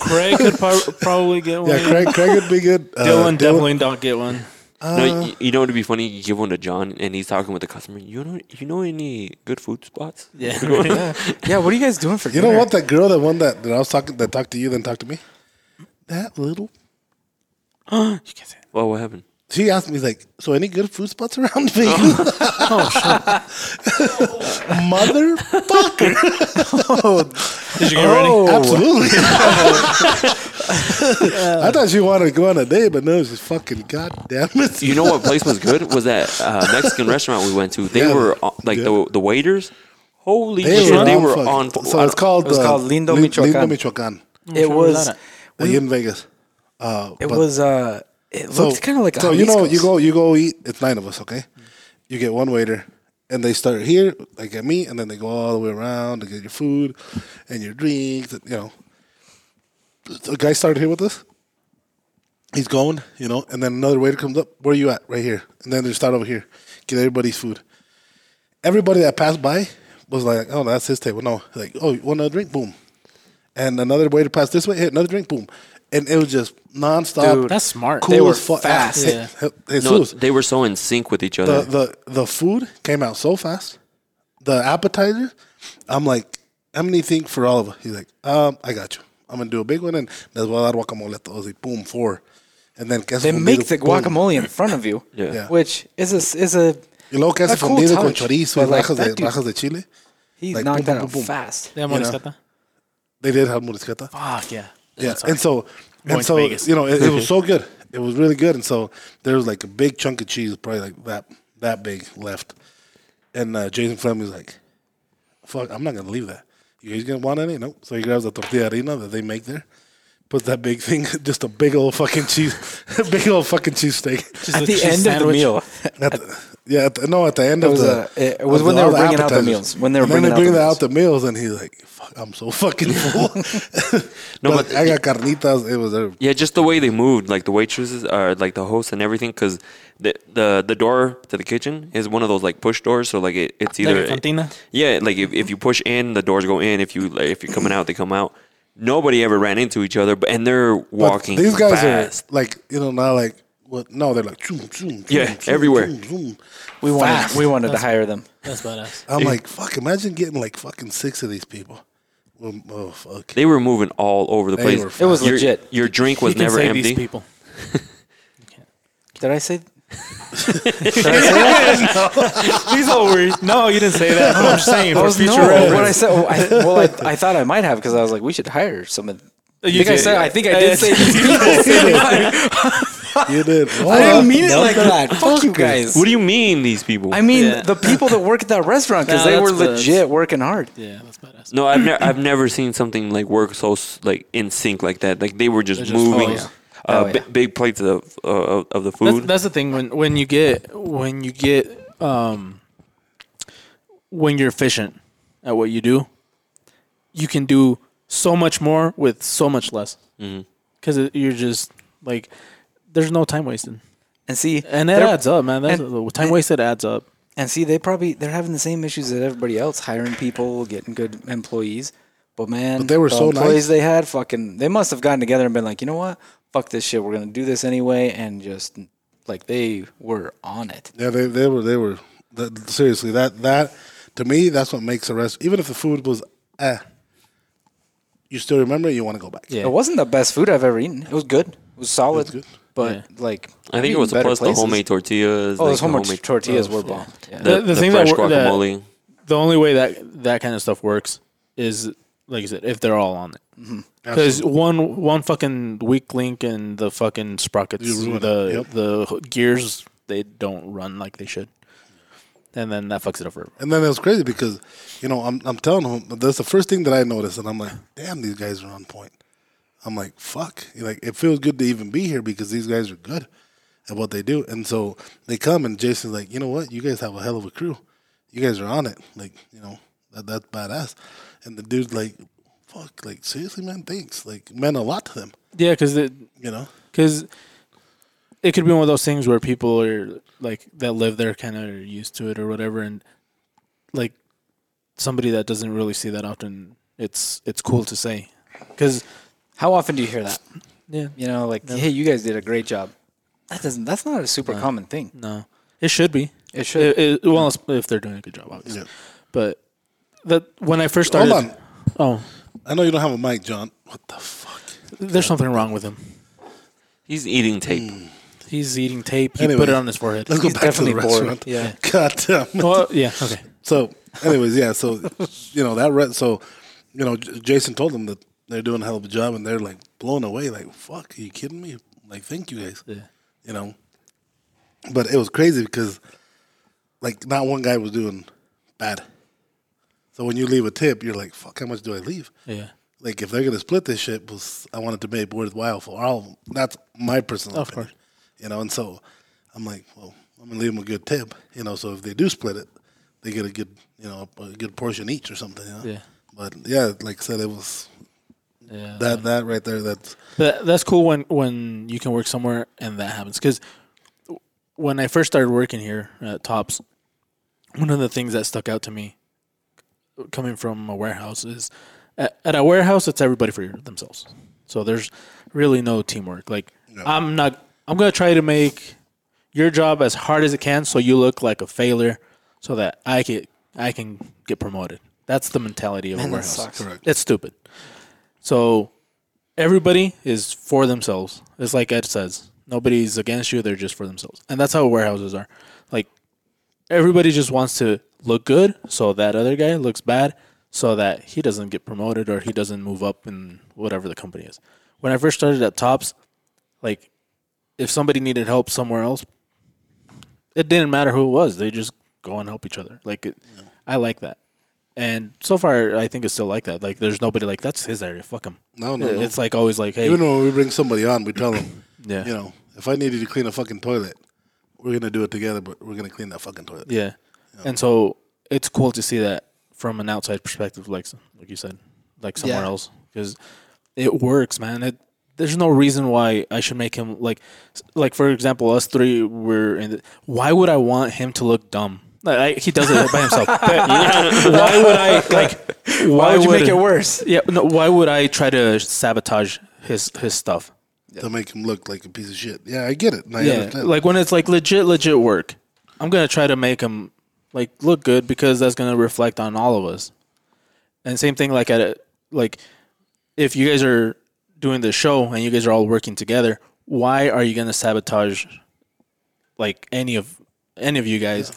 [SPEAKER 7] Craig could pro- probably get one.
[SPEAKER 1] Yeah, Craig, Craig would be good. Uh,
[SPEAKER 7] Dylan definitely don't get one.
[SPEAKER 8] no, you, you know it'd be funny. You give one to John, and he's talking with the customer. You know, you know any good food spots?
[SPEAKER 7] Yeah,
[SPEAKER 6] yeah, what are you guys doing for
[SPEAKER 1] You know what? That girl that won that that I was talking that talked to you then talked to me. That little.
[SPEAKER 8] Well, what happened?
[SPEAKER 1] She asked me like, "So any good food spots around me?" oh shit! Motherfucker!
[SPEAKER 7] did you get ready?
[SPEAKER 1] Absolutely.
[SPEAKER 6] Oh.
[SPEAKER 1] I thought she wanted to go on a date, but no, she's fucking goddamn it.
[SPEAKER 8] You know what place was good? Was that uh, Mexican restaurant we went to? They
[SPEAKER 1] Yeah.
[SPEAKER 8] were uh, like the the waiters. Holy
[SPEAKER 1] They
[SPEAKER 8] shit!
[SPEAKER 1] were
[SPEAKER 8] they
[SPEAKER 1] on
[SPEAKER 8] were
[SPEAKER 1] fuck-
[SPEAKER 8] on.
[SPEAKER 1] So it's called. uh,
[SPEAKER 6] It was called Lindo,
[SPEAKER 1] Lin-
[SPEAKER 6] Michoacan.
[SPEAKER 1] Lindo Michoacan.
[SPEAKER 6] It was
[SPEAKER 1] Like, in Vegas. Uh,
[SPEAKER 6] it
[SPEAKER 1] but-
[SPEAKER 6] was uh it
[SPEAKER 1] So
[SPEAKER 6] looks kind of like a
[SPEAKER 1] so you know
[SPEAKER 6] Jalisco's.
[SPEAKER 1] you go you go eat. It's nine of us, okay? You get one waiter, and they start here, like at me, and then they go all the way around to get your food and your drinks. And, you know, the guy started here with us. He's going, you know, and then another waiter comes up. Where you at? Right here, and then they start over here, get everybody's food. Everybody that passed by was like, "Oh, that's his table." No, like, "Oh, you want another drink?" Boom, and another waiter passed this way. Hey, another drink. Boom, and it was just nonstop.
[SPEAKER 6] Dude,
[SPEAKER 7] That's smart.
[SPEAKER 1] Cool
[SPEAKER 6] They were
[SPEAKER 1] as fuck.
[SPEAKER 6] fast.
[SPEAKER 1] Hey, hey, hey,
[SPEAKER 8] No,
[SPEAKER 1] Jesus,
[SPEAKER 8] they were so in sync with each other.
[SPEAKER 1] the, the the food came out so fast. The appetizer, I'm like, how many think for all of us? He's like, um, I got you. I'm gonna do a big one and les voy a dar guacamole. I was like, boom, four. And then queso
[SPEAKER 6] they make
[SPEAKER 1] fundido,
[SPEAKER 6] the
[SPEAKER 1] boom.
[SPEAKER 6] guacamole in front of you,
[SPEAKER 8] Yeah.
[SPEAKER 1] Yeah.
[SPEAKER 6] which is a is a
[SPEAKER 1] Y luego queso
[SPEAKER 6] a cool
[SPEAKER 1] fundido con
[SPEAKER 6] touch,
[SPEAKER 1] chorizo,
[SPEAKER 6] but, like,
[SPEAKER 1] rajas,
[SPEAKER 6] that
[SPEAKER 1] de,
[SPEAKER 6] dude-
[SPEAKER 1] rajas de chile.
[SPEAKER 6] He
[SPEAKER 1] Like, boom,
[SPEAKER 6] knocked that
[SPEAKER 1] boom, boom,
[SPEAKER 6] out
[SPEAKER 1] boom.
[SPEAKER 6] fast.
[SPEAKER 7] They have
[SPEAKER 1] You know.
[SPEAKER 7] Morisqueta?
[SPEAKER 1] They did have Murisqueta.
[SPEAKER 7] Fuck yeah.
[SPEAKER 1] Yeah, and so and
[SPEAKER 7] Going to
[SPEAKER 1] so
[SPEAKER 7] Vegas.
[SPEAKER 1] you know it, it was so good. It was really good, and so there was like a big chunk of cheese, probably like that that big left. And uh, Jason Fleming was like, "Fuck, I'm not gonna leave that. You guys gonna want any? Nope." So he grabs the tortilla harina that they make there, puts that big thing, just a big old fucking cheese, big old fucking cheese steak.
[SPEAKER 6] At the end of the meal,
[SPEAKER 1] At the- yeah, at the, no, at the end
[SPEAKER 6] It
[SPEAKER 1] of
[SPEAKER 6] was
[SPEAKER 1] the.
[SPEAKER 6] a- it was
[SPEAKER 1] of
[SPEAKER 6] when they
[SPEAKER 1] all
[SPEAKER 6] were bringing out the
[SPEAKER 1] appetizers.
[SPEAKER 6] meals. When they were
[SPEAKER 1] And then
[SPEAKER 6] bringing out
[SPEAKER 1] they
[SPEAKER 6] the
[SPEAKER 1] bring out the meals,
[SPEAKER 6] meals.
[SPEAKER 1] and he's like, "Fuck, I'm so fucking full."
[SPEAKER 8] No,
[SPEAKER 1] but,
[SPEAKER 8] but-
[SPEAKER 1] I got carnitas. It was a
[SPEAKER 8] Yeah, just the way they moved, like the waitresses or like the hosts and everything, because the, the the door to the kitchen is one of those like push doors, so like it, it's
[SPEAKER 7] Like
[SPEAKER 8] either
[SPEAKER 7] a cantina?
[SPEAKER 8] yeah, like if, if you push in, the doors go in. If you like, if you're coming out, they come out. Nobody ever ran into each other, but and they're
[SPEAKER 1] But
[SPEAKER 8] walking.
[SPEAKER 1] These guys
[SPEAKER 8] fast.
[SPEAKER 1] are like, you know, not like what? No, they're like, zoom, zoom,
[SPEAKER 8] Yeah, everywhere.
[SPEAKER 6] we wanted we wanted to hire them.
[SPEAKER 7] That's badass.
[SPEAKER 1] I'm like, fuck. Imagine getting like fucking six of these people. Um, Oh fuck.
[SPEAKER 8] they were moving all over the
[SPEAKER 1] They
[SPEAKER 8] place.
[SPEAKER 1] were It was
[SPEAKER 8] Your-
[SPEAKER 6] legit.
[SPEAKER 8] Your drink was
[SPEAKER 7] You can
[SPEAKER 8] never
[SPEAKER 7] say
[SPEAKER 8] empty.
[SPEAKER 7] These people.
[SPEAKER 6] Did I say?
[SPEAKER 7] These all were. No, you didn't say that. I'm just saying
[SPEAKER 6] Well,
[SPEAKER 7] for future
[SPEAKER 6] Oh, no,
[SPEAKER 7] reference.
[SPEAKER 6] what I said. Well, I, well, I, I thought I might have because I was like, we should hire some of. I
[SPEAKER 7] Uh, You
[SPEAKER 6] think I
[SPEAKER 7] did. Uh,
[SPEAKER 6] said. I think I did say these people.
[SPEAKER 1] You did.
[SPEAKER 6] I didn't mean it like that. Fuck you guys.
[SPEAKER 8] What do you mean these people?
[SPEAKER 6] I mean
[SPEAKER 7] Yeah.
[SPEAKER 6] the people that work at that restaurant because
[SPEAKER 7] No,
[SPEAKER 6] they were
[SPEAKER 7] that's the-
[SPEAKER 6] legit working hard.
[SPEAKER 7] Yeah, that's badass.
[SPEAKER 8] no, I've never I've never seen something like work so s- like in sync like that. Like they were just,
[SPEAKER 7] They're just- oh,
[SPEAKER 8] moving.
[SPEAKER 7] yeah.
[SPEAKER 8] Uh,
[SPEAKER 6] Oh, yeah.
[SPEAKER 8] bi- big plates of uh, of- of the
[SPEAKER 7] That's,
[SPEAKER 8] food.
[SPEAKER 7] that's the thing when when you get when you get um when you're efficient at what you do, you can do so much more with so much less
[SPEAKER 8] Mm-hmm.
[SPEAKER 7] because you're just like there's no time wasted
[SPEAKER 6] And see,
[SPEAKER 7] and that
[SPEAKER 6] they're-
[SPEAKER 7] adds up, man. That's
[SPEAKER 6] and-
[SPEAKER 7] the time wasted adds up.
[SPEAKER 6] And see, they probably they're having the same issues that everybody else, hiring people, getting good employees. But man,
[SPEAKER 1] But they were
[SPEAKER 6] the
[SPEAKER 1] so
[SPEAKER 6] employees
[SPEAKER 1] nice.
[SPEAKER 6] they had. Fucking, they must have gotten together and been like, you know what? Fuck this shit. We're gonna do this anyway, and just like they were on it.
[SPEAKER 1] Yeah, they, they were they were that, seriously that that to me that's what makes a rest. Even if the food was eh, you still remember it. You want to go back.
[SPEAKER 7] Yeah.
[SPEAKER 6] It wasn't the best food I've ever eaten. It was good. It was solid.
[SPEAKER 1] good.
[SPEAKER 6] But
[SPEAKER 7] Yeah.
[SPEAKER 6] like,
[SPEAKER 8] I think it
[SPEAKER 6] eaten
[SPEAKER 8] was
[SPEAKER 6] better
[SPEAKER 8] plus
[SPEAKER 6] places.
[SPEAKER 8] the homemade tortillas.
[SPEAKER 6] Oh,
[SPEAKER 8] like,
[SPEAKER 6] those
[SPEAKER 8] the
[SPEAKER 6] homemade,
[SPEAKER 8] homemade-
[SPEAKER 6] tortillas were bomb. Yeah.
[SPEAKER 8] the,
[SPEAKER 7] The- the
[SPEAKER 8] the
[SPEAKER 7] thing that
[SPEAKER 8] fresh
[SPEAKER 7] wor- that-
[SPEAKER 8] guacamole.
[SPEAKER 7] The only way that that kind of stuff works is like I said, if they're all on it.
[SPEAKER 1] Mm-hmm.
[SPEAKER 7] Because one one fucking weak link and the fucking sprockets,
[SPEAKER 1] You ruin it.
[SPEAKER 7] the
[SPEAKER 1] Yep.
[SPEAKER 7] the gears, they don't run like they should, and then that fucks it up for everyone.
[SPEAKER 1] And then it was crazy because, you know, I'm, I'm telling him that's the first thing that I noticed, and I'm like, damn, these guys are on point. I'm like, fuck, like it feels good to even be here because these guys are good at what they do, and so they come and Jason's like, you know what, you guys have a hell of a crew, you guys are on it, like you know that that's badass, and the dude's like, fuck, like seriously, man, thanks, like meant a lot to them,
[SPEAKER 7] Yeah, because
[SPEAKER 1] you know.
[SPEAKER 7] because it could be one of those things where people are like that live there kind of are used to it or whatever, and like somebody that doesn't really see that often, it's it's cool to say because
[SPEAKER 6] How often do you hear that?
[SPEAKER 7] yeah,
[SPEAKER 6] You know, like, hey, you guys did a great job. That doesn't. That's not a super common thing.
[SPEAKER 7] no, it should be.
[SPEAKER 6] It should.
[SPEAKER 7] It, it, well, if they're doing a good job, obviously.
[SPEAKER 1] Yeah.
[SPEAKER 7] But that when I first
[SPEAKER 1] Hold
[SPEAKER 7] started,
[SPEAKER 1] on,
[SPEAKER 7] oh,
[SPEAKER 1] I know you don't have a mic, John. What the fuck?
[SPEAKER 7] there's something wrong with him.
[SPEAKER 8] He's eating tape.
[SPEAKER 7] He's eating tape. He
[SPEAKER 1] Anyway,
[SPEAKER 7] put it on his forehead.
[SPEAKER 1] Let's go back to the
[SPEAKER 6] definitely bored.
[SPEAKER 1] restaurant.
[SPEAKER 6] Yeah.
[SPEAKER 1] God damn.
[SPEAKER 7] Well, yeah. Okay.
[SPEAKER 1] So, anyways, yeah. So, you know that. Re- so, you know, J- Jason told them that they're doing a hell of a job, and they're like blown away. Like, fuck, are you kidding me? Like, thank you guys.
[SPEAKER 7] Yeah.
[SPEAKER 1] You know, but it was crazy because, like, not one guy was doing bad. So when you leave a tip, you're like, fuck, how much do I leave?
[SPEAKER 7] Yeah.
[SPEAKER 1] Like, if they're gonna split this shit, was I wanted to make it worthwhile for all. of 'em. That's my personal.
[SPEAKER 7] Of
[SPEAKER 1] opinion,
[SPEAKER 7] course.
[SPEAKER 1] You know, and so I'm like, well, I'm gonna leave them a good tip. You know, so if they do split it, they get a good, you know, a good portion each or something. You know?
[SPEAKER 7] Yeah.
[SPEAKER 1] But yeah, like I said, it was
[SPEAKER 7] Yeah.
[SPEAKER 1] that that right there. That's
[SPEAKER 7] That, that's cool when when you can work somewhere and that happens. Because when I first started working here at Tops, one of the things that stuck out to me, coming from a warehouse, is at, at a warehouse it's everybody for themselves. So there's really no teamwork. Like I'm not. I'm gonna try to make your job as hard as it can, so you look like a failure, so that I can I can get promoted. That's the mentality of a warehouse. It's stupid. So everybody is for themselves. It's like Ed says. Nobody's against you, they're just for themselves. And that's how warehouses are. Like everybody just wants to look good, so that other guy looks bad, so that he doesn't get promoted or he doesn't move up in whatever the company is. When I first started at Tops, like if somebody needed help somewhere else, it didn't matter who it was; they just go and help each other. Like it, I like that. And so far, I think it's still like that. Like, there's nobody like that's his area. Fuck him.
[SPEAKER 1] No, no, no.
[SPEAKER 7] It's like always like, hey,
[SPEAKER 1] Even when we bring somebody on, we tell them,
[SPEAKER 7] yeah,
[SPEAKER 1] you know, if I needed to clean a fucking toilet, we're gonna do it together, but we're gonna clean that fucking toilet.
[SPEAKER 7] Yeah. And so it's cool to see that from an outside perspective, like like you said, like somewhere
[SPEAKER 6] Yeah.
[SPEAKER 7] else, because it works, man. It there's no reason why I should make him like like for example, us three were in. The, why would I want him to look dumb? Like, I, he does it by himself. why would I like? Why,
[SPEAKER 6] would you make it worse?
[SPEAKER 7] Yeah. No. Why would I try to sabotage his his stuff?
[SPEAKER 1] To make him look like a piece of shit. Yeah, I get it. and I
[SPEAKER 7] yeah,
[SPEAKER 1] understand.
[SPEAKER 7] like when it's like legit, legit work. I'm gonna try to make them like look good because that's gonna reflect on all of us. And same thing, like at a, like if you guys are doing the show and you guys are all working together, why are you gonna sabotage like any of any of you guys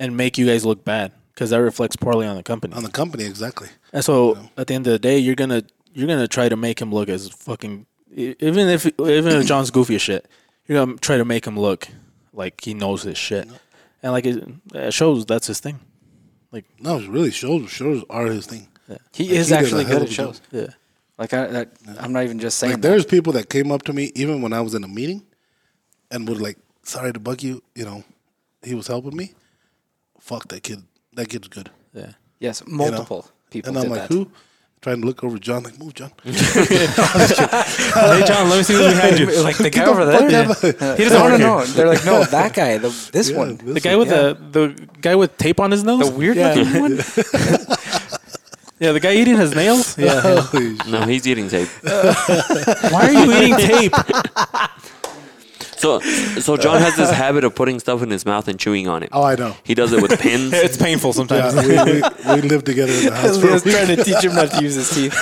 [SPEAKER 7] and make you guys look bad? Because that reflects poorly on the company.
[SPEAKER 1] on the company, exactly.
[SPEAKER 7] And so at the end of the day, you're gonna you're gonna try to make him look as fucking e- even if even if John's goofy as shit, you're gonna try to make him look like he knows his shit, and like it, it shows that's his thing.
[SPEAKER 1] No, it's really shows. Shows are his thing.
[SPEAKER 6] He
[SPEAKER 1] Like,
[SPEAKER 6] is
[SPEAKER 1] he did a
[SPEAKER 6] actually
[SPEAKER 1] hell
[SPEAKER 6] good
[SPEAKER 1] of
[SPEAKER 6] at
[SPEAKER 1] a
[SPEAKER 6] shows.
[SPEAKER 7] Yeah,
[SPEAKER 6] Like I, that, I'm not even just saying.
[SPEAKER 1] Like
[SPEAKER 6] that.
[SPEAKER 1] there's people that came up to me even when I was in a meeting, and would like, sorry to bug you. You know, he was helping me. Fuck that kid. That kid's good.
[SPEAKER 7] yeah.
[SPEAKER 6] Yes, multiple people
[SPEAKER 1] And I'm
[SPEAKER 6] did
[SPEAKER 1] like,
[SPEAKER 6] that.
[SPEAKER 1] who? Trying to look over John, like, move, John.
[SPEAKER 7] hey John, let me see what's behind you.
[SPEAKER 6] Like the guy over there. He doesn't want to know. They're like, no, that guy, the, this one,
[SPEAKER 7] The guy with the the guy with tape on his nose.
[SPEAKER 6] the weird looking one.
[SPEAKER 7] yeah, the guy eating his nails. Yeah.
[SPEAKER 8] No, he's eating tape.
[SPEAKER 7] Why are you eating tape?
[SPEAKER 8] So, so John has this habit of putting stuff in his mouth and chewing on it.
[SPEAKER 1] Oh, I know.
[SPEAKER 8] He does it with pins.
[SPEAKER 7] it's painful sometimes.
[SPEAKER 1] Yeah, we, we, we lived together in the house.
[SPEAKER 6] Because we was trying to teach him not to use his teeth.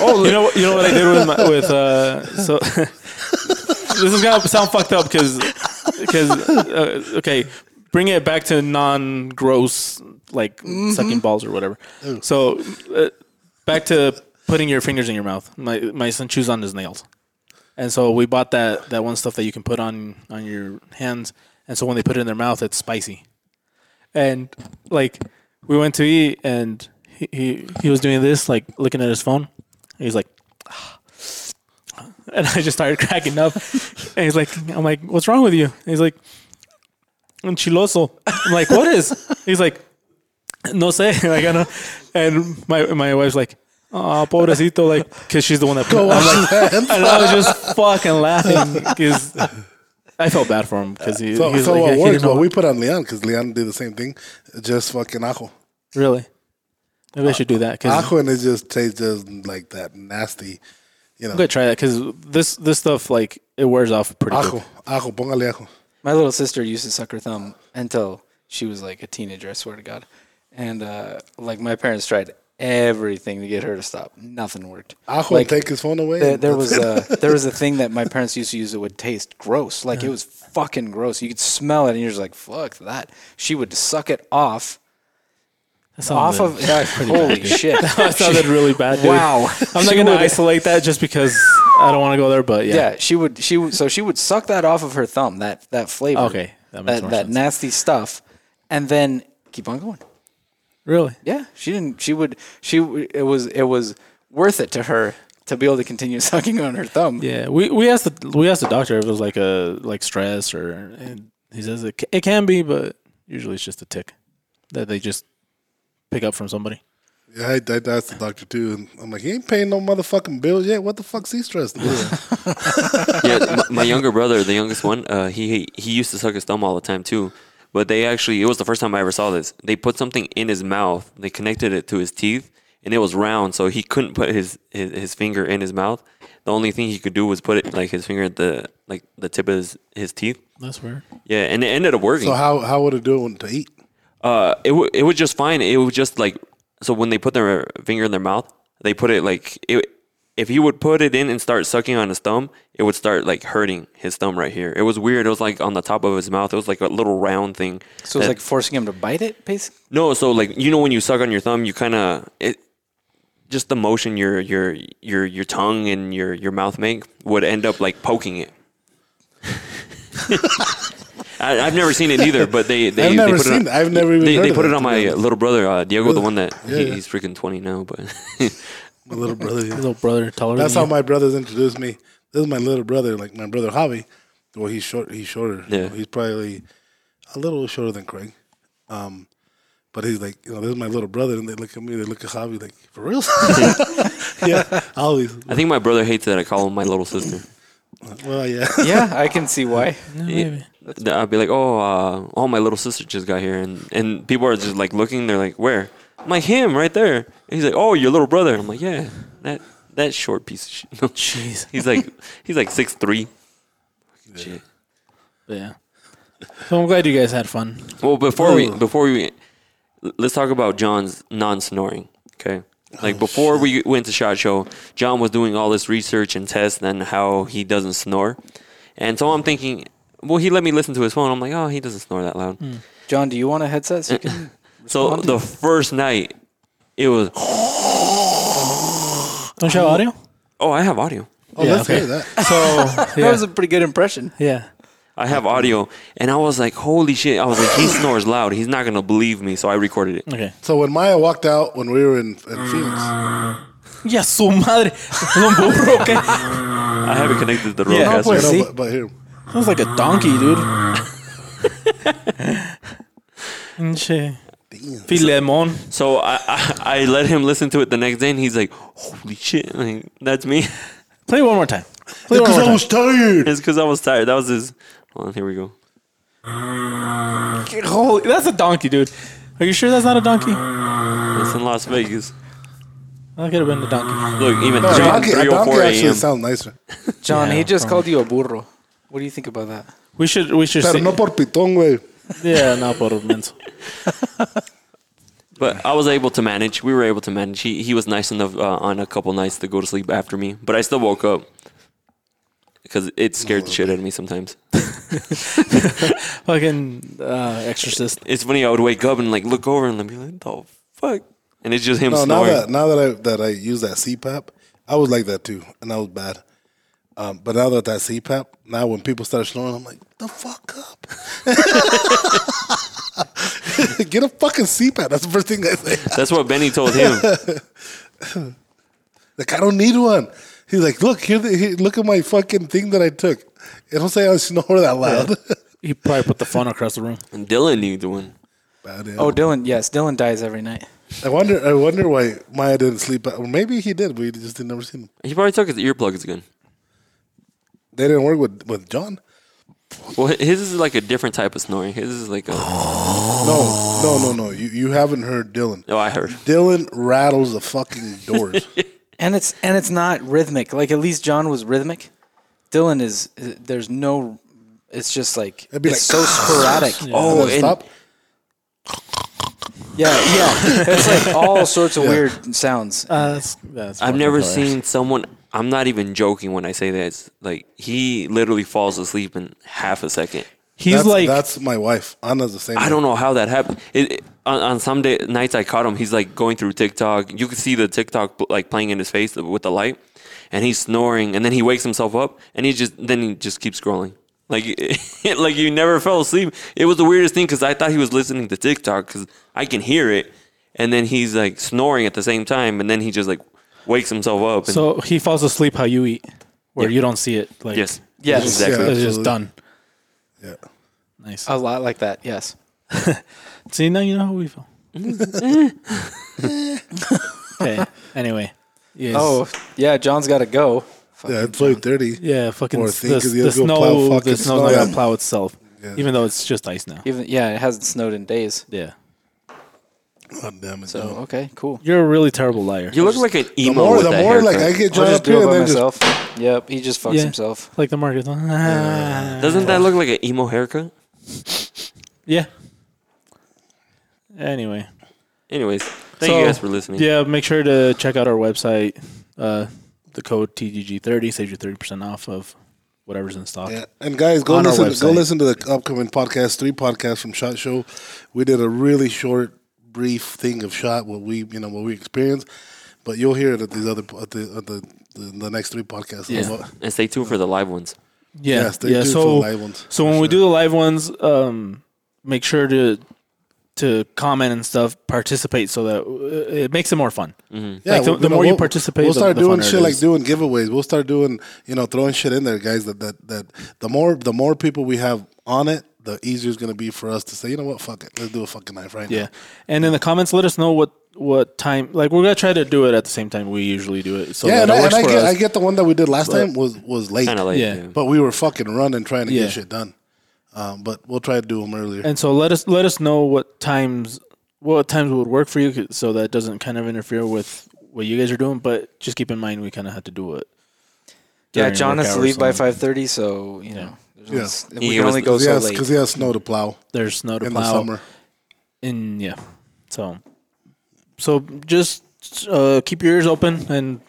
[SPEAKER 7] Oh, you know what? You know what I did with my, with uh. So this is gonna sound fucked up because because uh, okay, bring it back to non-gross like sucking balls or whatever. So uh, back to putting your fingers in your mouth. My my son chews on his nails, and so we bought that that one stuff that you can put on on your hands, and so when they put it in their mouth, it's spicy and like we went to eat and he, he he was doing this like looking at his phone and he's like "Ah." and i just started cracking up and he's like i'm like what's wrong with you and he's like enchiloso i'm like what is he's like no say like i know and my my wife's like oh pobrecito like because she's the one that put, I'm like, and i was just fucking laughing because i felt bad for him because he,
[SPEAKER 1] So,
[SPEAKER 7] he was
[SPEAKER 1] so
[SPEAKER 7] like,
[SPEAKER 1] what
[SPEAKER 7] he
[SPEAKER 1] works?
[SPEAKER 7] didn't know
[SPEAKER 1] Well,
[SPEAKER 7] what-
[SPEAKER 1] we put on Leon because Leon did the same thing, just fucking ajo.
[SPEAKER 7] Really? Maybe I should do that because I'm
[SPEAKER 1] Ajo and it just tastes just like that nasty, you know.
[SPEAKER 7] gonna try that because this this stuff like it wears off pretty
[SPEAKER 1] Ajo,
[SPEAKER 7] quick.
[SPEAKER 1] ajo, póngale ajo.
[SPEAKER 6] My little sister used to suck her thumb until she was like a teenager. I swear to God. And uh, like my parents tried everything to get her to stop. Nothing worked.
[SPEAKER 1] Ajo,
[SPEAKER 6] Like,
[SPEAKER 1] take his phone away.
[SPEAKER 6] There,
[SPEAKER 1] and
[SPEAKER 6] there
[SPEAKER 1] that's
[SPEAKER 6] was
[SPEAKER 1] it.
[SPEAKER 6] a there was a thing that my parents used to use that would taste gross. Like it was fucking gross. You could smell it, and you're just like, "Fuck that." She would suck it off,
[SPEAKER 7] That
[SPEAKER 6] off
[SPEAKER 7] sounded-
[SPEAKER 6] of. holy shit!
[SPEAKER 7] that sounded really bad. Dude.
[SPEAKER 6] Wow.
[SPEAKER 7] I'm not
[SPEAKER 6] She
[SPEAKER 7] gonna
[SPEAKER 6] would-
[SPEAKER 7] isolate that just because I don't want to go there. But yeah,
[SPEAKER 6] Yeah, she would. She would, so she would suck that off of her thumb. That that flavor.
[SPEAKER 7] Okay, that
[SPEAKER 6] That
[SPEAKER 7] makes
[SPEAKER 6] that,
[SPEAKER 7] more sense.
[SPEAKER 6] nasty stuff, and then keep on going.
[SPEAKER 7] really.
[SPEAKER 6] Yeah, she didn't. She would. She w- it was it was worth it to her to be able to continue sucking on her thumb.
[SPEAKER 7] Yeah, we, we asked the we asked the doctor if it was like a like stress or and he says it, ca- it can be, but usually it's just a tick that they just pick up from somebody.
[SPEAKER 1] Yeah, I, I asked the doctor too, and I'm like, he ain't paying no motherfucking bills yet. What the fuck's he stressed about?
[SPEAKER 8] yeah, my, my younger brother, the youngest one, uh, he, he he used to suck his thumb all the time too. But they actually, it was the first time I ever saw this. They put something in his mouth. They connected it to his teeth, and it was round, so he couldn't put his his, his finger in his mouth. The only thing he could do was put it like his finger at the like the tip of his, his teeth.
[SPEAKER 7] That's weird.
[SPEAKER 8] Yeah, and it ended up working.
[SPEAKER 1] so how how would it do it to eat?
[SPEAKER 8] uh, it w- it was just fine. It was just like so when they put their finger in their mouth, they put it like it if he would put it in and start sucking on his thumb, it would start like hurting his thumb right here. It was weird. It was like on the top of his mouth. It was like a little round thing.
[SPEAKER 6] So it's
[SPEAKER 8] that-
[SPEAKER 6] like forcing him to bite it, basically.
[SPEAKER 8] no, so like you know when you suck on your thumb, you kind of it just the motion your your your your tongue and your your mouth make would end up like poking it. I, I've never seen it either, but they they
[SPEAKER 1] I've
[SPEAKER 8] they
[SPEAKER 1] never
[SPEAKER 8] put it
[SPEAKER 1] seen
[SPEAKER 8] on-
[SPEAKER 1] that. I've never even
[SPEAKER 8] they,
[SPEAKER 1] heard
[SPEAKER 8] they
[SPEAKER 1] of
[SPEAKER 8] put
[SPEAKER 1] it,
[SPEAKER 8] it on
[SPEAKER 1] to be
[SPEAKER 8] my
[SPEAKER 1] honest.
[SPEAKER 8] little brother uh, Diego, the one that he,
[SPEAKER 1] yeah.
[SPEAKER 8] he's freaking twenty now, but
[SPEAKER 1] My little brother. yeah.
[SPEAKER 7] Little brother taller
[SPEAKER 1] That's
[SPEAKER 7] than
[SPEAKER 1] how
[SPEAKER 7] you.
[SPEAKER 1] my brothers introduced me. This is my little brother, like my brother Javi. Well, he's short. He's shorter.
[SPEAKER 8] Yeah.
[SPEAKER 1] He's probably a little shorter than Craig. Um, but he's like, you know, this is my little brother, and they look at me. They look at Javi like, for real? yeah, always.
[SPEAKER 8] I think my brother hates that I call him my little sister.
[SPEAKER 1] Well, yeah.
[SPEAKER 6] Yeah, I can see why.
[SPEAKER 7] Maybe.
[SPEAKER 8] That I'd be like, oh, uh, oh, my little sister just got here, and and people are just like looking. They're like, where? I'm like him right there. And he's like, oh, your little brother. I'm like, yeah, that that short piece of shit. No,
[SPEAKER 7] Jeez.
[SPEAKER 8] he's like he's like six three. Shit.
[SPEAKER 7] But yeah. So I'm glad you guys had fun.
[SPEAKER 8] Well, before we
[SPEAKER 1] Ooh.
[SPEAKER 8] before we let's talk about John's non snoring. Okay.
[SPEAKER 7] Oh,
[SPEAKER 8] Like before we went to Shot Show, John was doing all this research and tests on how he doesn't snore. And so I'm thinking, well, he let me listen to his phone. I'm like, oh, he doesn't snore that loud.
[SPEAKER 6] John, do you want a headset? So you can,
[SPEAKER 8] So the first night, it was,
[SPEAKER 7] Don't show audio.
[SPEAKER 8] oh, I have audio.
[SPEAKER 1] Oh,
[SPEAKER 7] Yeah,
[SPEAKER 1] let's
[SPEAKER 7] okay.
[SPEAKER 1] hear that.
[SPEAKER 7] So
[SPEAKER 6] That
[SPEAKER 7] yeah,
[SPEAKER 6] was a pretty good impression.
[SPEAKER 7] yeah.
[SPEAKER 8] I have audio. And I was like, holy shit. I was like, he snores loud. He's not going to believe me. So I recorded it.
[SPEAKER 7] Okay.
[SPEAKER 1] So when Maya walked out when we were in, in Phoenix,
[SPEAKER 7] Yeah, su madre. Es un burro, okay? That
[SPEAKER 8] I have it connected to the
[SPEAKER 7] Yeah.
[SPEAKER 8] roadcaster.
[SPEAKER 1] you
[SPEAKER 7] Wait,
[SPEAKER 1] know,
[SPEAKER 7] see?
[SPEAKER 1] but, but here,
[SPEAKER 7] was like a donkey, dude. Pinche Filemon.
[SPEAKER 8] So I, I, I let him listen to it the next day, and he's like, "Holy shit, like, that's me."
[SPEAKER 7] Play one more time. Play one
[SPEAKER 1] because
[SPEAKER 7] more
[SPEAKER 1] I
[SPEAKER 7] time.
[SPEAKER 1] was tired.
[SPEAKER 8] it's because I was tired. That was his. Hold on, here we go.
[SPEAKER 7] Holy, that's a donkey, dude. Are you sure that's not a donkey? That
[SPEAKER 8] It's in Las Vegas.
[SPEAKER 7] could have been a donkey.
[SPEAKER 8] Look, even
[SPEAKER 1] A
[SPEAKER 8] John,
[SPEAKER 1] donkey, a
[SPEAKER 8] three or
[SPEAKER 1] donkey
[SPEAKER 8] four
[SPEAKER 1] actually
[SPEAKER 8] a.m.
[SPEAKER 1] sounds nicer.
[SPEAKER 6] John,
[SPEAKER 7] Yeah,
[SPEAKER 6] he just
[SPEAKER 7] probably.
[SPEAKER 6] called you a burro. What do you think about that?
[SPEAKER 7] We should we should
[SPEAKER 1] Pero
[SPEAKER 7] see.
[SPEAKER 1] no por pitón, güey.
[SPEAKER 7] yeah, no por menso.
[SPEAKER 8] But I was able to manage. We were able to manage. He he was nice enough uh, on a couple nights to go to sleep after me, but I still woke up because it scared the shit out of me sometimes.
[SPEAKER 7] Fucking uh, exorcist.
[SPEAKER 8] It's funny. I would wake up and like look over and be like, "The fuck." And it's just him
[SPEAKER 1] No, now
[SPEAKER 8] snoring.
[SPEAKER 1] that now that I that I use that CPAP, I was like that too, and I was bad. Um, but now that that CPAP, now when people start snoring, I'm like, the fuck up. Get a fucking CPAP. That's the first thing I say.
[SPEAKER 8] That's what Benny told him.
[SPEAKER 1] Like I don't need one. He's like, look here, the, here look at my fucking thing that I took. It don't say I snore that loud.
[SPEAKER 7] He probably put the phone across the room.
[SPEAKER 8] And Dylan needs one.
[SPEAKER 1] Bad, yeah.
[SPEAKER 6] Oh, Dylan. Yes, Dylan dies every night.
[SPEAKER 1] I wonder. I wonder why Maya didn't sleep. Or maybe he did. We just didn't never seen him.
[SPEAKER 8] He probably took his earplugs again.
[SPEAKER 1] They didn't work with with John.
[SPEAKER 8] Well, hi- his is like a different type of snoring. His is like a. Oh,
[SPEAKER 1] No, no, no, no. You you haven't heard Dylan.
[SPEAKER 8] oh, I heard.
[SPEAKER 1] Dylan rattles the fucking doors. Oh,
[SPEAKER 6] And it's and it's not rhythmic. Like at least John was rhythmic. Dylan is. There's no. It's just like
[SPEAKER 1] It'd be
[SPEAKER 6] it's
[SPEAKER 1] like-
[SPEAKER 6] so sporadic.
[SPEAKER 8] Oh,
[SPEAKER 1] Then
[SPEAKER 8] and
[SPEAKER 1] stop.
[SPEAKER 6] Yeah, yeah. It's like all sorts of weird sounds.
[SPEAKER 7] Uh, that's, that's
[SPEAKER 8] I've
[SPEAKER 7] fucking
[SPEAKER 8] never
[SPEAKER 7] hilarious.
[SPEAKER 8] seen someone. I'm not even joking when I say that. It's like he literally falls asleep in half a second.
[SPEAKER 7] He's
[SPEAKER 1] that's,
[SPEAKER 7] like
[SPEAKER 1] that's my wife. Anna's the same.
[SPEAKER 8] I don't know how that happened. It, it- on, on some day, nights I caught him. He's like going through TikTok. You could see the TikTok pl- like playing in his face with the light, and he's snoring. And then he wakes himself up, and he just then he just keeps scrolling. Like like you never fell asleep. It was the weirdest thing because I thought he was listening to TikTok because I can hear it, and then he's like snoring at the same time, and then he just like wakes himself up. And,
[SPEAKER 7] So he falls asleep how you eat, where you don't see it. Like
[SPEAKER 8] yes,
[SPEAKER 6] Yes.
[SPEAKER 8] exactly.
[SPEAKER 1] Yeah.
[SPEAKER 7] it's just
[SPEAKER 1] Absolutely.
[SPEAKER 7] done.
[SPEAKER 1] Yeah.
[SPEAKER 7] Nice.
[SPEAKER 6] A lot like that. Yes.
[SPEAKER 7] See now you know how we feel. okay. Anyway. Yes.
[SPEAKER 6] Oh, yeah. John's got to go.
[SPEAKER 1] Yeah, it's probably thirty.
[SPEAKER 7] Yeah, fucking
[SPEAKER 1] Or
[SPEAKER 7] the,
[SPEAKER 1] think
[SPEAKER 7] the,
[SPEAKER 1] of the other
[SPEAKER 7] snow.
[SPEAKER 1] plow fucking
[SPEAKER 7] the snow's
[SPEAKER 1] snow
[SPEAKER 7] not
[SPEAKER 1] then.
[SPEAKER 7] gonna plow itself, even though it's just ice now.
[SPEAKER 6] Even yeah, it hasn't snowed in days.
[SPEAKER 7] Yeah,
[SPEAKER 1] God Oh, damn it.
[SPEAKER 6] So
[SPEAKER 1] no.
[SPEAKER 6] okay, cool.
[SPEAKER 7] you're a really terrible liar.
[SPEAKER 8] You look like an
[SPEAKER 1] The
[SPEAKER 8] emo.
[SPEAKER 1] more,
[SPEAKER 8] with
[SPEAKER 1] the
[SPEAKER 8] that
[SPEAKER 1] more like I
[SPEAKER 8] haircut.
[SPEAKER 1] get
[SPEAKER 6] I'll
[SPEAKER 1] John
[SPEAKER 6] just
[SPEAKER 1] up
[SPEAKER 6] do
[SPEAKER 1] here
[SPEAKER 6] it
[SPEAKER 1] and
[SPEAKER 6] by
[SPEAKER 1] then just
[SPEAKER 6] myself. Yep, he just fucks
[SPEAKER 7] Yeah.
[SPEAKER 6] himself.
[SPEAKER 7] like the market.
[SPEAKER 8] Doesn't that look like an emo haircut?
[SPEAKER 7] yeah. Anyway,
[SPEAKER 8] Anyways, thank
[SPEAKER 7] So,
[SPEAKER 8] you guys for listening.
[SPEAKER 7] yeah. Make sure to check out our website, uh, the code TGG30 saves you 30% off of whatever's in stock.
[SPEAKER 1] Yeah. And guys, go
[SPEAKER 7] On our
[SPEAKER 1] listen. Go
[SPEAKER 7] website.
[SPEAKER 1] listen to the upcoming podcast, three podcasts from Shot Show. We did a really short, brief thing of Shot, what we you know what we experienced, but you'll hear it at these other at the at the, the, the next three podcasts.
[SPEAKER 7] Yeah.
[SPEAKER 8] And stay tuned for the live ones.
[SPEAKER 7] Yeah,
[SPEAKER 1] Yes, they
[SPEAKER 7] yeah.
[SPEAKER 1] do
[SPEAKER 7] so,
[SPEAKER 1] for the live ones,
[SPEAKER 7] so when we do the live ones, um, make sure to to comment and stuff, participate, so that uh, it makes it more fun.
[SPEAKER 1] Yeah,
[SPEAKER 7] Like, the-
[SPEAKER 1] well,
[SPEAKER 7] the
[SPEAKER 1] know,
[SPEAKER 7] more you
[SPEAKER 1] we'll-
[SPEAKER 7] participate,
[SPEAKER 1] we'll
[SPEAKER 7] the-
[SPEAKER 1] start
[SPEAKER 7] the
[SPEAKER 1] doing
[SPEAKER 7] funner it
[SPEAKER 1] shit like
[SPEAKER 7] is.
[SPEAKER 1] doing giveaways. We'll start doing you know throwing shit in there, guys. That that that the more the more people we have on it, the easier it's gonna be for us to say, you know what, fuck it, let's do a fucking knife right
[SPEAKER 7] Yeah, and in the comments, let us know what what time. Like we're gonna try to do it at the same time we usually do it. So
[SPEAKER 1] now. Yeah, and,
[SPEAKER 7] that it
[SPEAKER 1] I, and
[SPEAKER 7] works
[SPEAKER 1] I
[SPEAKER 7] for
[SPEAKER 1] get
[SPEAKER 7] us.
[SPEAKER 1] I get the one that we did last time was was late,
[SPEAKER 8] Kind of like
[SPEAKER 7] Yeah.
[SPEAKER 8] yeah.
[SPEAKER 1] but we were fucking running trying to
[SPEAKER 7] Yeah.
[SPEAKER 1] get shit done. Um, but we'll try to do them earlier.
[SPEAKER 7] and so let us let us know what times what times would work for you, 'cause- so that doesn't kind of interfere with what you guys are doing. But just keep in mind, we kind of had to do it.
[SPEAKER 6] Yeah,
[SPEAKER 7] during
[SPEAKER 6] John
[SPEAKER 7] work
[SPEAKER 6] has to
[SPEAKER 7] hours,
[SPEAKER 6] leave by
[SPEAKER 7] so
[SPEAKER 6] five thirty, so you know, there's
[SPEAKER 1] Yeah.
[SPEAKER 6] only-
[SPEAKER 8] Yeah,
[SPEAKER 6] we can
[SPEAKER 8] it
[SPEAKER 6] only
[SPEAKER 8] was-
[SPEAKER 6] go
[SPEAKER 1] Because
[SPEAKER 6] so
[SPEAKER 1] he,
[SPEAKER 6] late.
[SPEAKER 1] has- 'cause he has snow to plow
[SPEAKER 7] There's snow to
[SPEAKER 1] in the
[SPEAKER 7] plow.
[SPEAKER 1] summer.
[SPEAKER 7] And yeah, so so just uh, keep your ears open, and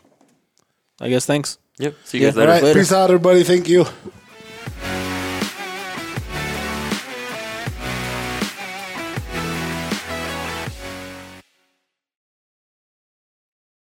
[SPEAKER 7] I guess thanks.
[SPEAKER 8] Yep. See you guys
[SPEAKER 1] All
[SPEAKER 8] later.
[SPEAKER 1] right, peace out, everybody. Thank you.